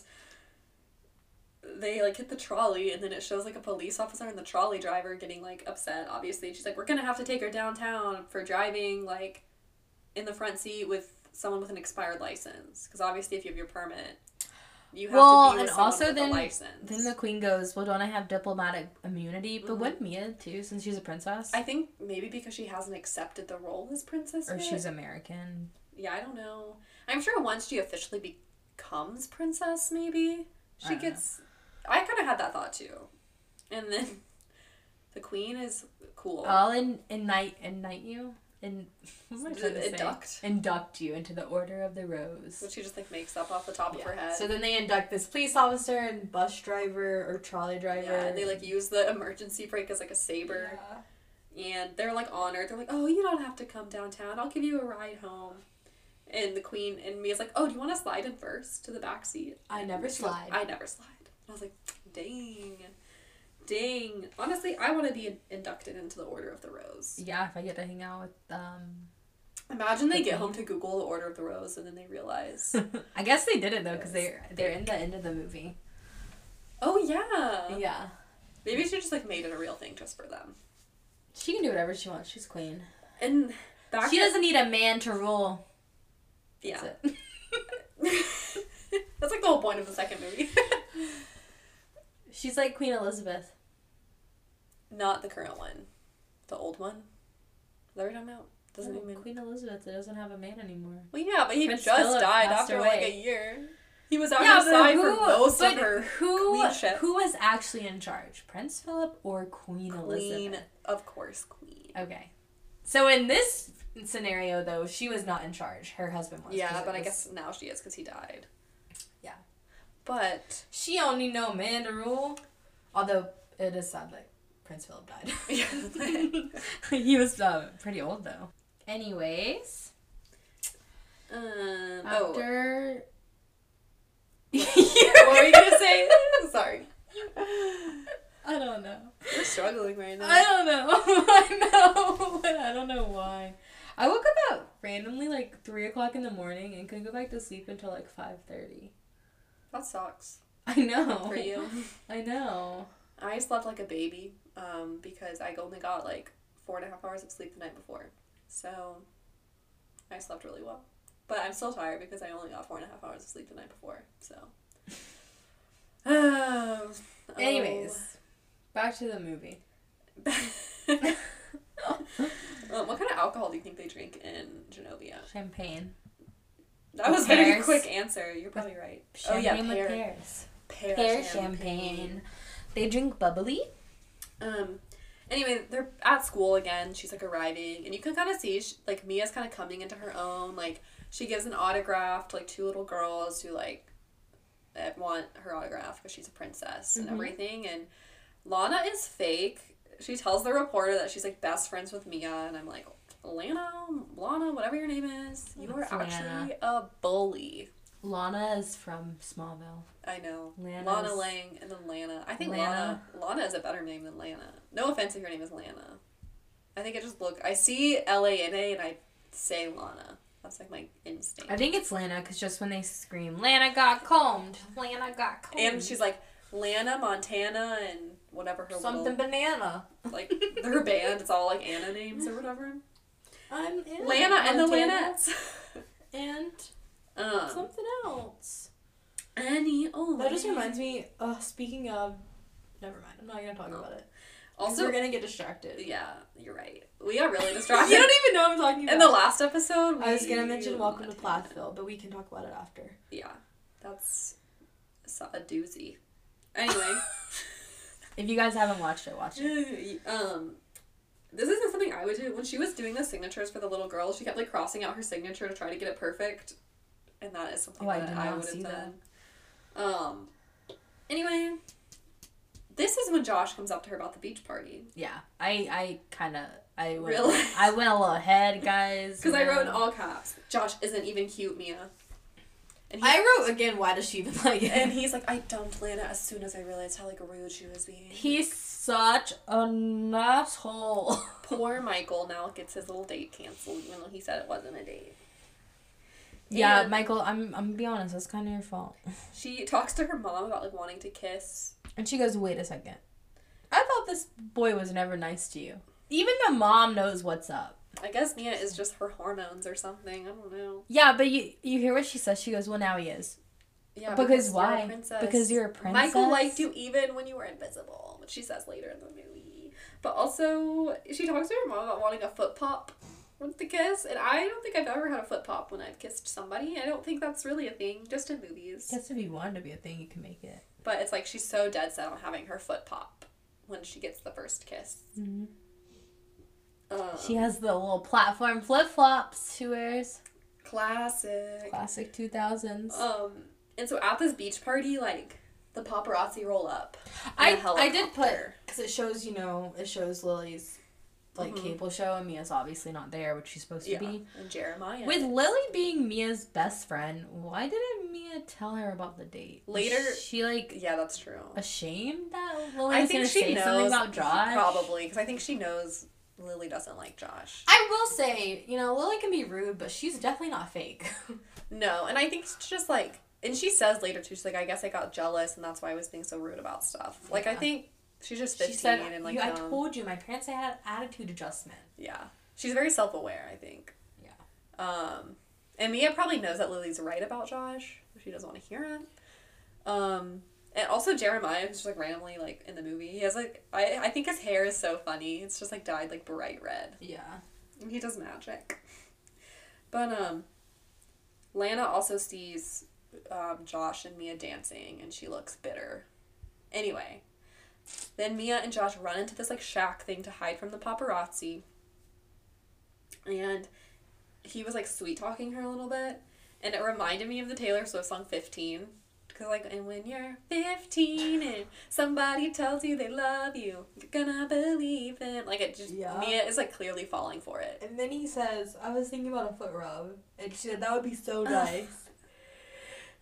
Speaker 6: they like hit the trolley, and then it shows like a police officer and the trolley driver getting like upset. Obviously, she's like, "We're gonna have to take her downtown for driving like in the front seat with someone with an expired license, because obviously, if you have your permit, you have
Speaker 5: Well,
Speaker 6: to be with
Speaker 5: and
Speaker 6: someone
Speaker 5: also
Speaker 6: with
Speaker 5: then-
Speaker 6: a license."
Speaker 5: Then the queen goes, "Well, don't I have diplomatic immunity?" But wouldn't Mia too, since she's a princess,
Speaker 6: Mm-hmm. I think maybe because she hasn't accepted the role as princess,
Speaker 5: or
Speaker 6: yet.
Speaker 5: she's American.
Speaker 6: Yeah, I don't know. I'm sure once she officially becomes princess,
Speaker 5: I
Speaker 6: maybe she
Speaker 5: don't know.
Speaker 6: gets. I kind of had that thought too, and then [LAUGHS] the queen is cool.
Speaker 5: I'll in indict indict you and what am I trying to say?
Speaker 6: Induct.
Speaker 5: induct you into the Order of the Rose.
Speaker 6: Which she just like makes up off the top of her head.
Speaker 7: so then they induct this police officer and bus driver or trolley driver.
Speaker 6: yeah, and they like use the emergency brake as like a saber, and they're like honored. They're like, "Oh, you don't have to come downtown. I'll give you a ride home." And the queen and me is like, "Oh, do you want to slide in first to the back seat?"
Speaker 7: I never
Speaker 6: She goes,
Speaker 7: slide.
Speaker 6: I never slide. And I was like, dang. Dang. Honestly, I want to be in- inducted into the Order of the Rose.
Speaker 5: Yeah, if I get to hang out with um, [LAUGHS]
Speaker 6: Imagine they get home to Google the Order of the Rose and then they realize, [LAUGHS]
Speaker 5: I guess they did it though because they're they're in the end of the movie.
Speaker 6: oh yeah.
Speaker 5: Yeah,
Speaker 6: Maybe she just like made it a real thing just for them.
Speaker 5: she can do whatever she wants. She's queen.
Speaker 6: And back
Speaker 5: She
Speaker 6: to-
Speaker 5: doesn't need a man to rule.
Speaker 6: Yeah.
Speaker 5: That's
Speaker 6: [LAUGHS] That's like the whole point of the second movie. [LAUGHS]
Speaker 5: She's like Queen Elizabeth.
Speaker 6: Not the current one. The old one. Is that what you're talking about? Doesn't
Speaker 5: No,
Speaker 6: even.
Speaker 5: Oh, Queen Elizabeth doesn't have a man anymore.
Speaker 6: Well, yeah, but he
Speaker 5: Prince
Speaker 6: just
Speaker 5: Philip
Speaker 6: died
Speaker 5: passed
Speaker 6: after like a
Speaker 5: away.
Speaker 6: year. He was out of side for most of her
Speaker 5: who
Speaker 6: queenship.
Speaker 5: who was actually in charge, Prince Philip or Queen,
Speaker 6: Queen,
Speaker 5: Elizabeth?
Speaker 6: of course, Queen.
Speaker 5: Okay,
Speaker 7: So in this scenario, though, she was not in charge. Her husband was. 'cause
Speaker 6: Yeah,
Speaker 7: it
Speaker 6: but I
Speaker 7: was-
Speaker 6: guess now she is because he died.
Speaker 7: Yeah.
Speaker 6: But [LAUGHS]
Speaker 7: she only know man to rule. Although it is sad that Prince Philip died.
Speaker 5: [LAUGHS] he was uh, pretty old though. Anyways,
Speaker 6: [LAUGHS] um, oh,
Speaker 5: after [LAUGHS]
Speaker 6: what were you gonna say? Sorry,
Speaker 5: I don't know.
Speaker 6: we're struggling right now.
Speaker 5: I don't know. [LAUGHS] I know, but I don't know why. I woke up at randomly like three o'clock in the morning and couldn't go back to sleep until like five thirty.
Speaker 6: That sucks
Speaker 5: I know.
Speaker 6: for [LAUGHS] you.
Speaker 5: I know.
Speaker 6: I slept like a baby um, because I only got like four and a half hours of sleep the night before, so I slept really well. But I'm still tired because I only got four and a half hours of sleep the night before. So, [SIGHS] [LAUGHS] Um,
Speaker 7: Oh.
Speaker 5: Anyways, back to the movie.
Speaker 6: [LAUGHS] oh. Um, what kind of alcohol do you think they drink in Genovia?
Speaker 5: Champagne.
Speaker 6: That was a very
Speaker 5: Pears.
Speaker 6: quick answer. You're probably right.
Speaker 5: Champagne
Speaker 6: oh yeah, pear,
Speaker 5: with pears.
Speaker 6: pear
Speaker 5: Pear champagne. They drink bubbly.
Speaker 6: Um, Anyway, they're at school again. She's like arriving, and you can kind of see she, like Mia's kind of coming into her own. Like she gives an autograph to like two little girls who like eh, want her autograph because she's a princess and everything. And Lana is fake. She tells the reporter that she's like best friends with Mia, and I'm like, Lana, Lana, whatever your name is, you are
Speaker 7: It's Lana.
Speaker 6: actually a bully.
Speaker 7: Lana is from Smallville.
Speaker 6: I know.
Speaker 7: Lana's-
Speaker 6: Lana Lang and then Lana. I think Lana. Lana is a better name than Lana. No offense if your name is Lana. I think I just look I see L A N A and I say Lana. That's like my instinct.
Speaker 7: I think it's Lana because just when they scream, Lana got combed. Lana got combed.
Speaker 6: and she's like Lana Montana and whatever her
Speaker 7: something
Speaker 6: little,
Speaker 7: banana. [LAUGHS]
Speaker 6: like her band. It's all like Anna names or whatever.
Speaker 7: I'm in
Speaker 6: Lana and the
Speaker 7: Montana
Speaker 6: Lanettes. [LAUGHS]
Speaker 7: and
Speaker 6: um,
Speaker 7: something else.
Speaker 6: Annie. Oh,
Speaker 7: That just
Speaker 6: man.
Speaker 7: reminds me. Uh, speaking of, never mind. I'm not gonna talk
Speaker 6: No.
Speaker 7: about it. Also,
Speaker 6: Also,
Speaker 7: we're gonna get distracted.
Speaker 6: yeah, you're right. We are
Speaker 7: [LAUGHS]
Speaker 6: really distracted.
Speaker 7: you don't even know what I'm talking about.
Speaker 6: In the last episode,
Speaker 7: I was gonna
Speaker 6: we-
Speaker 7: mention Welcome to Plathville, but we can talk about it after.
Speaker 6: Yeah, that's s- a doozy.
Speaker 7: [LAUGHS]
Speaker 6: Anyway,
Speaker 5: If you guys haven't watched it, watch it.
Speaker 6: um, this isn't something I would do. When she was doing the signatures for the little girl, she kept like crossing out her signature to try to get it perfect, and that is something
Speaker 5: Oh, I
Speaker 6: that
Speaker 5: did
Speaker 6: I,
Speaker 5: not
Speaker 6: would have
Speaker 5: see that.
Speaker 6: done. Um. Anyway, this is when Josh comes up to her about the beach party
Speaker 5: Yeah, I I kind of I went
Speaker 6: Really?
Speaker 5: I went a little ahead,
Speaker 6: [LAUGHS]
Speaker 5: guys.
Speaker 6: because I wrote in
Speaker 5: man.
Speaker 6: all caps. Josh isn't even cute, Mia. And he,
Speaker 7: I wrote again. Why does she even [LAUGHS] like it?
Speaker 6: and he's like, I dumped Lana as soon as I realized how like rude she was being.
Speaker 5: He's such an
Speaker 6: [LAUGHS]
Speaker 5: asshole.
Speaker 6: Poor Michael now gets his little date canceled, even though he said it wasn't a date.
Speaker 5: yeah,
Speaker 6: And
Speaker 5: Michael, I'm I'm gonna be honest. That's kind of your fault.
Speaker 6: She talks to her mom about like wanting to kiss.
Speaker 5: And she goes, "Wait a second. I thought this boy was never nice to you. Even the mom knows what's up."
Speaker 6: I guess Mia is just her hormones or something. I don't know.
Speaker 5: Yeah, but you you hear what she says. She goes, "Well, now he is."
Speaker 6: Yeah,
Speaker 5: Because why?
Speaker 6: princess.
Speaker 5: Because you're a
Speaker 6: Michael
Speaker 5: princess?
Speaker 6: liked you even when you were invisible, which she says later in the movie. But also, she talks to her mom about wanting a foot pop with the kiss, and I don't think I've ever had a foot pop when I've kissed somebody. I don't think that's really a thing, just in movies.
Speaker 5: Guess if you wanted to be a thing, you can make it.
Speaker 6: But it's like she's so dead set on having her foot pop when she gets the first kiss.
Speaker 5: Mm-hmm.
Speaker 6: Um,
Speaker 5: She has the little platform flip flops she wears.
Speaker 6: classic.
Speaker 5: Classic two thousands.
Speaker 6: Um, and so at this beach party, like the paparazzi roll up. in
Speaker 7: I
Speaker 6: a
Speaker 7: I did put
Speaker 6: helicopter.
Speaker 7: because it shows you know it shows Lily's
Speaker 5: like cable show, and Mia's obviously not there, which she's supposed
Speaker 6: Mm-hmm. yeah,
Speaker 5: to be.
Speaker 6: and Jeremiah.
Speaker 5: With Lily being Mia's best friend, why didn't Mia tell her about the date? Was
Speaker 6: Later-
Speaker 5: she like
Speaker 6: yeah, that's true.
Speaker 5: ashamed that Lily
Speaker 6: I
Speaker 5: was
Speaker 6: think
Speaker 5: gonna
Speaker 6: she
Speaker 5: say
Speaker 6: knows
Speaker 5: something about Josh.
Speaker 6: probably because I think she knows Lily doesn't like Josh.
Speaker 7: I will say, you know, Lily can be rude, but she's definitely not fake. [LAUGHS]
Speaker 6: No, and I think it's just like, and she says later too, she's like, I guess I got jealous, and that's why I was being so rude about stuff. Like I
Speaker 7: Yeah.
Speaker 6: think she's just
Speaker 7: she
Speaker 6: fifteen
Speaker 7: said,
Speaker 6: and like
Speaker 7: you, "I
Speaker 6: dumb.
Speaker 7: told you, my parents had attitude adjustment."
Speaker 6: Yeah. She's very self aware, I think. Yeah. Um, and Mia probably knows that Lily's right about Josh, but she doesn't want to hear it. Um, and also Jeremiah, who's just like randomly like in the movie, he has like I, I think his hair is so funny. It's just like dyed like bright red.
Speaker 7: Yeah.
Speaker 6: And he does magic. But um Lana also sees um, Josh and Mia dancing and she looks bitter. Anyway. Then Mia and Josh run into this like shack thing to hide from the paparazzi. And he was like sweet talking her a little bit. And it reminded me of the Taylor Swift song 15. Cause like and when you're 15 and somebody tells you they love you, you're gonna believe them. Like it just
Speaker 7: Yeah.
Speaker 6: Mia is like clearly falling for it.
Speaker 7: And then he says, I was thinking about a foot rub. And she said, that would be so nice.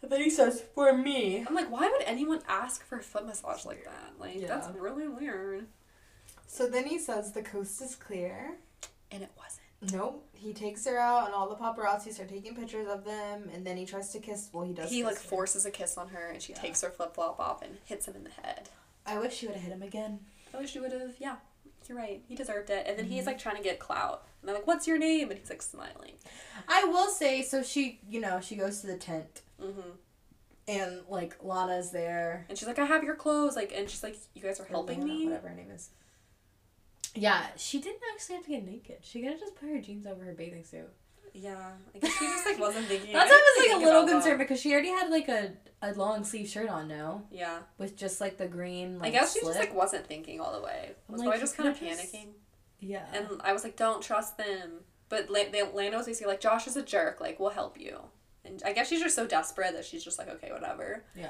Speaker 7: and then he says, for me.
Speaker 6: I'm like, why would anyone ask for a foot massage like that? Like, that's
Speaker 7: Yeah.
Speaker 6: really weird.
Speaker 7: So then he says, the coast is clear.
Speaker 6: And it wasn't.
Speaker 7: Nope. He takes her out, and all the paparazzi are taking pictures of them. And then he tries to kiss. Well, he does.
Speaker 6: he
Speaker 7: kiss
Speaker 6: like
Speaker 7: her.
Speaker 6: forces a kiss on her, and she takes her flip flop off and hits him in the head.
Speaker 7: I wish she would have hit him again.
Speaker 6: I wish you would have. Yeah, you're right. He deserved it. And then
Speaker 7: Mm-hmm.
Speaker 6: he's like trying to get clout, and I'm like, what's your name? And he's like smiling.
Speaker 5: I will say, so she, you know, she goes to the tent,
Speaker 6: Mm-hmm.
Speaker 5: and like Lana's there.
Speaker 6: And she's like, I have your clothes. Like, and she's like, you guys are
Speaker 5: or
Speaker 6: helping
Speaker 5: Lana,
Speaker 6: me.
Speaker 5: whatever her name is. Yeah, she didn't actually have to get naked. She could have just put her jeans over her bathing suit.
Speaker 6: yeah, I guess she just like wasn't
Speaker 7: [LAUGHS]
Speaker 6: thinking.
Speaker 7: That's
Speaker 6: I
Speaker 7: why
Speaker 6: didn't
Speaker 7: I was like
Speaker 6: think
Speaker 7: a little
Speaker 6: about that.
Speaker 7: concerned because she already had like a, a long sleeve shirt on now
Speaker 6: Yeah,
Speaker 7: with just like the green.
Speaker 6: I
Speaker 7: Like,
Speaker 6: guess she
Speaker 7: slip.
Speaker 6: just like wasn't thinking all the way.
Speaker 7: I'm
Speaker 6: Was
Speaker 7: like,
Speaker 6: probably
Speaker 7: you
Speaker 6: just kind of
Speaker 7: could've just-
Speaker 6: panicking.
Speaker 7: yeah.
Speaker 6: And I was like, don't trust them. But La- they, Lana was basically like, Josh is a jerk. Like, we'll help you. And I guess she's just so desperate that she's just like, okay, whatever.
Speaker 7: yeah.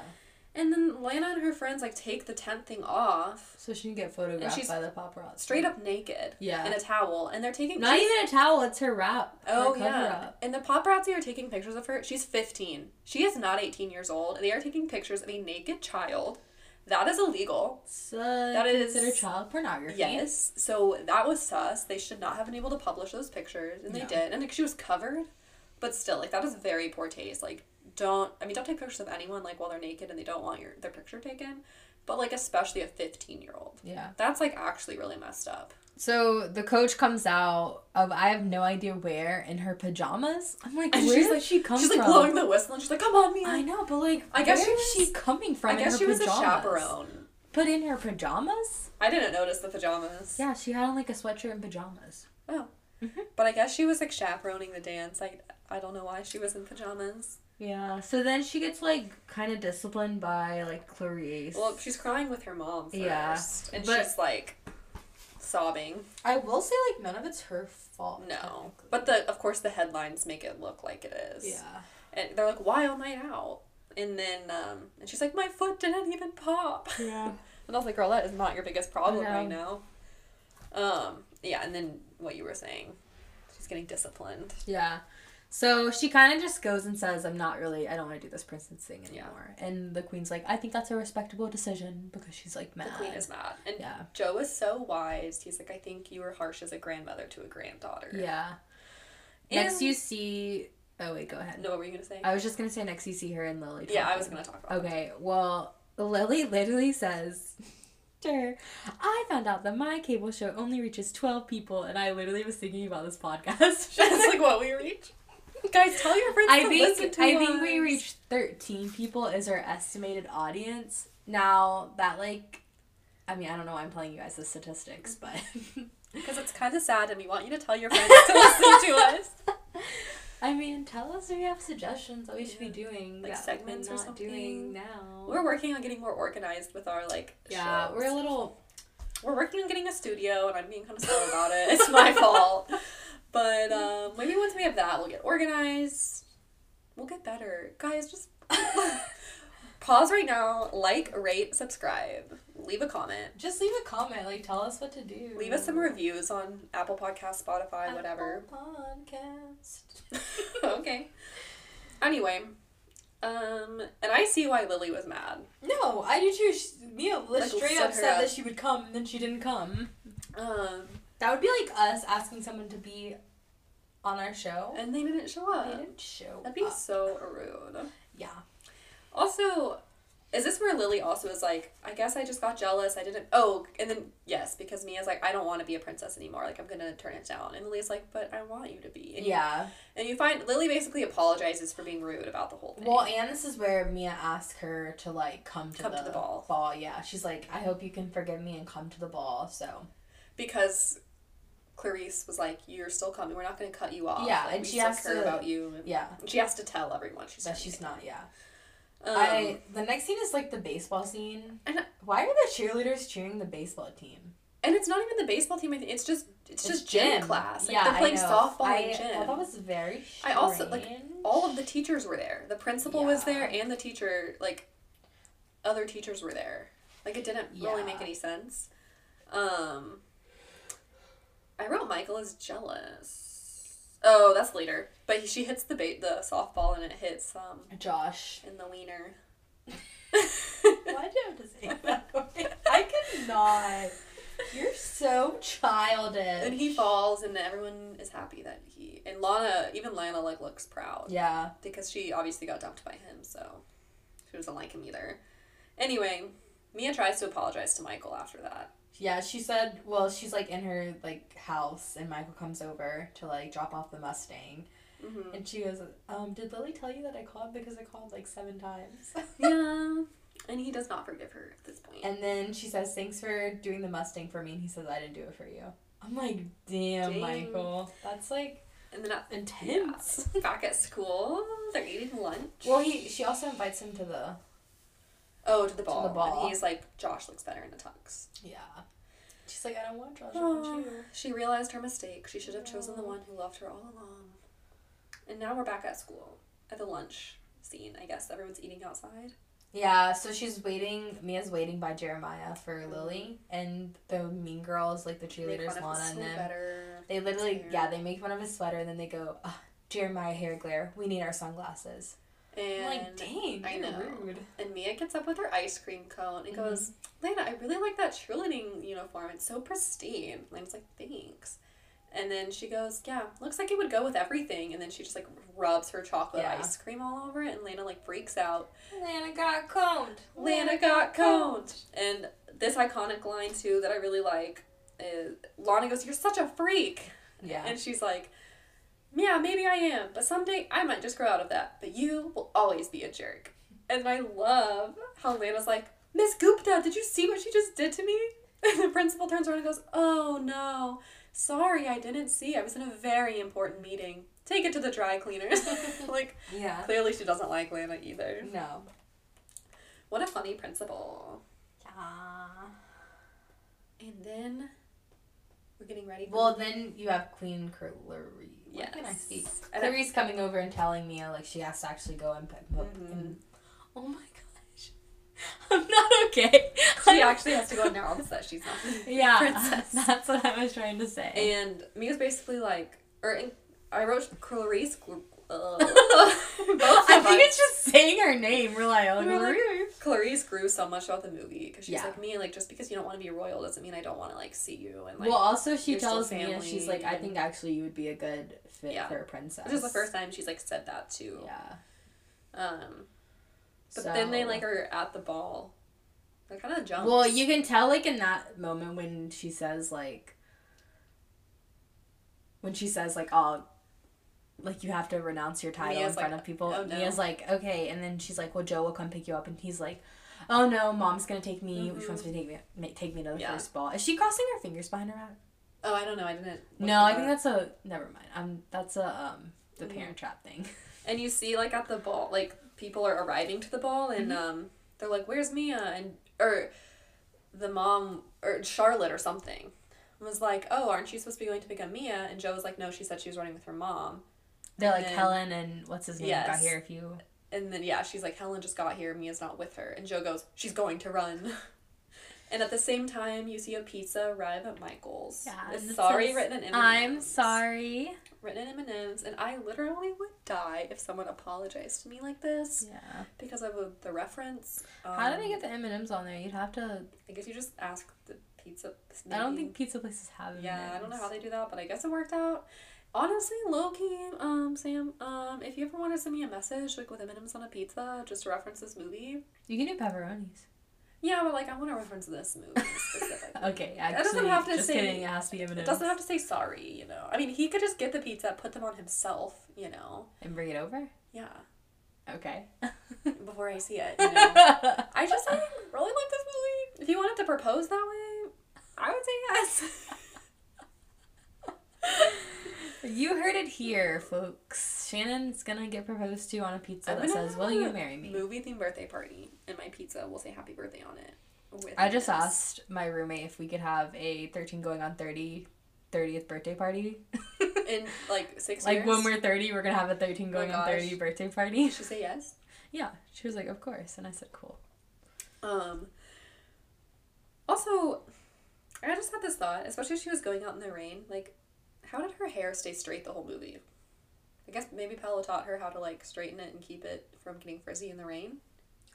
Speaker 6: And then Lana and her friends like take the tent thing off,
Speaker 7: So she can get photographed
Speaker 6: she's
Speaker 7: by the paparazzi.
Speaker 6: straight up naked,
Speaker 7: Yeah.
Speaker 6: in a towel, and they're taking
Speaker 7: Not
Speaker 6: she's-
Speaker 7: even a towel. It's her wrap.
Speaker 6: Oh
Speaker 7: her cover
Speaker 6: yeah,
Speaker 7: Up.
Speaker 6: and the paparazzi are taking pictures of her. She's fifteen. She is not eighteen years old. They are taking pictures of a naked child. That is illegal.
Speaker 7: So
Speaker 6: That is-
Speaker 7: uh, considered child pornography.
Speaker 6: Yes. So that was sus. They should not have been able to publish those pictures, and they
Speaker 7: No.
Speaker 6: did. And like she was covered, but still, like that is very poor taste. Like don't. I mean, don't take pictures of anyone like while they're naked and they don't want your their picture taken, but like especially a fifteen year old.
Speaker 7: Yeah.
Speaker 6: That's like actually really messed up. [LAUGHS]
Speaker 5: So the coach comes out of I have no idea where in her pajamas.
Speaker 7: I'm like,
Speaker 6: And
Speaker 7: where
Speaker 6: she's
Speaker 7: did
Speaker 6: like-
Speaker 7: she come
Speaker 6: she's
Speaker 7: from?
Speaker 6: like blowing the whistle and she's like, "Come on, me."
Speaker 5: I know, but like,
Speaker 6: I guess
Speaker 5: where
Speaker 6: she
Speaker 5: is
Speaker 6: was-
Speaker 5: she coming from?
Speaker 6: I
Speaker 5: in
Speaker 6: guess
Speaker 5: her
Speaker 6: she was a
Speaker 5: pajamas?
Speaker 6: chaperone.
Speaker 5: But in her pajamas?
Speaker 6: I didn't notice the pajamas.
Speaker 5: Yeah, she had on like a sweatshirt and pajamas.
Speaker 6: Oh. But I guess she was like chaperoning the dance. Like I don't know why she was in pajamas.
Speaker 5: Yeah. So then she gets like kind of disciplined by like Clarice.
Speaker 6: Well, she's crying with her mom first,
Speaker 5: Yeah,
Speaker 6: and
Speaker 5: but-
Speaker 6: she's like sobbing.
Speaker 7: I will say like none of it's her fault.
Speaker 6: No, but the of course the headlines make it look like it is.
Speaker 7: yeah.
Speaker 6: and they're like, "Why all night out?" And then, um, and she's like, "My foot didn't even pop." [LAUGHS]
Speaker 5: Yeah.
Speaker 6: And I was like, "Girl, that is not your biggest problem
Speaker 5: I
Speaker 6: right now." Um, yeah, and then what you were saying, she's getting disciplined.
Speaker 5: Yeah. So she kind of just goes and says, I'm not really, I don't want to do this princess thing
Speaker 6: Yeah.
Speaker 5: anymore. And the queen's like, I think that's a respectable decision because she's like mad.
Speaker 6: The queen is mad, and
Speaker 5: Yeah.
Speaker 6: Joe is so wise. He's like, "I think you were harsh as a grandmother to a granddaughter."
Speaker 5: Yeah.
Speaker 6: And-
Speaker 5: Next you see, oh wait, go ahead.
Speaker 6: No, what were you gonna say?
Speaker 5: I was just going to say next you see her and Lily.
Speaker 6: yeah, I was
Speaker 5: talking.
Speaker 6: gonna talk about.
Speaker 5: Okay, well, Lily literally says [LAUGHS] to her, I found out that my cable show only reaches 12 people, and I literally was thinking about this podcast. [LAUGHS]
Speaker 6: [LAUGHS] That's like what we reach. Guys, tell your [LAUGHS] friends
Speaker 5: I
Speaker 6: to listen
Speaker 5: think
Speaker 6: to
Speaker 5: I think we
Speaker 6: us.
Speaker 5: reached 13 people is our estimated audience. Now, that like I mean, I don't know why I'm telling you guys the
Speaker 6: Mm.
Speaker 5: statistics, but
Speaker 6: because it's kind of sad, and we want you to tell your friends to listen [LAUGHS] to us.
Speaker 7: [LAUGHS] I mean, tell us if you have suggestions that we should be doing
Speaker 6: Like
Speaker 7: that segments
Speaker 6: segments or
Speaker 7: we're not
Speaker 6: something.
Speaker 7: doing now.
Speaker 6: We're working on getting more organized with our like.
Speaker 7: yeah,
Speaker 6: shows.
Speaker 7: we're a little.
Speaker 6: we're working on getting a studio, and I'm being kind of slow about it. It's my fault. [LAUGHS] But um, maybe once we have that, we'll get organized. We'll get better, guys. Just [LAUGHS] pause right now. Like, rate, subscribe, leave a comment.
Speaker 7: Just leave a comment. Like, tell us what to do.
Speaker 6: Leave us some reviews on Mm. Apple Podcasts, Spotify,
Speaker 7: Apple
Speaker 6: whatever.
Speaker 7: Podcast.
Speaker 6: [LAUGHS] okay. Anyway, um, and I see why Lily was mad.
Speaker 7: No, I do too. She, Mia was
Speaker 6: Like,
Speaker 7: straight
Speaker 6: set
Speaker 7: up
Speaker 6: her
Speaker 7: said
Speaker 6: up.
Speaker 7: that she would come, and then she didn't come.
Speaker 6: Um,
Speaker 7: That would be like us asking someone to be on our show.
Speaker 6: and they didn't show
Speaker 7: They
Speaker 6: up.
Speaker 7: didn't show.
Speaker 6: That'd be
Speaker 7: up.
Speaker 6: so rude.
Speaker 7: Yeah.
Speaker 6: Also, is this where Lily also is like, I guess I just got jealous. I didn't. Oh, and then yes, because Mia's like, I don't want to be a princess anymore. Like I'm gonna turn it down. And Lily's like, but I want you to be. And you-
Speaker 7: Yeah.
Speaker 6: and you find Lily basically apologizes for being rude about the whole thing.
Speaker 7: Well, and this is where Mia asked her to like come to,
Speaker 6: Come
Speaker 7: the,
Speaker 6: to the ball.
Speaker 7: Yeah, she's like, I hope you can forgive me and come to the ball. So
Speaker 6: because Clarice was like, "You're still coming. We're not gonna cut you off.
Speaker 7: Yeah,
Speaker 6: like,
Speaker 7: and
Speaker 6: we
Speaker 7: she
Speaker 6: still
Speaker 7: has
Speaker 6: care
Speaker 7: to-
Speaker 6: about you. And
Speaker 7: yeah,
Speaker 6: She has to tell everyone she's
Speaker 7: that
Speaker 6: gonna
Speaker 7: she's
Speaker 6: make
Speaker 7: not. Yeah.
Speaker 6: it. Um,
Speaker 7: I the next scene is like the baseball scene.
Speaker 6: I know.
Speaker 7: Why are the cheerleaders cheering the baseball team?
Speaker 6: and it's not even the baseball team. I think it's just it's, just gym,
Speaker 7: gym.
Speaker 6: class. Like
Speaker 7: yeah,
Speaker 6: they're playing
Speaker 7: I know.
Speaker 6: softball
Speaker 7: I
Speaker 6: and gym.
Speaker 7: thought that was very. Strange.
Speaker 6: I also, like, All of the teachers were there. The principal was
Speaker 7: Yeah.
Speaker 6: there, and the teacher like other teachers were there. Like it didn't really
Speaker 7: Yeah.
Speaker 6: make any sense. Um, I wrote Michael is jealous. Oh, that's later. But he, she hits the bait the softball and it hits um
Speaker 7: Josh.
Speaker 6: in the
Speaker 7: [LAUGHS]
Speaker 6: wiener. [LAUGHS]
Speaker 7: Why do you have to say [LAUGHS] it that way? I cannot. You're so childish.
Speaker 6: and he falls, and everyone is happy that he and Lana, even Lana, like looks proud
Speaker 7: Yeah.
Speaker 6: because she obviously got dumped by him, so she doesn't like him either. Anyway, Mia tries to apologize to Michael after that.
Speaker 7: Yeah, she said, well, she's like in her like house and Michael comes over to like drop off the Mustang.
Speaker 6: Mhm.
Speaker 7: And she goes, um, did Lily tell you that I called because I called like seven
Speaker 6: [LAUGHS]
Speaker 7: times?
Speaker 6: Yeah, and he does not forgive her at this point.
Speaker 7: and then she says, thanks for doing the Mustang for me. And he says, I didn't do it for you. I'm like, damn,
Speaker 6: Dang.
Speaker 7: Michael. That's like,
Speaker 6: And then at,
Speaker 7: Intense.
Speaker 6: back at school, they're eating lunch.
Speaker 7: Well, he she also invites him to the
Speaker 6: oh, to the ball.
Speaker 7: the ball.
Speaker 6: And he's like, Josh looks better in the tux.
Speaker 7: yeah. She's like, I don't want Josh.
Speaker 6: [SIGHS] She realized her mistake. She should have chosen the one who loved her all along. And now we're back at school at the lunch scene. I guess everyone's eating outside.
Speaker 7: Yeah, so she's waiting. Mia's waiting by Jeremiah for Lily, and the mean girls, like the
Speaker 6: Make fun
Speaker 7: cheerleaders,
Speaker 6: of
Speaker 7: Lana
Speaker 6: his
Speaker 7: and them.
Speaker 6: sweater.
Speaker 7: They literally,
Speaker 6: Hair.
Speaker 7: yeah, they make fun of his sweater, and then they go, "Ugh, Jeremiah hair glare. We need our sunglasses.
Speaker 6: And
Speaker 7: I'm like, dang,
Speaker 6: I
Speaker 7: kinda
Speaker 6: know.
Speaker 7: rude. Mm-hmm.
Speaker 6: And Mia gets up with her ice cream cone and goes, Lena, I really like that cheerleading uniform. It's so pristine. Lena's like, thanks. And then she goes, Yeah, looks like it would go with everything. And then she just like rubs her chocolate
Speaker 7: Yeah.
Speaker 6: ice cream all over it. And Lena like freaks out.
Speaker 7: Lana got coned.
Speaker 6: Lana got coned. And this iconic line too that I really like is Lana goes, You're such a freak.
Speaker 7: Yeah.
Speaker 6: And she's like, Yeah, maybe I am, but someday I might just grow out of that. But you will always be a jerk. And I love how Lana's like, Miss Gupta, did you see what she just did to me? [LAUGHS] And the principal turns around and goes, Oh no, sorry, I didn't see. I was in a very important meeting. Take it to the dry cleaners. [LAUGHS] like,
Speaker 7: yeah.
Speaker 6: clearly she doesn't like Lana
Speaker 5: Mm.
Speaker 6: either.
Speaker 7: No.
Speaker 6: What a funny principal.
Speaker 7: Yeah.
Speaker 6: And then we're getting ready. for-
Speaker 7: Well, then you have Queen Clarice. Yes.
Speaker 6: Yes.
Speaker 7: Can I speak?
Speaker 6: And I-
Speaker 7: Clarice coming over and telling Mia like she has to actually go and pick up.
Speaker 6: Mm-hmm.
Speaker 7: And, oh my gosh, [LAUGHS] I'm not okay.
Speaker 5: [LAUGHS]
Speaker 6: [LAUGHS] she actually has to go announce that she's [LAUGHS] not.
Speaker 5: Yeah,
Speaker 7: [LAUGHS]
Speaker 6: Princess.
Speaker 5: that's what I was trying to say.
Speaker 6: And Mia's basically like, or in, I wrote Clarice. Cl- Uh, both
Speaker 5: I
Speaker 6: of
Speaker 5: think
Speaker 6: us.
Speaker 5: it's just saying her name. We're like, oh,
Speaker 6: We're like-
Speaker 5: Maria.
Speaker 6: Clarice grew so much about the movie because she's
Speaker 7: Yeah.
Speaker 6: like me, like just because you don't want to be royal doesn't mean I don't want to like see you and like.
Speaker 7: well, also she
Speaker 6: you're still
Speaker 7: tells Mia she's like, I
Speaker 6: family.
Speaker 7: think actually you would be a good fit
Speaker 6: Yeah.
Speaker 7: for a princess.
Speaker 6: this is the first time she's like said that too.
Speaker 7: Yeah.
Speaker 6: Um, but then they
Speaker 7: So-
Speaker 6: like are at the ball. They're kind of jumps.
Speaker 5: Well, you can tell like in that moment when she says like when she says like oh like you have to renounce your title
Speaker 6: Mia's
Speaker 5: in front
Speaker 6: like,
Speaker 5: of people.
Speaker 6: "Oh, no."
Speaker 5: Mia's like, okay, and then she's like, well, Joe will come pick you up, and he's like, oh no, mom's gonna take me. She wants to take me ma- take me to the
Speaker 6: Mm-hmm. Yeah.
Speaker 5: first ball. Is she crossing her fingers behind her back?
Speaker 6: Oh, I don't know. I didn't. look
Speaker 5: No,
Speaker 6: at
Speaker 5: I think
Speaker 6: that.
Speaker 5: that's a never mind. Um, that's a um the
Speaker 6: Mm-hmm.
Speaker 5: parent trap thing.
Speaker 6: And you see, like, at the ball, like, people are arriving to the ball, and
Speaker 5: Mm-hmm.
Speaker 6: um, they're like, "Where's Mia?" and or the mom or Charlotte or something was like, "Oh, aren't you supposed to be going to pick up Mia?" And Joe was like, "No, she said she was running with her mom."
Speaker 5: They're
Speaker 6: And
Speaker 5: like
Speaker 6: then-
Speaker 5: Helen and what's his name got
Speaker 6: Yes.
Speaker 5: here if you.
Speaker 6: And then yeah, she's like, "Helen just got here. Mia's not with her." And Joe goes, "She's going to run." [LAUGHS] and at the same time, you see a pizza arrive at Michael's. with
Speaker 5: and it
Speaker 6: sorry
Speaker 5: says,
Speaker 6: written in M&Ms.
Speaker 5: I'm sorry.
Speaker 6: Written in M&Ms, and I literally would die if someone apologized to me like this
Speaker 5: Yeah.
Speaker 6: because of uh, the reference.
Speaker 5: How did
Speaker 6: Um,
Speaker 5: I get the M and M's on there? You'd have to.
Speaker 6: I guess you just ask the pizza.
Speaker 5: I don't
Speaker 6: maybe.
Speaker 5: think pizza places have M and M's.
Speaker 6: Yeah, I don't know how they do that, but I guess it worked out. Honestly, low key, um, Sam, um, if you ever want to send me a message like with M&Ms on a pizza, just to reference this movie.
Speaker 5: You can do pepperonis.
Speaker 6: Yeah, but like I want to reference
Speaker 5: [LAUGHS]
Speaker 6: this movie specifically.
Speaker 5: Okay,
Speaker 6: doesn't
Speaker 5: actually,
Speaker 6: have to
Speaker 5: just
Speaker 6: say-
Speaker 5: kidding. It has to be M and
Speaker 6: It
Speaker 5: M's.
Speaker 6: doesn't have to say sorry, you know. I mean, he could just get the pizza, put them on himself, you know.
Speaker 5: And bring it over.
Speaker 6: Yeah, [LAUGHS]
Speaker 5: Okay.
Speaker 6: before I see it. You
Speaker 5: [LAUGHS]
Speaker 6: know? I just I really like this movie. If you wanted to propose that way, I would say yes. [LAUGHS]
Speaker 5: you heard it here, folks. Shannon's gonna get proposed to on a pizza
Speaker 6: I'm
Speaker 5: that
Speaker 6: gonna
Speaker 5: says, "Will
Speaker 6: have
Speaker 5: you
Speaker 6: a
Speaker 5: marry me?"
Speaker 6: Movie themed birthday party, and my pizza will say happy birthday on it. with
Speaker 5: I just
Speaker 6: M&Ms.
Speaker 5: asked my roommate if we could have a 13 going on 30 30th birthday party.
Speaker 6: In like six
Speaker 5: like
Speaker 6: years.
Speaker 5: when we're 30, we're gonna have a 13 going on
Speaker 6: gosh.
Speaker 5: 30 birthday party. [LAUGHS]
Speaker 6: She say yes.
Speaker 5: yeah, she was like, "Of course," and I said, "Cool."
Speaker 6: Um. Also, I just had this thought, especially if she was going out in the rain. Like, how did her hair stay straight the whole movie? I guess maybe Paolo taught her how to like straighten it and keep it from getting frizzy in the rain.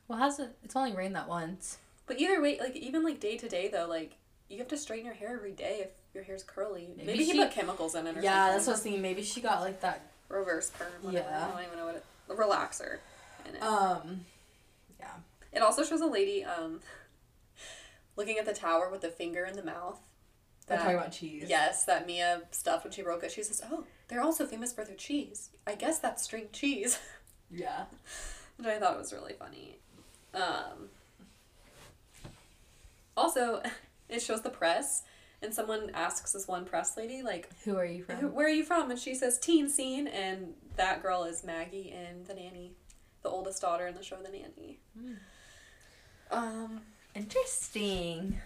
Speaker 5: Well, hasn't it's only rained that once?
Speaker 6: But either way, like even like day to day though, like you have to straighten your hair every day if your hair's curly. Maybe, he
Speaker 5: she-
Speaker 6: put chemicals in it. Or
Speaker 7: Yeah,
Speaker 6: something.
Speaker 7: that's what I was thinking. Maybe she got like that.
Speaker 6: reverse perm. Whatever.
Speaker 7: Yeah.
Speaker 6: I don't even know what it. a Relaxer. In it.
Speaker 7: Um,
Speaker 6: it also shows a lady um, [LAUGHS] looking at the tower with the finger in the mouth.
Speaker 7: I'm
Speaker 6: That-
Speaker 7: talking about cheese.
Speaker 6: Yes, that Mia stuffed when she broke it. She says, "Oh, they're also famous for their cheese. I guess that's string cheese." [LAUGHS]
Speaker 7: Yeah.
Speaker 6: Which I thought was really funny. [LAUGHS] Um, also, it shows the press, and someone asks this one press lady like,
Speaker 5: Who are you
Speaker 6: "Who-
Speaker 5: from?
Speaker 6: "Where are you from?" and she says, "Teen scene," and that girl is Maggie in The Nanny, the oldest daughter in the show The Nanny.
Speaker 5: Hmm.
Speaker 6: Um,
Speaker 7: Interesting.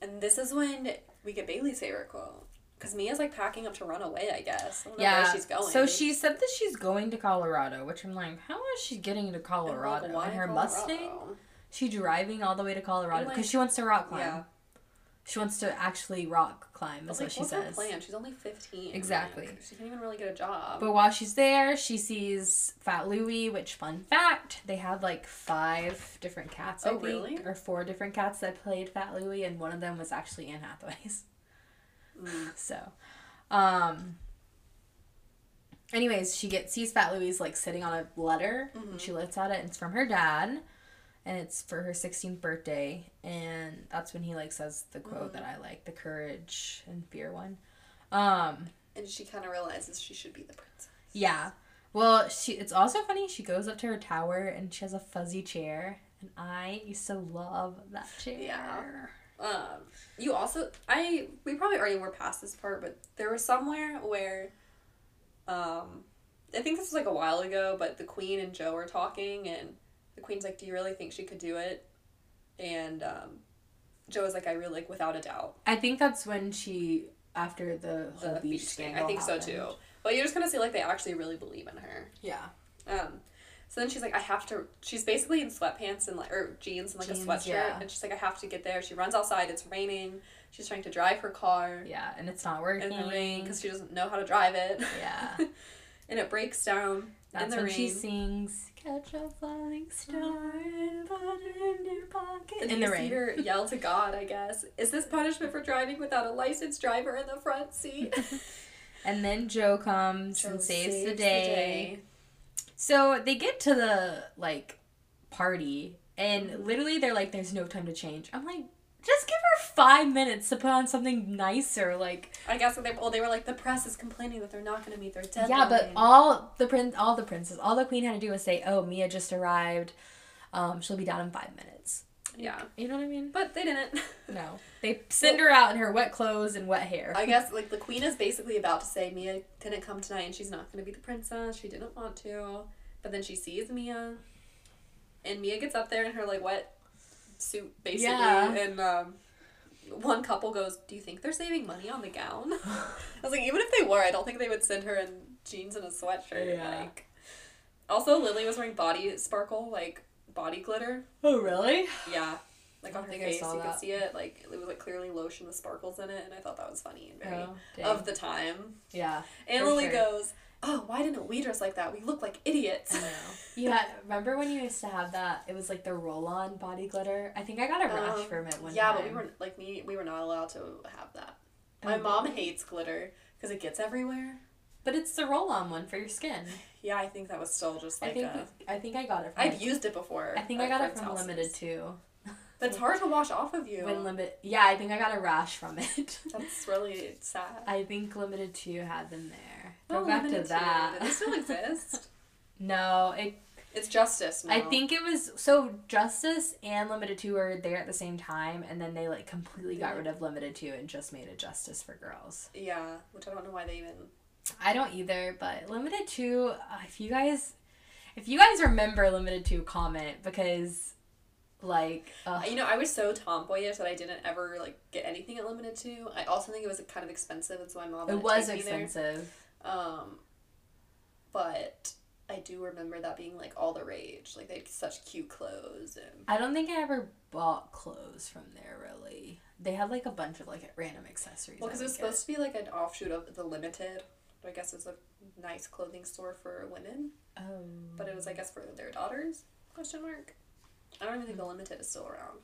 Speaker 6: and this is when we get Bailey's favorite quote. Cause Mia's like packing up to run away, I guess. I don't know
Speaker 5: Yeah.
Speaker 6: where she's going.
Speaker 5: So she said that she's going to Colorado, which I'm like, how is she getting to
Speaker 6: And, like,
Speaker 5: Colorado?
Speaker 6: why
Speaker 5: In her
Speaker 6: Colorado?
Speaker 5: Mustang? She driving all the way to Colorado
Speaker 6: like-
Speaker 5: because she wants to rock climb.
Speaker 6: Yeah.
Speaker 5: She wants to actually rock climb.
Speaker 6: But,
Speaker 5: Is
Speaker 6: like,
Speaker 5: what she
Speaker 6: what's her
Speaker 5: says.
Speaker 6: plan? She's only fifteen.
Speaker 5: Exactly.
Speaker 6: Like, she can't even really get a job.
Speaker 5: But while she's there, she sees Fat Louie, which fun fact, they had like five different cats, I
Speaker 6: Oh,
Speaker 5: think,
Speaker 6: really?
Speaker 5: or four different cats that played Fat Louie, and one of them was actually Anne Hathaway's.
Speaker 6: Mm.
Speaker 5: [LAUGHS] So, um. Anyways, she gets sees Fat Louie's like sitting on a letter.
Speaker 6: Mm-hmm.
Speaker 5: And she looks at it, and it's from her dad, and it's for her 16th birthday. And that's when he like says the
Speaker 6: Mm.
Speaker 5: quote that I like, the courage and fear one. Um.
Speaker 6: and she kind of realizes she should be the princess.
Speaker 5: Yeah. Well, she it's also funny she goes up to her tower and she has a fuzzy chair and I used to love that chair.
Speaker 6: Yeah. Um, you also, I we probably already were past this part, but there was somewhere where, um, I think this was like a while ago, but the queen and Joe are talking, and the queen's like, "Do you really think she could do it?" And um, Joe is like, "I really like without a doubt."
Speaker 5: I think that's when she after Oh, the
Speaker 6: Oh, The
Speaker 5: whole
Speaker 6: beach, thing. I think so too. But you're just gonna see like they actually really believe in her.
Speaker 5: Yeah.
Speaker 6: Um, so then she's like, I have to. She's basically in sweatpants and like or jeans and like a
Speaker 5: Jeans,
Speaker 6: sweatshirt,
Speaker 5: yeah.
Speaker 6: and she's like, I have to get there. She runs outside. It's raining. She's trying to drive her car
Speaker 5: Yeah, and it's not working.
Speaker 6: in the rain because she doesn't know how to drive it.
Speaker 5: Mm-hmm. Yeah.
Speaker 6: [LAUGHS] and it breaks down
Speaker 5: That's
Speaker 6: in the
Speaker 5: when
Speaker 6: rain.
Speaker 5: she sings Catch a falling star
Speaker 6: Mm-hmm.
Speaker 5: and put it in your pocket.
Speaker 6: and
Speaker 5: In
Speaker 6: you
Speaker 5: the
Speaker 6: see
Speaker 5: rain. [LAUGHS]
Speaker 6: her yell to God, I guess. Is this punishment for driving without a licensed driver in the
Speaker 5: [LAUGHS]
Speaker 6: front seat?
Speaker 5: And then Joe comes
Speaker 6: Joe
Speaker 5: and saves,
Speaker 6: saves
Speaker 5: the day. So they get to the like party and literally they're like, There's no time to change. I'm like, just give her five minutes to put on something nicer, like
Speaker 6: I guess what they well, they were like the press is complaining that they're not going to meet their deadline.
Speaker 5: Yeah, but all the prin all the princes, all the queen had to do was say, Oh, Mia just arrived. Um, she'll be down in five minutes.
Speaker 6: yeah,
Speaker 5: You know what I mean?
Speaker 6: but they didn't. [LAUGHS]
Speaker 5: No. They send her out in her wet clothes and wet hair.
Speaker 6: I guess like the queen is basically about to say Mia didn't come tonight and she's not gonna be the princess. She didn't want to, but then she sees Mia, and Mia gets up there in her like wet suit basically,
Speaker 5: Yeah.
Speaker 6: and um, one couple goes, "Do you think they're saving money on the
Speaker 5: [LAUGHS]
Speaker 6: gown?" I was like, even if they were, I don't think they would send her in jeans and a sweatshirt.
Speaker 5: Yeah.
Speaker 6: Like, also Lily was wearing body sparkle like body glitter.
Speaker 5: Oh really?
Speaker 6: Yeah. Like
Speaker 5: I
Speaker 6: on her
Speaker 5: think I
Speaker 6: face,
Speaker 5: saw
Speaker 6: you could
Speaker 5: that.
Speaker 6: see it. Like it was like clearly lotion with sparkles in it, and I thought that was funny and very
Speaker 5: Oh, dang.
Speaker 6: of the time.
Speaker 5: yeah.
Speaker 6: And
Speaker 5: For
Speaker 6: Lily
Speaker 5: sure.
Speaker 6: goes, "Oh, why didn't we dress like that? We look like idiots."
Speaker 5: I know. You had remember when you used to have that? It was like the roll-on body glitter. I think I got a rash
Speaker 6: Um,
Speaker 5: from it one
Speaker 6: yeah,
Speaker 5: time.
Speaker 6: but we were like me. We were not allowed to have that. My
Speaker 5: Oh.
Speaker 6: mom hates glitter because it gets everywhere.
Speaker 5: But it's the roll-on one for your skin.
Speaker 6: Yeah, I think that was still just
Speaker 5: I
Speaker 6: like
Speaker 5: think
Speaker 6: a.
Speaker 5: I think I got it from.
Speaker 6: I've used it before.
Speaker 5: I think I
Speaker 6: at
Speaker 5: got it
Speaker 6: friends'
Speaker 5: from
Speaker 6: houses.
Speaker 5: Limited too.
Speaker 6: But it's hard to wash off of you.
Speaker 5: When Limit, yeah, I think I got a rash from it. [LAUGHS]
Speaker 6: That's really sad.
Speaker 5: I think Limited Two had them there.
Speaker 6: Oh,
Speaker 5: Go back to
Speaker 6: Limited too.
Speaker 5: that.
Speaker 6: Do they
Speaker 5: [LAUGHS]
Speaker 6: still exist?
Speaker 5: no, it.
Speaker 6: It's justice now.
Speaker 5: I think it was so Justice and Limited Two were there at the same time, and then they like completely got
Speaker 6: Yeah.
Speaker 5: rid of Limited Two and just made it Justice for girls.
Speaker 6: Yeah, which I don't know why they even.
Speaker 5: I don't either, but limited to uh, if you guys if you guys remember limited to comment because like uh,
Speaker 6: You know, I was so tomboyish that I didn't ever like get anything at Limited Two. I also think it was kind of expensive, and so my mom.
Speaker 5: it
Speaker 6: wouldn't
Speaker 5: was
Speaker 6: take me there.
Speaker 5: expensive.
Speaker 6: Um, but I do remember that being like all the rage. Like they had such cute clothes and
Speaker 5: I don't think I ever bought clothes from there really. They had like a bunch of like random accessories.
Speaker 6: well, because
Speaker 5: I
Speaker 6: it was
Speaker 5: would
Speaker 6: supposed to be like an offshoot of the Limited. I guess it's a nice clothing store for women,
Speaker 5: get. Oh.
Speaker 6: but it was I guess for their daughters? Question mark. I don't even think the Limited is still
Speaker 5: [LAUGHS]
Speaker 6: around.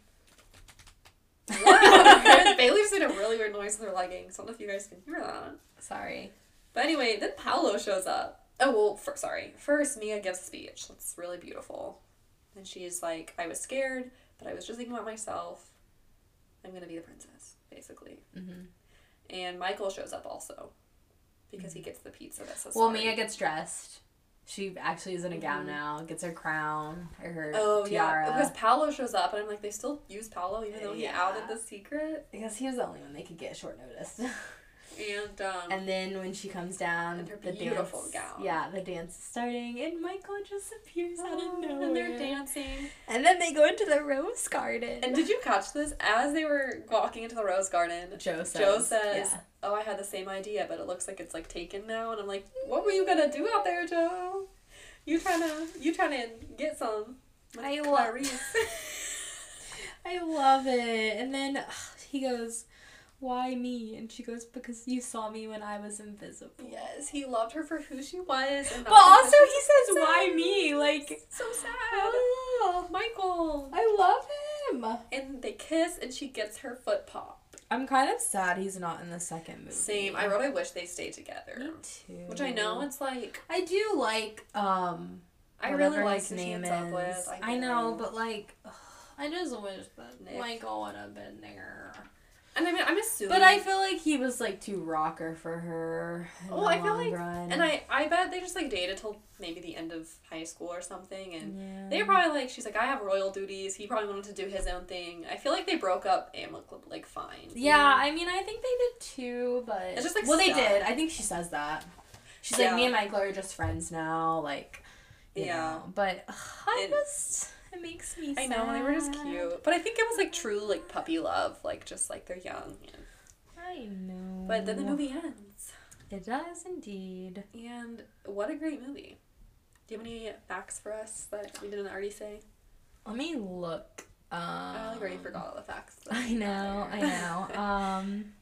Speaker 6: What? [LAUGHS] Bailey's made a really weird noise with her leggings. I don't know if you guys can hear that.
Speaker 5: Sorry.
Speaker 6: But anyway, then Paolo shows up. Oh, well, for, sorry. First, Mia gives a speech that's really beautiful. And she's like, I was scared, but I was just thinking about myself. I'm going to be the princess, basically.
Speaker 5: Mm-hmm.
Speaker 6: And Michael shows up also because he gets the pizza that says
Speaker 5: Mm-hmm. Well,
Speaker 6: sorry.
Speaker 5: Mia gets dressed. She actually is in a gown now. Gets her crown or her
Speaker 6: Mm-hmm. Oh
Speaker 5: tiara.
Speaker 6: yeah, because Paolo shows up, and I'm like, they still use Paolo even though he
Speaker 5: Yeah.
Speaker 6: outed the secret.
Speaker 5: Because he was the only one they could get short notice. [LAUGHS]
Speaker 6: And um,
Speaker 5: and then when she comes down,
Speaker 6: And her
Speaker 5: the
Speaker 6: beautiful
Speaker 5: dance,
Speaker 6: gown.
Speaker 5: Yeah, the dance is starting, and Michael just appears out of nowhere.
Speaker 6: and they're dancing.
Speaker 5: And then they go into the rose garden.
Speaker 6: And did you catch this? As they were walking into the rose garden,
Speaker 5: Joe says,
Speaker 6: Joe says,
Speaker 5: yeah.
Speaker 6: "Oh, I had the same idea, but it looks like it's like taken now." And I'm like, "What were you gonna do out there, Joe? You trying to you trying to get some?" with
Speaker 5: I lo- [LAUGHS]
Speaker 6: Clarice."
Speaker 5: I love it. And then ugh, he goes, Why me? And she goes, Because you saw me when I was invisible.
Speaker 6: yes, he loved her for who she was, and not
Speaker 5: But also,
Speaker 6: because
Speaker 5: he says,
Speaker 6: so
Speaker 5: Why
Speaker 6: sad."
Speaker 5: me? Like,
Speaker 6: she's so sad.
Speaker 5: oh,
Speaker 6: Michael.
Speaker 5: I love him.
Speaker 6: And they kiss, and she gets her foot pop.
Speaker 5: I'm kind of sad he's not in the second movie.
Speaker 6: Same. I wrote, "I wish they stayed together,"
Speaker 5: Me too.
Speaker 6: which I know it's like
Speaker 5: I do like, um,
Speaker 6: I
Speaker 5: whatever
Speaker 6: really like
Speaker 5: his
Speaker 6: who she ends up with.
Speaker 5: I, know, but like, ugh, I just wish that
Speaker 6: Nick.
Speaker 5: Michael would have been there.
Speaker 6: and I mean, I'm assuming,
Speaker 5: But I feel like he was like too rocker for her. in
Speaker 6: Oh,
Speaker 5: the
Speaker 6: I feel
Speaker 5: long
Speaker 6: like-
Speaker 5: run.
Speaker 6: And I, I bet they just like dated till maybe the end of high school or something. And
Speaker 5: Yeah.
Speaker 6: they probably like, she's like, I have royal duties. He probably wanted to do his own thing. I feel like they broke up amicably, like fine.
Speaker 5: Yeah, I mean, I think they did too, but
Speaker 6: It's just, like,
Speaker 5: well, they
Speaker 6: stuff.
Speaker 5: did. I think she says that. She's like,
Speaker 6: Yeah.
Speaker 5: me and Michael are just friends now, like, you
Speaker 6: Yeah.
Speaker 5: know. But ugh, I
Speaker 6: It-
Speaker 5: just it makes me.
Speaker 6: I know they were just
Speaker 5: sad.
Speaker 6: cute, but I think it was like true like puppy love, like just like they're young. And,
Speaker 5: I know.
Speaker 6: but then the movie ends,
Speaker 5: It does indeed.
Speaker 6: and what a great movie! Do you have any facts for us that we didn't already say?
Speaker 5: Let me look. Um,
Speaker 6: I like already forgot all the facts.
Speaker 5: [LAUGHS] I know. I
Speaker 6: [LAUGHS]
Speaker 5: know. Um.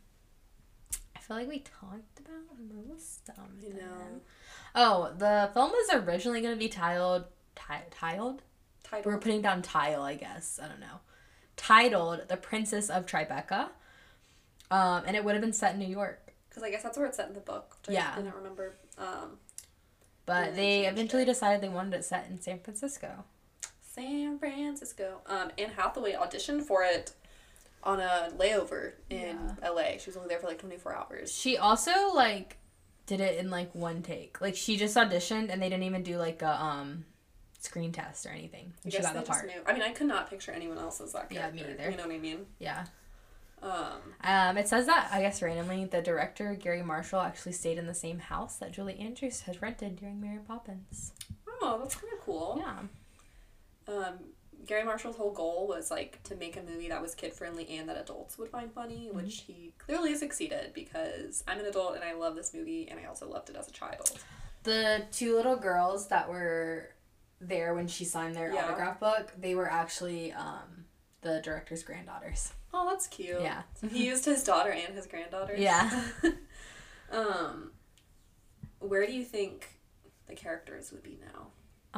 Speaker 5: I feel like we talked about most of them.
Speaker 6: You know,
Speaker 5: Oh, the film was originally going to be titled ti- titled
Speaker 6: title.
Speaker 5: we're putting down tile, I guess. I don't know. Titled The Princess of Tribeca. Um, and it would have been set in New York.
Speaker 6: Because I guess that's where it's set in the book. Which
Speaker 5: Yeah.
Speaker 6: I didn't remember. Um,
Speaker 5: But
Speaker 6: And then
Speaker 5: they
Speaker 6: changed
Speaker 5: eventually
Speaker 6: it.
Speaker 5: decided they wanted it set in San Francisco.
Speaker 6: San Francisco. Um, Anne Hathaway auditioned for it on a layover in LA. She was only there for like 24 hours.
Speaker 5: She also like did it in like one take. Like she just auditioned and they didn't even do like a um screen test or anything.
Speaker 6: I
Speaker 5: And she
Speaker 6: guess
Speaker 5: got the
Speaker 6: they just
Speaker 5: part.
Speaker 6: knew- I mean, I could not picture anyone else as that
Speaker 5: Yeah,
Speaker 6: character.
Speaker 5: me either.
Speaker 6: You know what I mean?
Speaker 5: Yeah.
Speaker 6: Um,
Speaker 5: Um, it says that I guess randomly the director Gary Marshall actually stayed in the same house that Julie Andrews had rented during Mary Poppins.
Speaker 6: oh, that's kind of cool.
Speaker 5: Yeah.
Speaker 6: Um, Gary Marshall's whole goal was like to make a movie that was kid friendly and that adults would find funny, which
Speaker 5: Mm-hmm.
Speaker 6: he clearly succeeded because I'm an adult and I love this movie and I also loved it as a child.
Speaker 7: The two little girls that were there when she signed their
Speaker 6: Yeah.
Speaker 7: autograph book, they were actually um, the director's granddaughters.
Speaker 6: Oh, that's cute.
Speaker 5: Yeah.
Speaker 6: he used his daughter and his granddaughter.
Speaker 7: [LAUGHS]
Speaker 5: Yeah.
Speaker 6: um, where do you think the characters would be now?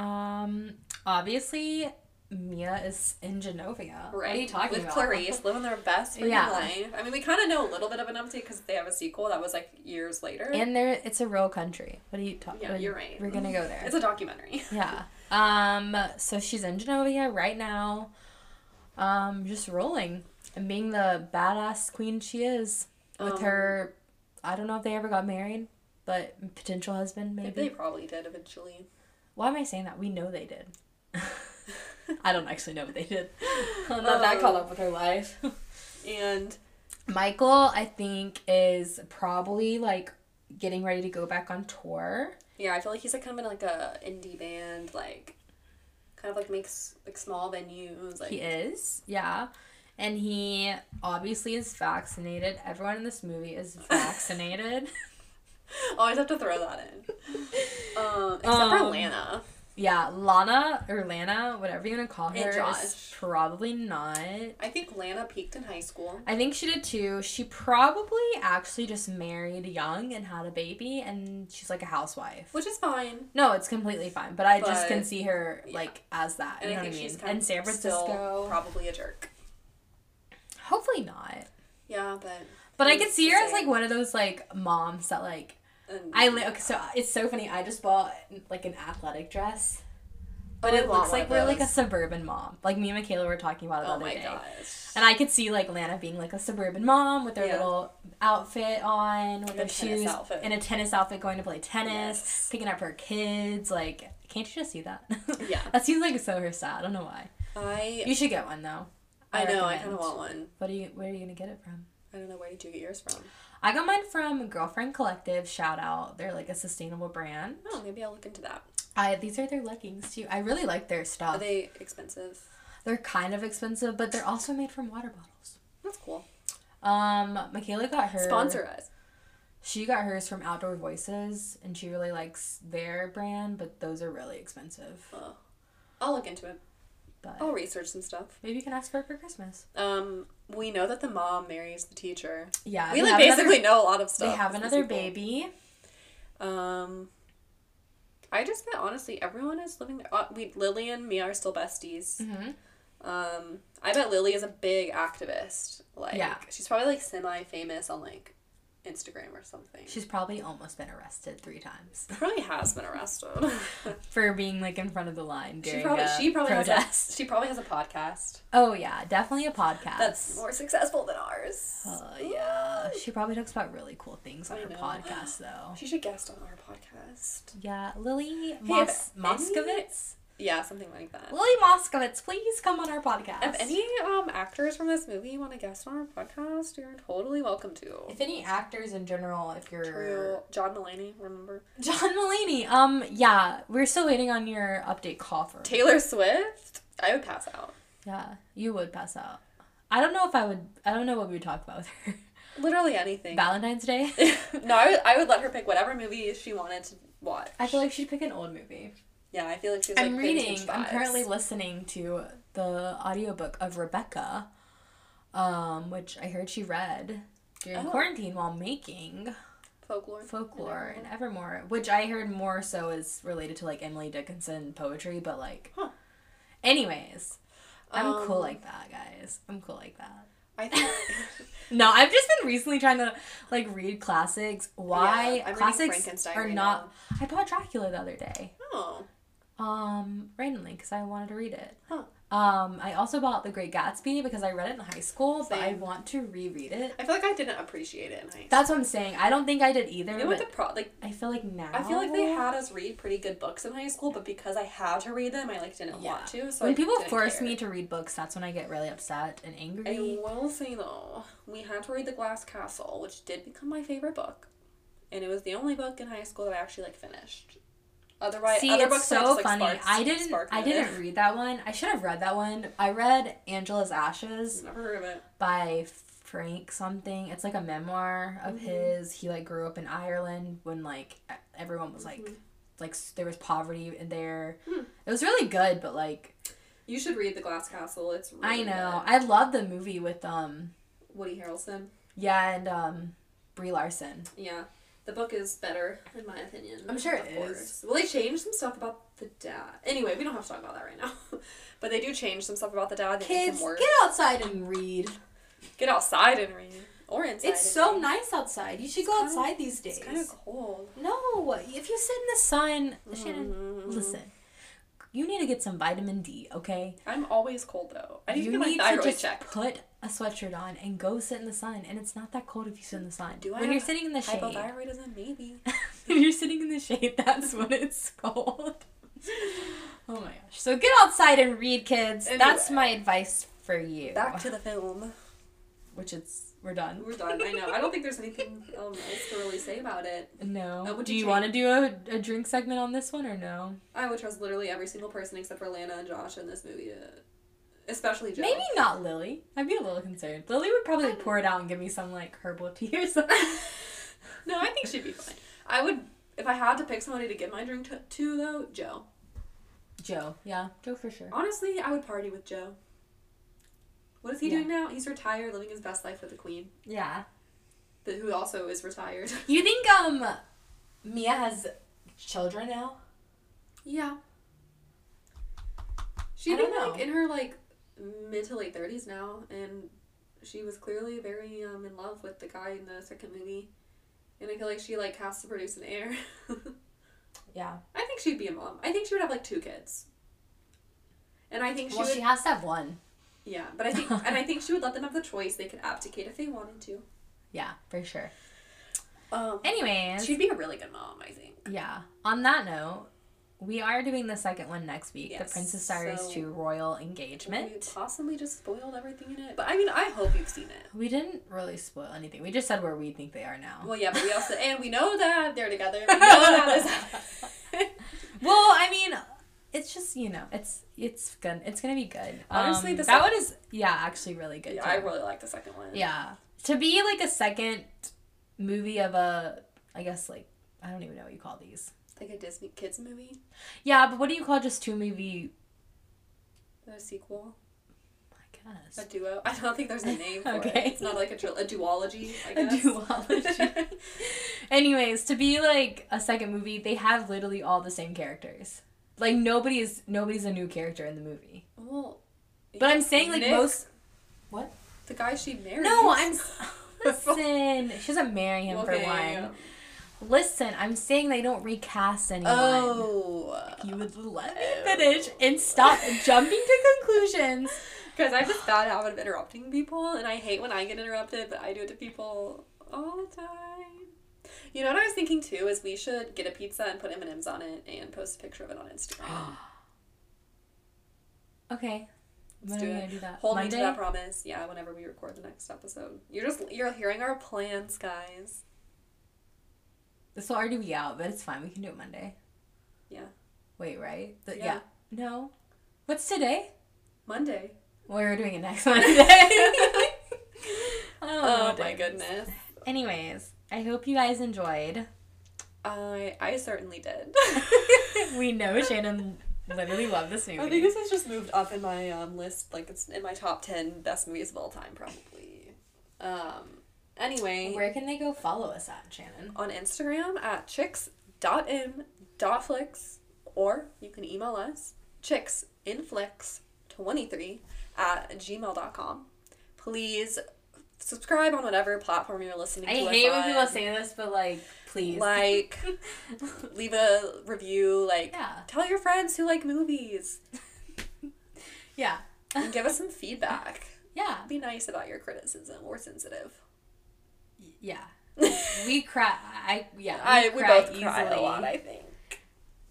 Speaker 5: Um, obviously, Mia is in Genovia.
Speaker 6: Right.
Speaker 7: are you talking
Speaker 6: With
Speaker 7: about?
Speaker 6: Clarice living their best freaking
Speaker 5: Yeah.
Speaker 6: life. I mean, we kind of know a little bit of an update because they have a sequel that was like years later.
Speaker 5: And there, it's a real country. What are you talking?
Speaker 6: yeah, you're right.
Speaker 5: We're gonna go there.
Speaker 6: It's a documentary. [LAUGHS]
Speaker 5: yeah. Um. So she's in Genovia right now. Um. Just rolling and being the badass queen she is with
Speaker 6: Um,
Speaker 5: her. I don't know if they ever got married, but potential husband maybe.
Speaker 6: They probably
Speaker 5: [LAUGHS]
Speaker 6: did eventually.
Speaker 5: Why am I saying that? We know they
Speaker 6: [LAUGHS]
Speaker 5: did. I don't actually know what they did. Um, I'm
Speaker 6: not that caught
Speaker 5: up with her life.
Speaker 6: Um, And
Speaker 5: [LAUGHS] Michael, I think, is probably like getting ready to go back on tour.
Speaker 6: yeah, I feel like he's like kind of in like a indie band, like kind of like makes like small venues. Like
Speaker 5: He is, yeah. And he obviously is vaccinated. Everyone in this movie is
Speaker 6: [LAUGHS]
Speaker 5: vaccinated.
Speaker 6: always have to throw that
Speaker 5: [LAUGHS]
Speaker 6: in. um, except for
Speaker 5: Um,
Speaker 6: Lana.
Speaker 5: yeah, Lana or Lana, whatever you want to call
Speaker 6: And
Speaker 5: her, is
Speaker 6: Josh.
Speaker 5: probably not.
Speaker 6: I think Lana peaked in high school.
Speaker 5: I think she did too. She probably actually just married young and had a baby, and she's like a housewife.
Speaker 6: Which is fine.
Speaker 5: No, it's completely fine, but I just
Speaker 6: But-
Speaker 5: can see her
Speaker 6: yeah.
Speaker 5: like as that. You
Speaker 6: And
Speaker 5: know
Speaker 6: I think
Speaker 5: what I mean?
Speaker 6: she's kind
Speaker 5: and
Speaker 6: of
Speaker 5: San Francisco,
Speaker 6: still probably a jerk.
Speaker 5: hopefully not.
Speaker 6: Yeah, but
Speaker 5: But I
Speaker 6: It's
Speaker 5: could see
Speaker 6: the
Speaker 5: her as
Speaker 6: same.
Speaker 5: like one of those like moms that like
Speaker 6: and
Speaker 5: uh, I li- okay, so it's so funny. I just bought like an athletic dress But
Speaker 6: Oh, I
Speaker 5: it
Speaker 6: want
Speaker 5: looks
Speaker 6: one
Speaker 5: like
Speaker 6: of
Speaker 5: we're like a
Speaker 6: those.
Speaker 5: suburban mom. Like me and Michaela were talking about it
Speaker 6: Oh
Speaker 5: the
Speaker 6: my
Speaker 5: other day.
Speaker 6: gosh.
Speaker 5: And I could see like Lana being like a suburban mom with her
Speaker 6: Yeah.
Speaker 5: little outfit on, with
Speaker 6: And a
Speaker 5: her
Speaker 6: tennis
Speaker 5: shoes,
Speaker 6: outfit.
Speaker 5: in a tennis outfit, going to play tennis,
Speaker 6: Yes.
Speaker 5: picking up her kids. Like, can't you just see that? [LAUGHS]
Speaker 6: Yeah.
Speaker 5: that seems like so her style. I don't know why.
Speaker 6: I
Speaker 5: You should get one though.
Speaker 6: I know I
Speaker 5: recommend.
Speaker 6: kind of want one.
Speaker 5: What are you? Where are you gonna get it from?
Speaker 6: I don't know where did you get yours from?
Speaker 5: I got mine from Girlfriend Collective. Shout out! They're like a sustainable brand.
Speaker 6: Oh, maybe I'll look into that.
Speaker 5: I these are their leggings too. I really like their
Speaker 6: Are
Speaker 5: stuff. They-
Speaker 6: they expensive?
Speaker 5: are kind of expensive, but they're also made from water bottles.
Speaker 6: That's cool.
Speaker 5: Um, Michaela got her
Speaker 6: Sponsor us.
Speaker 5: She got hers from Outdoor Voices, and she really likes their brand, but those are really expensive.
Speaker 6: I'll look into it.
Speaker 5: But
Speaker 6: I'll research some stuff.
Speaker 5: maybe you can ask for it for Christmas.
Speaker 6: Um, we know that the mom marries the teacher.
Speaker 5: Yeah,
Speaker 6: we
Speaker 5: they
Speaker 6: like
Speaker 5: have another-
Speaker 6: basically know a lot of stuff.
Speaker 5: They have
Speaker 6: It's
Speaker 5: another
Speaker 6: people.
Speaker 5: baby.
Speaker 6: Um, I just bet honestly everyone is living. Their, uh, we Lily and Mia are still besties.
Speaker 5: Mhm.
Speaker 6: Um, I bet Lily is a big activist. Like,
Speaker 5: Yeah.
Speaker 6: she's probably like semi-famous on like Instagram or something. She
Speaker 5: She's probably almost been arrested three times
Speaker 6: probably has been
Speaker 5: [LAUGHS]
Speaker 6: arrested. [LAUGHS]
Speaker 5: for being like in front of the line during
Speaker 6: she probably
Speaker 5: a
Speaker 6: she probably
Speaker 5: protest.
Speaker 6: has a, she probably has a podcast
Speaker 5: oh yeah, definitely a podcast.
Speaker 6: that's more successful than ours.
Speaker 5: Uh, yeah, she probably talks about really cool things on
Speaker 6: I
Speaker 5: her
Speaker 6: know.
Speaker 5: podcast though.
Speaker 6: She should guest on our podcast.
Speaker 5: Yeah, Lily
Speaker 6: if
Speaker 5: Mos- Moskowitz.
Speaker 6: Yeah, something like that.
Speaker 5: Lily Moskowitz, please come on our podcast.
Speaker 6: If any um actors from this movie want to guest on our podcast, you're totally welcome to.
Speaker 7: If any actors in general, if you're
Speaker 6: True. John Mulaney, remember?
Speaker 5: John Mulaney. Um, yeah, we're still waiting on your update call for.
Speaker 6: Taylor Swift? I would pass out.
Speaker 5: yeah, you would pass out. I don't know if I would. I don't know what we would talk about with her.
Speaker 6: Literally anything.
Speaker 5: Valentine's [LAUGHS] Day.
Speaker 6: [LAUGHS] no, I would, I would let her pick whatever movie she wanted to watch.
Speaker 5: I feel like she'd pick an old movie.
Speaker 6: yeah, I feel like she's like
Speaker 5: I'm reading.
Speaker 6: vintage
Speaker 5: I'm
Speaker 6: vibes.
Speaker 5: currently listening to the audiobook of Rebecca, um, which I heard she read during
Speaker 6: Oh.
Speaker 5: quarantine while making
Speaker 6: folklore.
Speaker 5: folklore and evermore which i heard more so is related to like emily dickinson poetry but like
Speaker 6: Huh.
Speaker 5: anyways i'm cool
Speaker 6: Um,
Speaker 5: like that guys i'm cool like that [LAUGHS]
Speaker 6: I [LAUGHS] think
Speaker 5: no i've just been recently trying to like read classics why
Speaker 6: I'm reading
Speaker 5: classics
Speaker 6: Frankenstein
Speaker 5: are
Speaker 6: right
Speaker 5: not i bought dracula the other day
Speaker 6: Oh.
Speaker 5: um randomly because i wanted to read it
Speaker 6: Huh.
Speaker 5: um i also bought the great gatsby because i read it in high school but i
Speaker 6: Same.
Speaker 5: want to reread it
Speaker 6: I feel like I didn't appreciate it in high
Speaker 5: that's what i'm saying i don't think i did either
Speaker 6: school. You know what
Speaker 5: but
Speaker 6: the pro like
Speaker 5: i feel like now
Speaker 6: I feel like they had us read pretty good books in high school, but because I had to read them, I like didn't
Speaker 5: Yeah.
Speaker 6: want to. So
Speaker 5: when
Speaker 6: I
Speaker 5: people
Speaker 6: didn't
Speaker 5: force
Speaker 6: care.
Speaker 5: me to read books, that's when I get really upset and
Speaker 6: I
Speaker 5: angry.
Speaker 6: will say though, we had to read The Glass Castle, which did become my favorite book, and it was the only book in high school that I actually like finished. Otherwise,
Speaker 5: See,
Speaker 6: other
Speaker 5: it's
Speaker 6: books I
Speaker 5: so
Speaker 6: just, like,
Speaker 5: funny.
Speaker 6: sparked-
Speaker 5: I didn't.
Speaker 6: sparked
Speaker 5: I
Speaker 6: with it. [LAUGHS]
Speaker 5: didn't read that one. I should have read that one. I read Angela's Ashes
Speaker 6: Never heard of it.
Speaker 5: by Frank something. It's like a memoir of
Speaker 6: Mm-hmm.
Speaker 5: his. He like grew up in Ireland when like e- everyone was
Speaker 6: Mm-hmm.
Speaker 5: like like s- there was poverty in there.
Speaker 6: Hmm.
Speaker 5: It was really good, but like
Speaker 6: You should read The Glass Castle. It's really
Speaker 5: I know
Speaker 6: good.
Speaker 5: I love the movie with um
Speaker 6: Woody Harrelson.
Speaker 5: yeah and um Brie Larson.
Speaker 6: Yeah, the book is better in my opinion.
Speaker 5: I'm sure
Speaker 6: it
Speaker 5: it
Speaker 6: is.
Speaker 5: is.
Speaker 6: Well, they changed some stuff about the dad. Anyway, we don't have to talk about that right now, [LAUGHS] but they do change some stuff about the dad. They make
Speaker 7: kids,
Speaker 6: him work.
Speaker 7: get outside and read.
Speaker 6: Get outside and read, or inside.
Speaker 7: It's
Speaker 6: and
Speaker 7: so
Speaker 6: read.
Speaker 7: nice outside. You should go
Speaker 6: kinda-
Speaker 7: outside these days.
Speaker 6: It's kind of cold.
Speaker 5: No, if you sit in the sun, Shannon,
Speaker 6: Mm-hmm.
Speaker 5: listen. You need to get some vitamin D, okay?
Speaker 6: I'm always cold though. I need
Speaker 5: you
Speaker 6: to get
Speaker 5: need
Speaker 6: my
Speaker 5: to
Speaker 6: thyroid
Speaker 5: just
Speaker 6: checked.
Speaker 5: put a sweatshirt on and go sit in the sun, and it's not that cold if you sit in the sun.
Speaker 6: Do I
Speaker 5: when
Speaker 6: have
Speaker 5: you're sitting in the shade, [LAUGHS]
Speaker 6: Hypothyroidism, maybe.
Speaker 5: if you're sitting in the shade, that's when it's [LAUGHS] cold. oh my gosh! So get outside and read, kids. That's
Speaker 6: Anyway.
Speaker 5: my advice for you.
Speaker 6: Back to the film.
Speaker 5: Which it's we're done.
Speaker 6: We're done. I know. I don't think there's anything um, else to really say about it.
Speaker 5: No.
Speaker 6: Uh, would
Speaker 5: do
Speaker 6: you
Speaker 5: you,
Speaker 6: drink?
Speaker 5: want to do a, a drink segment on this one or no?
Speaker 6: I would trust literally every single person except for Lana and Josh in this movie, to, especially Joe.
Speaker 5: Maybe not Lily. I'd be a little concerned. Lily would probably pour it out and give me some like herbal tea or something.
Speaker 6: [LAUGHS] No, I think she'd be fine. I would, if I had to pick somebody to give my drink to, to though, Joe.
Speaker 5: Joe, yeah, Joe for sure.
Speaker 6: Honestly, I would party with Joe. What is he
Speaker 5: Yeah.
Speaker 6: doing now? He's retired, living his best life with the queen,
Speaker 5: Yeah.
Speaker 6: but who also is retired. [LAUGHS]
Speaker 5: You think um
Speaker 7: Mia has children now.
Speaker 6: Yeah. She
Speaker 7: I
Speaker 6: been
Speaker 7: don't
Speaker 6: like
Speaker 7: know.
Speaker 6: in her like mid to late thirties now, and she was clearly very um in love with the guy in the second movie, and I feel like she like has to produce an heir. [LAUGHS]
Speaker 7: Yeah.
Speaker 6: I think she'd be a mom. I think she would have like two kids. And I think she
Speaker 5: well,
Speaker 6: would.
Speaker 5: she has to have one.
Speaker 6: yeah, but I
Speaker 5: [LAUGHS]
Speaker 6: think and I think she would let them have the choice. They could abdicate if they wanted to.
Speaker 5: Yeah, for sure.
Speaker 6: Um,
Speaker 5: Anyways,
Speaker 6: she'd be a really good mom, I think.
Speaker 5: yeah. On that note, we are doing the second one next week,
Speaker 6: Yes,
Speaker 5: the Princess Diaries
Speaker 6: so-
Speaker 5: 2 Royal
Speaker 6: We
Speaker 5: Engagement.
Speaker 6: possibly just spoiled everything in it, but I mean, I hope you've seen it.
Speaker 5: We didn't really spoil anything. We just said where we think they are now.
Speaker 6: Well, yeah, but we also and we know that they're together. We
Speaker 5: [LAUGHS]
Speaker 6: know that this.
Speaker 5: Well, I mean, it's just you know, it's it's gonna it's gonna be good.
Speaker 6: Honestly,
Speaker 5: Um,
Speaker 6: the
Speaker 5: that
Speaker 6: sec-
Speaker 5: one is yeah, actually really good.
Speaker 6: yeah,
Speaker 5: too.
Speaker 6: I really like the second one.
Speaker 5: yeah, to be like a second movie of a, I guess like I don't even know what you call these.
Speaker 6: like a Disney kids movie,
Speaker 5: Yeah, but what do you call just two movie?
Speaker 6: a sequel,
Speaker 5: I
Speaker 6: a
Speaker 5: guess
Speaker 6: duo. I don't think there's a name for
Speaker 5: Okay.
Speaker 6: it. It's not like a, tri- a duology. I
Speaker 5: [LAUGHS] a
Speaker 6: guess. [LAUGHS]
Speaker 5: duology. Anyways, to be like a second movie, they have literally all the same characters. Like nobody is nobody's a new character in the movie.
Speaker 6: well,
Speaker 5: But I'm saying like
Speaker 6: Nick,
Speaker 5: most.
Speaker 6: the guy she married.
Speaker 5: No, [LAUGHS] I'm.
Speaker 6: [LAUGHS]
Speaker 5: Listen, she doesn't marry him for one. Listen, I'm saying they don't recast anyone.
Speaker 6: Oh,
Speaker 5: If You would let me finish and stop jumping to conclusions.
Speaker 6: because I have this bad habit of interrupting people, and I hate when I get interrupted, but I do it to people all the time. You know what I was thinking too is we should get a pizza and put M and M's on it and post a picture of it on
Speaker 5: [GASPS]
Speaker 6: Instagram.
Speaker 5: Okay.
Speaker 6: Let's
Speaker 5: when are
Speaker 6: do
Speaker 5: we
Speaker 6: it.
Speaker 5: gonna do that?
Speaker 6: Hold me
Speaker 5: Monday?
Speaker 6: to that promise. Yeah, whenever we record the next episode, you're just you're hearing our plans, guys.
Speaker 5: This will already be out, but it's fine. We can do it Monday.
Speaker 6: Yeah.
Speaker 5: Wait, right? The-
Speaker 6: Yeah.
Speaker 5: yeah. No. What's today? [LAUGHS]
Speaker 6: Monday. [LAUGHS]
Speaker 5: We're doing it next [LAUGHS] Monday.
Speaker 6: Oh, my
Speaker 5: days.
Speaker 6: goodness.
Speaker 5: Anyways, I hope you guys
Speaker 6: [LAUGHS]
Speaker 5: enjoyed.
Speaker 6: I I certainly did. [LAUGHS]
Speaker 5: We know Shannon literally loved this movie.
Speaker 6: I think this has just moved up in my um, list, like it's in my top ten best movies of all time, probably. Um. Anyway,
Speaker 7: Where can they go follow us at, Shannon?
Speaker 6: on Instagram at chicks.m.flix or you can email us chicksinflix23 at gmail.com. Please subscribe on whatever platform you're listening
Speaker 7: I
Speaker 6: to. us
Speaker 7: hate when
Speaker 6: on.
Speaker 7: people say this, but like, please. [LAUGHS]
Speaker 6: like leave a review, like
Speaker 7: Yeah.
Speaker 6: tell your friends who like movies
Speaker 7: Yeah.
Speaker 6: and give us some
Speaker 7: [LAUGHS]
Speaker 6: feedback.
Speaker 7: Yeah.
Speaker 6: Be nice about your criticism. We're sensitive. [LAUGHS]
Speaker 7: Yeah. we cry. I yeah.
Speaker 6: I we
Speaker 7: cry
Speaker 6: both cry a
Speaker 7: easily.
Speaker 6: lot, I think.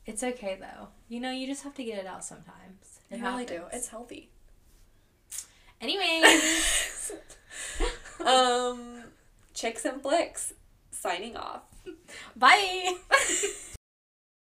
Speaker 7: It's okay though. You know, you just have to get it out sometimes. It
Speaker 6: You really do.
Speaker 7: happens.
Speaker 6: It's healthy. [LAUGHS]
Speaker 7: Anyway,
Speaker 6: um, Chicks and Flicks signing off.
Speaker 5: Bye.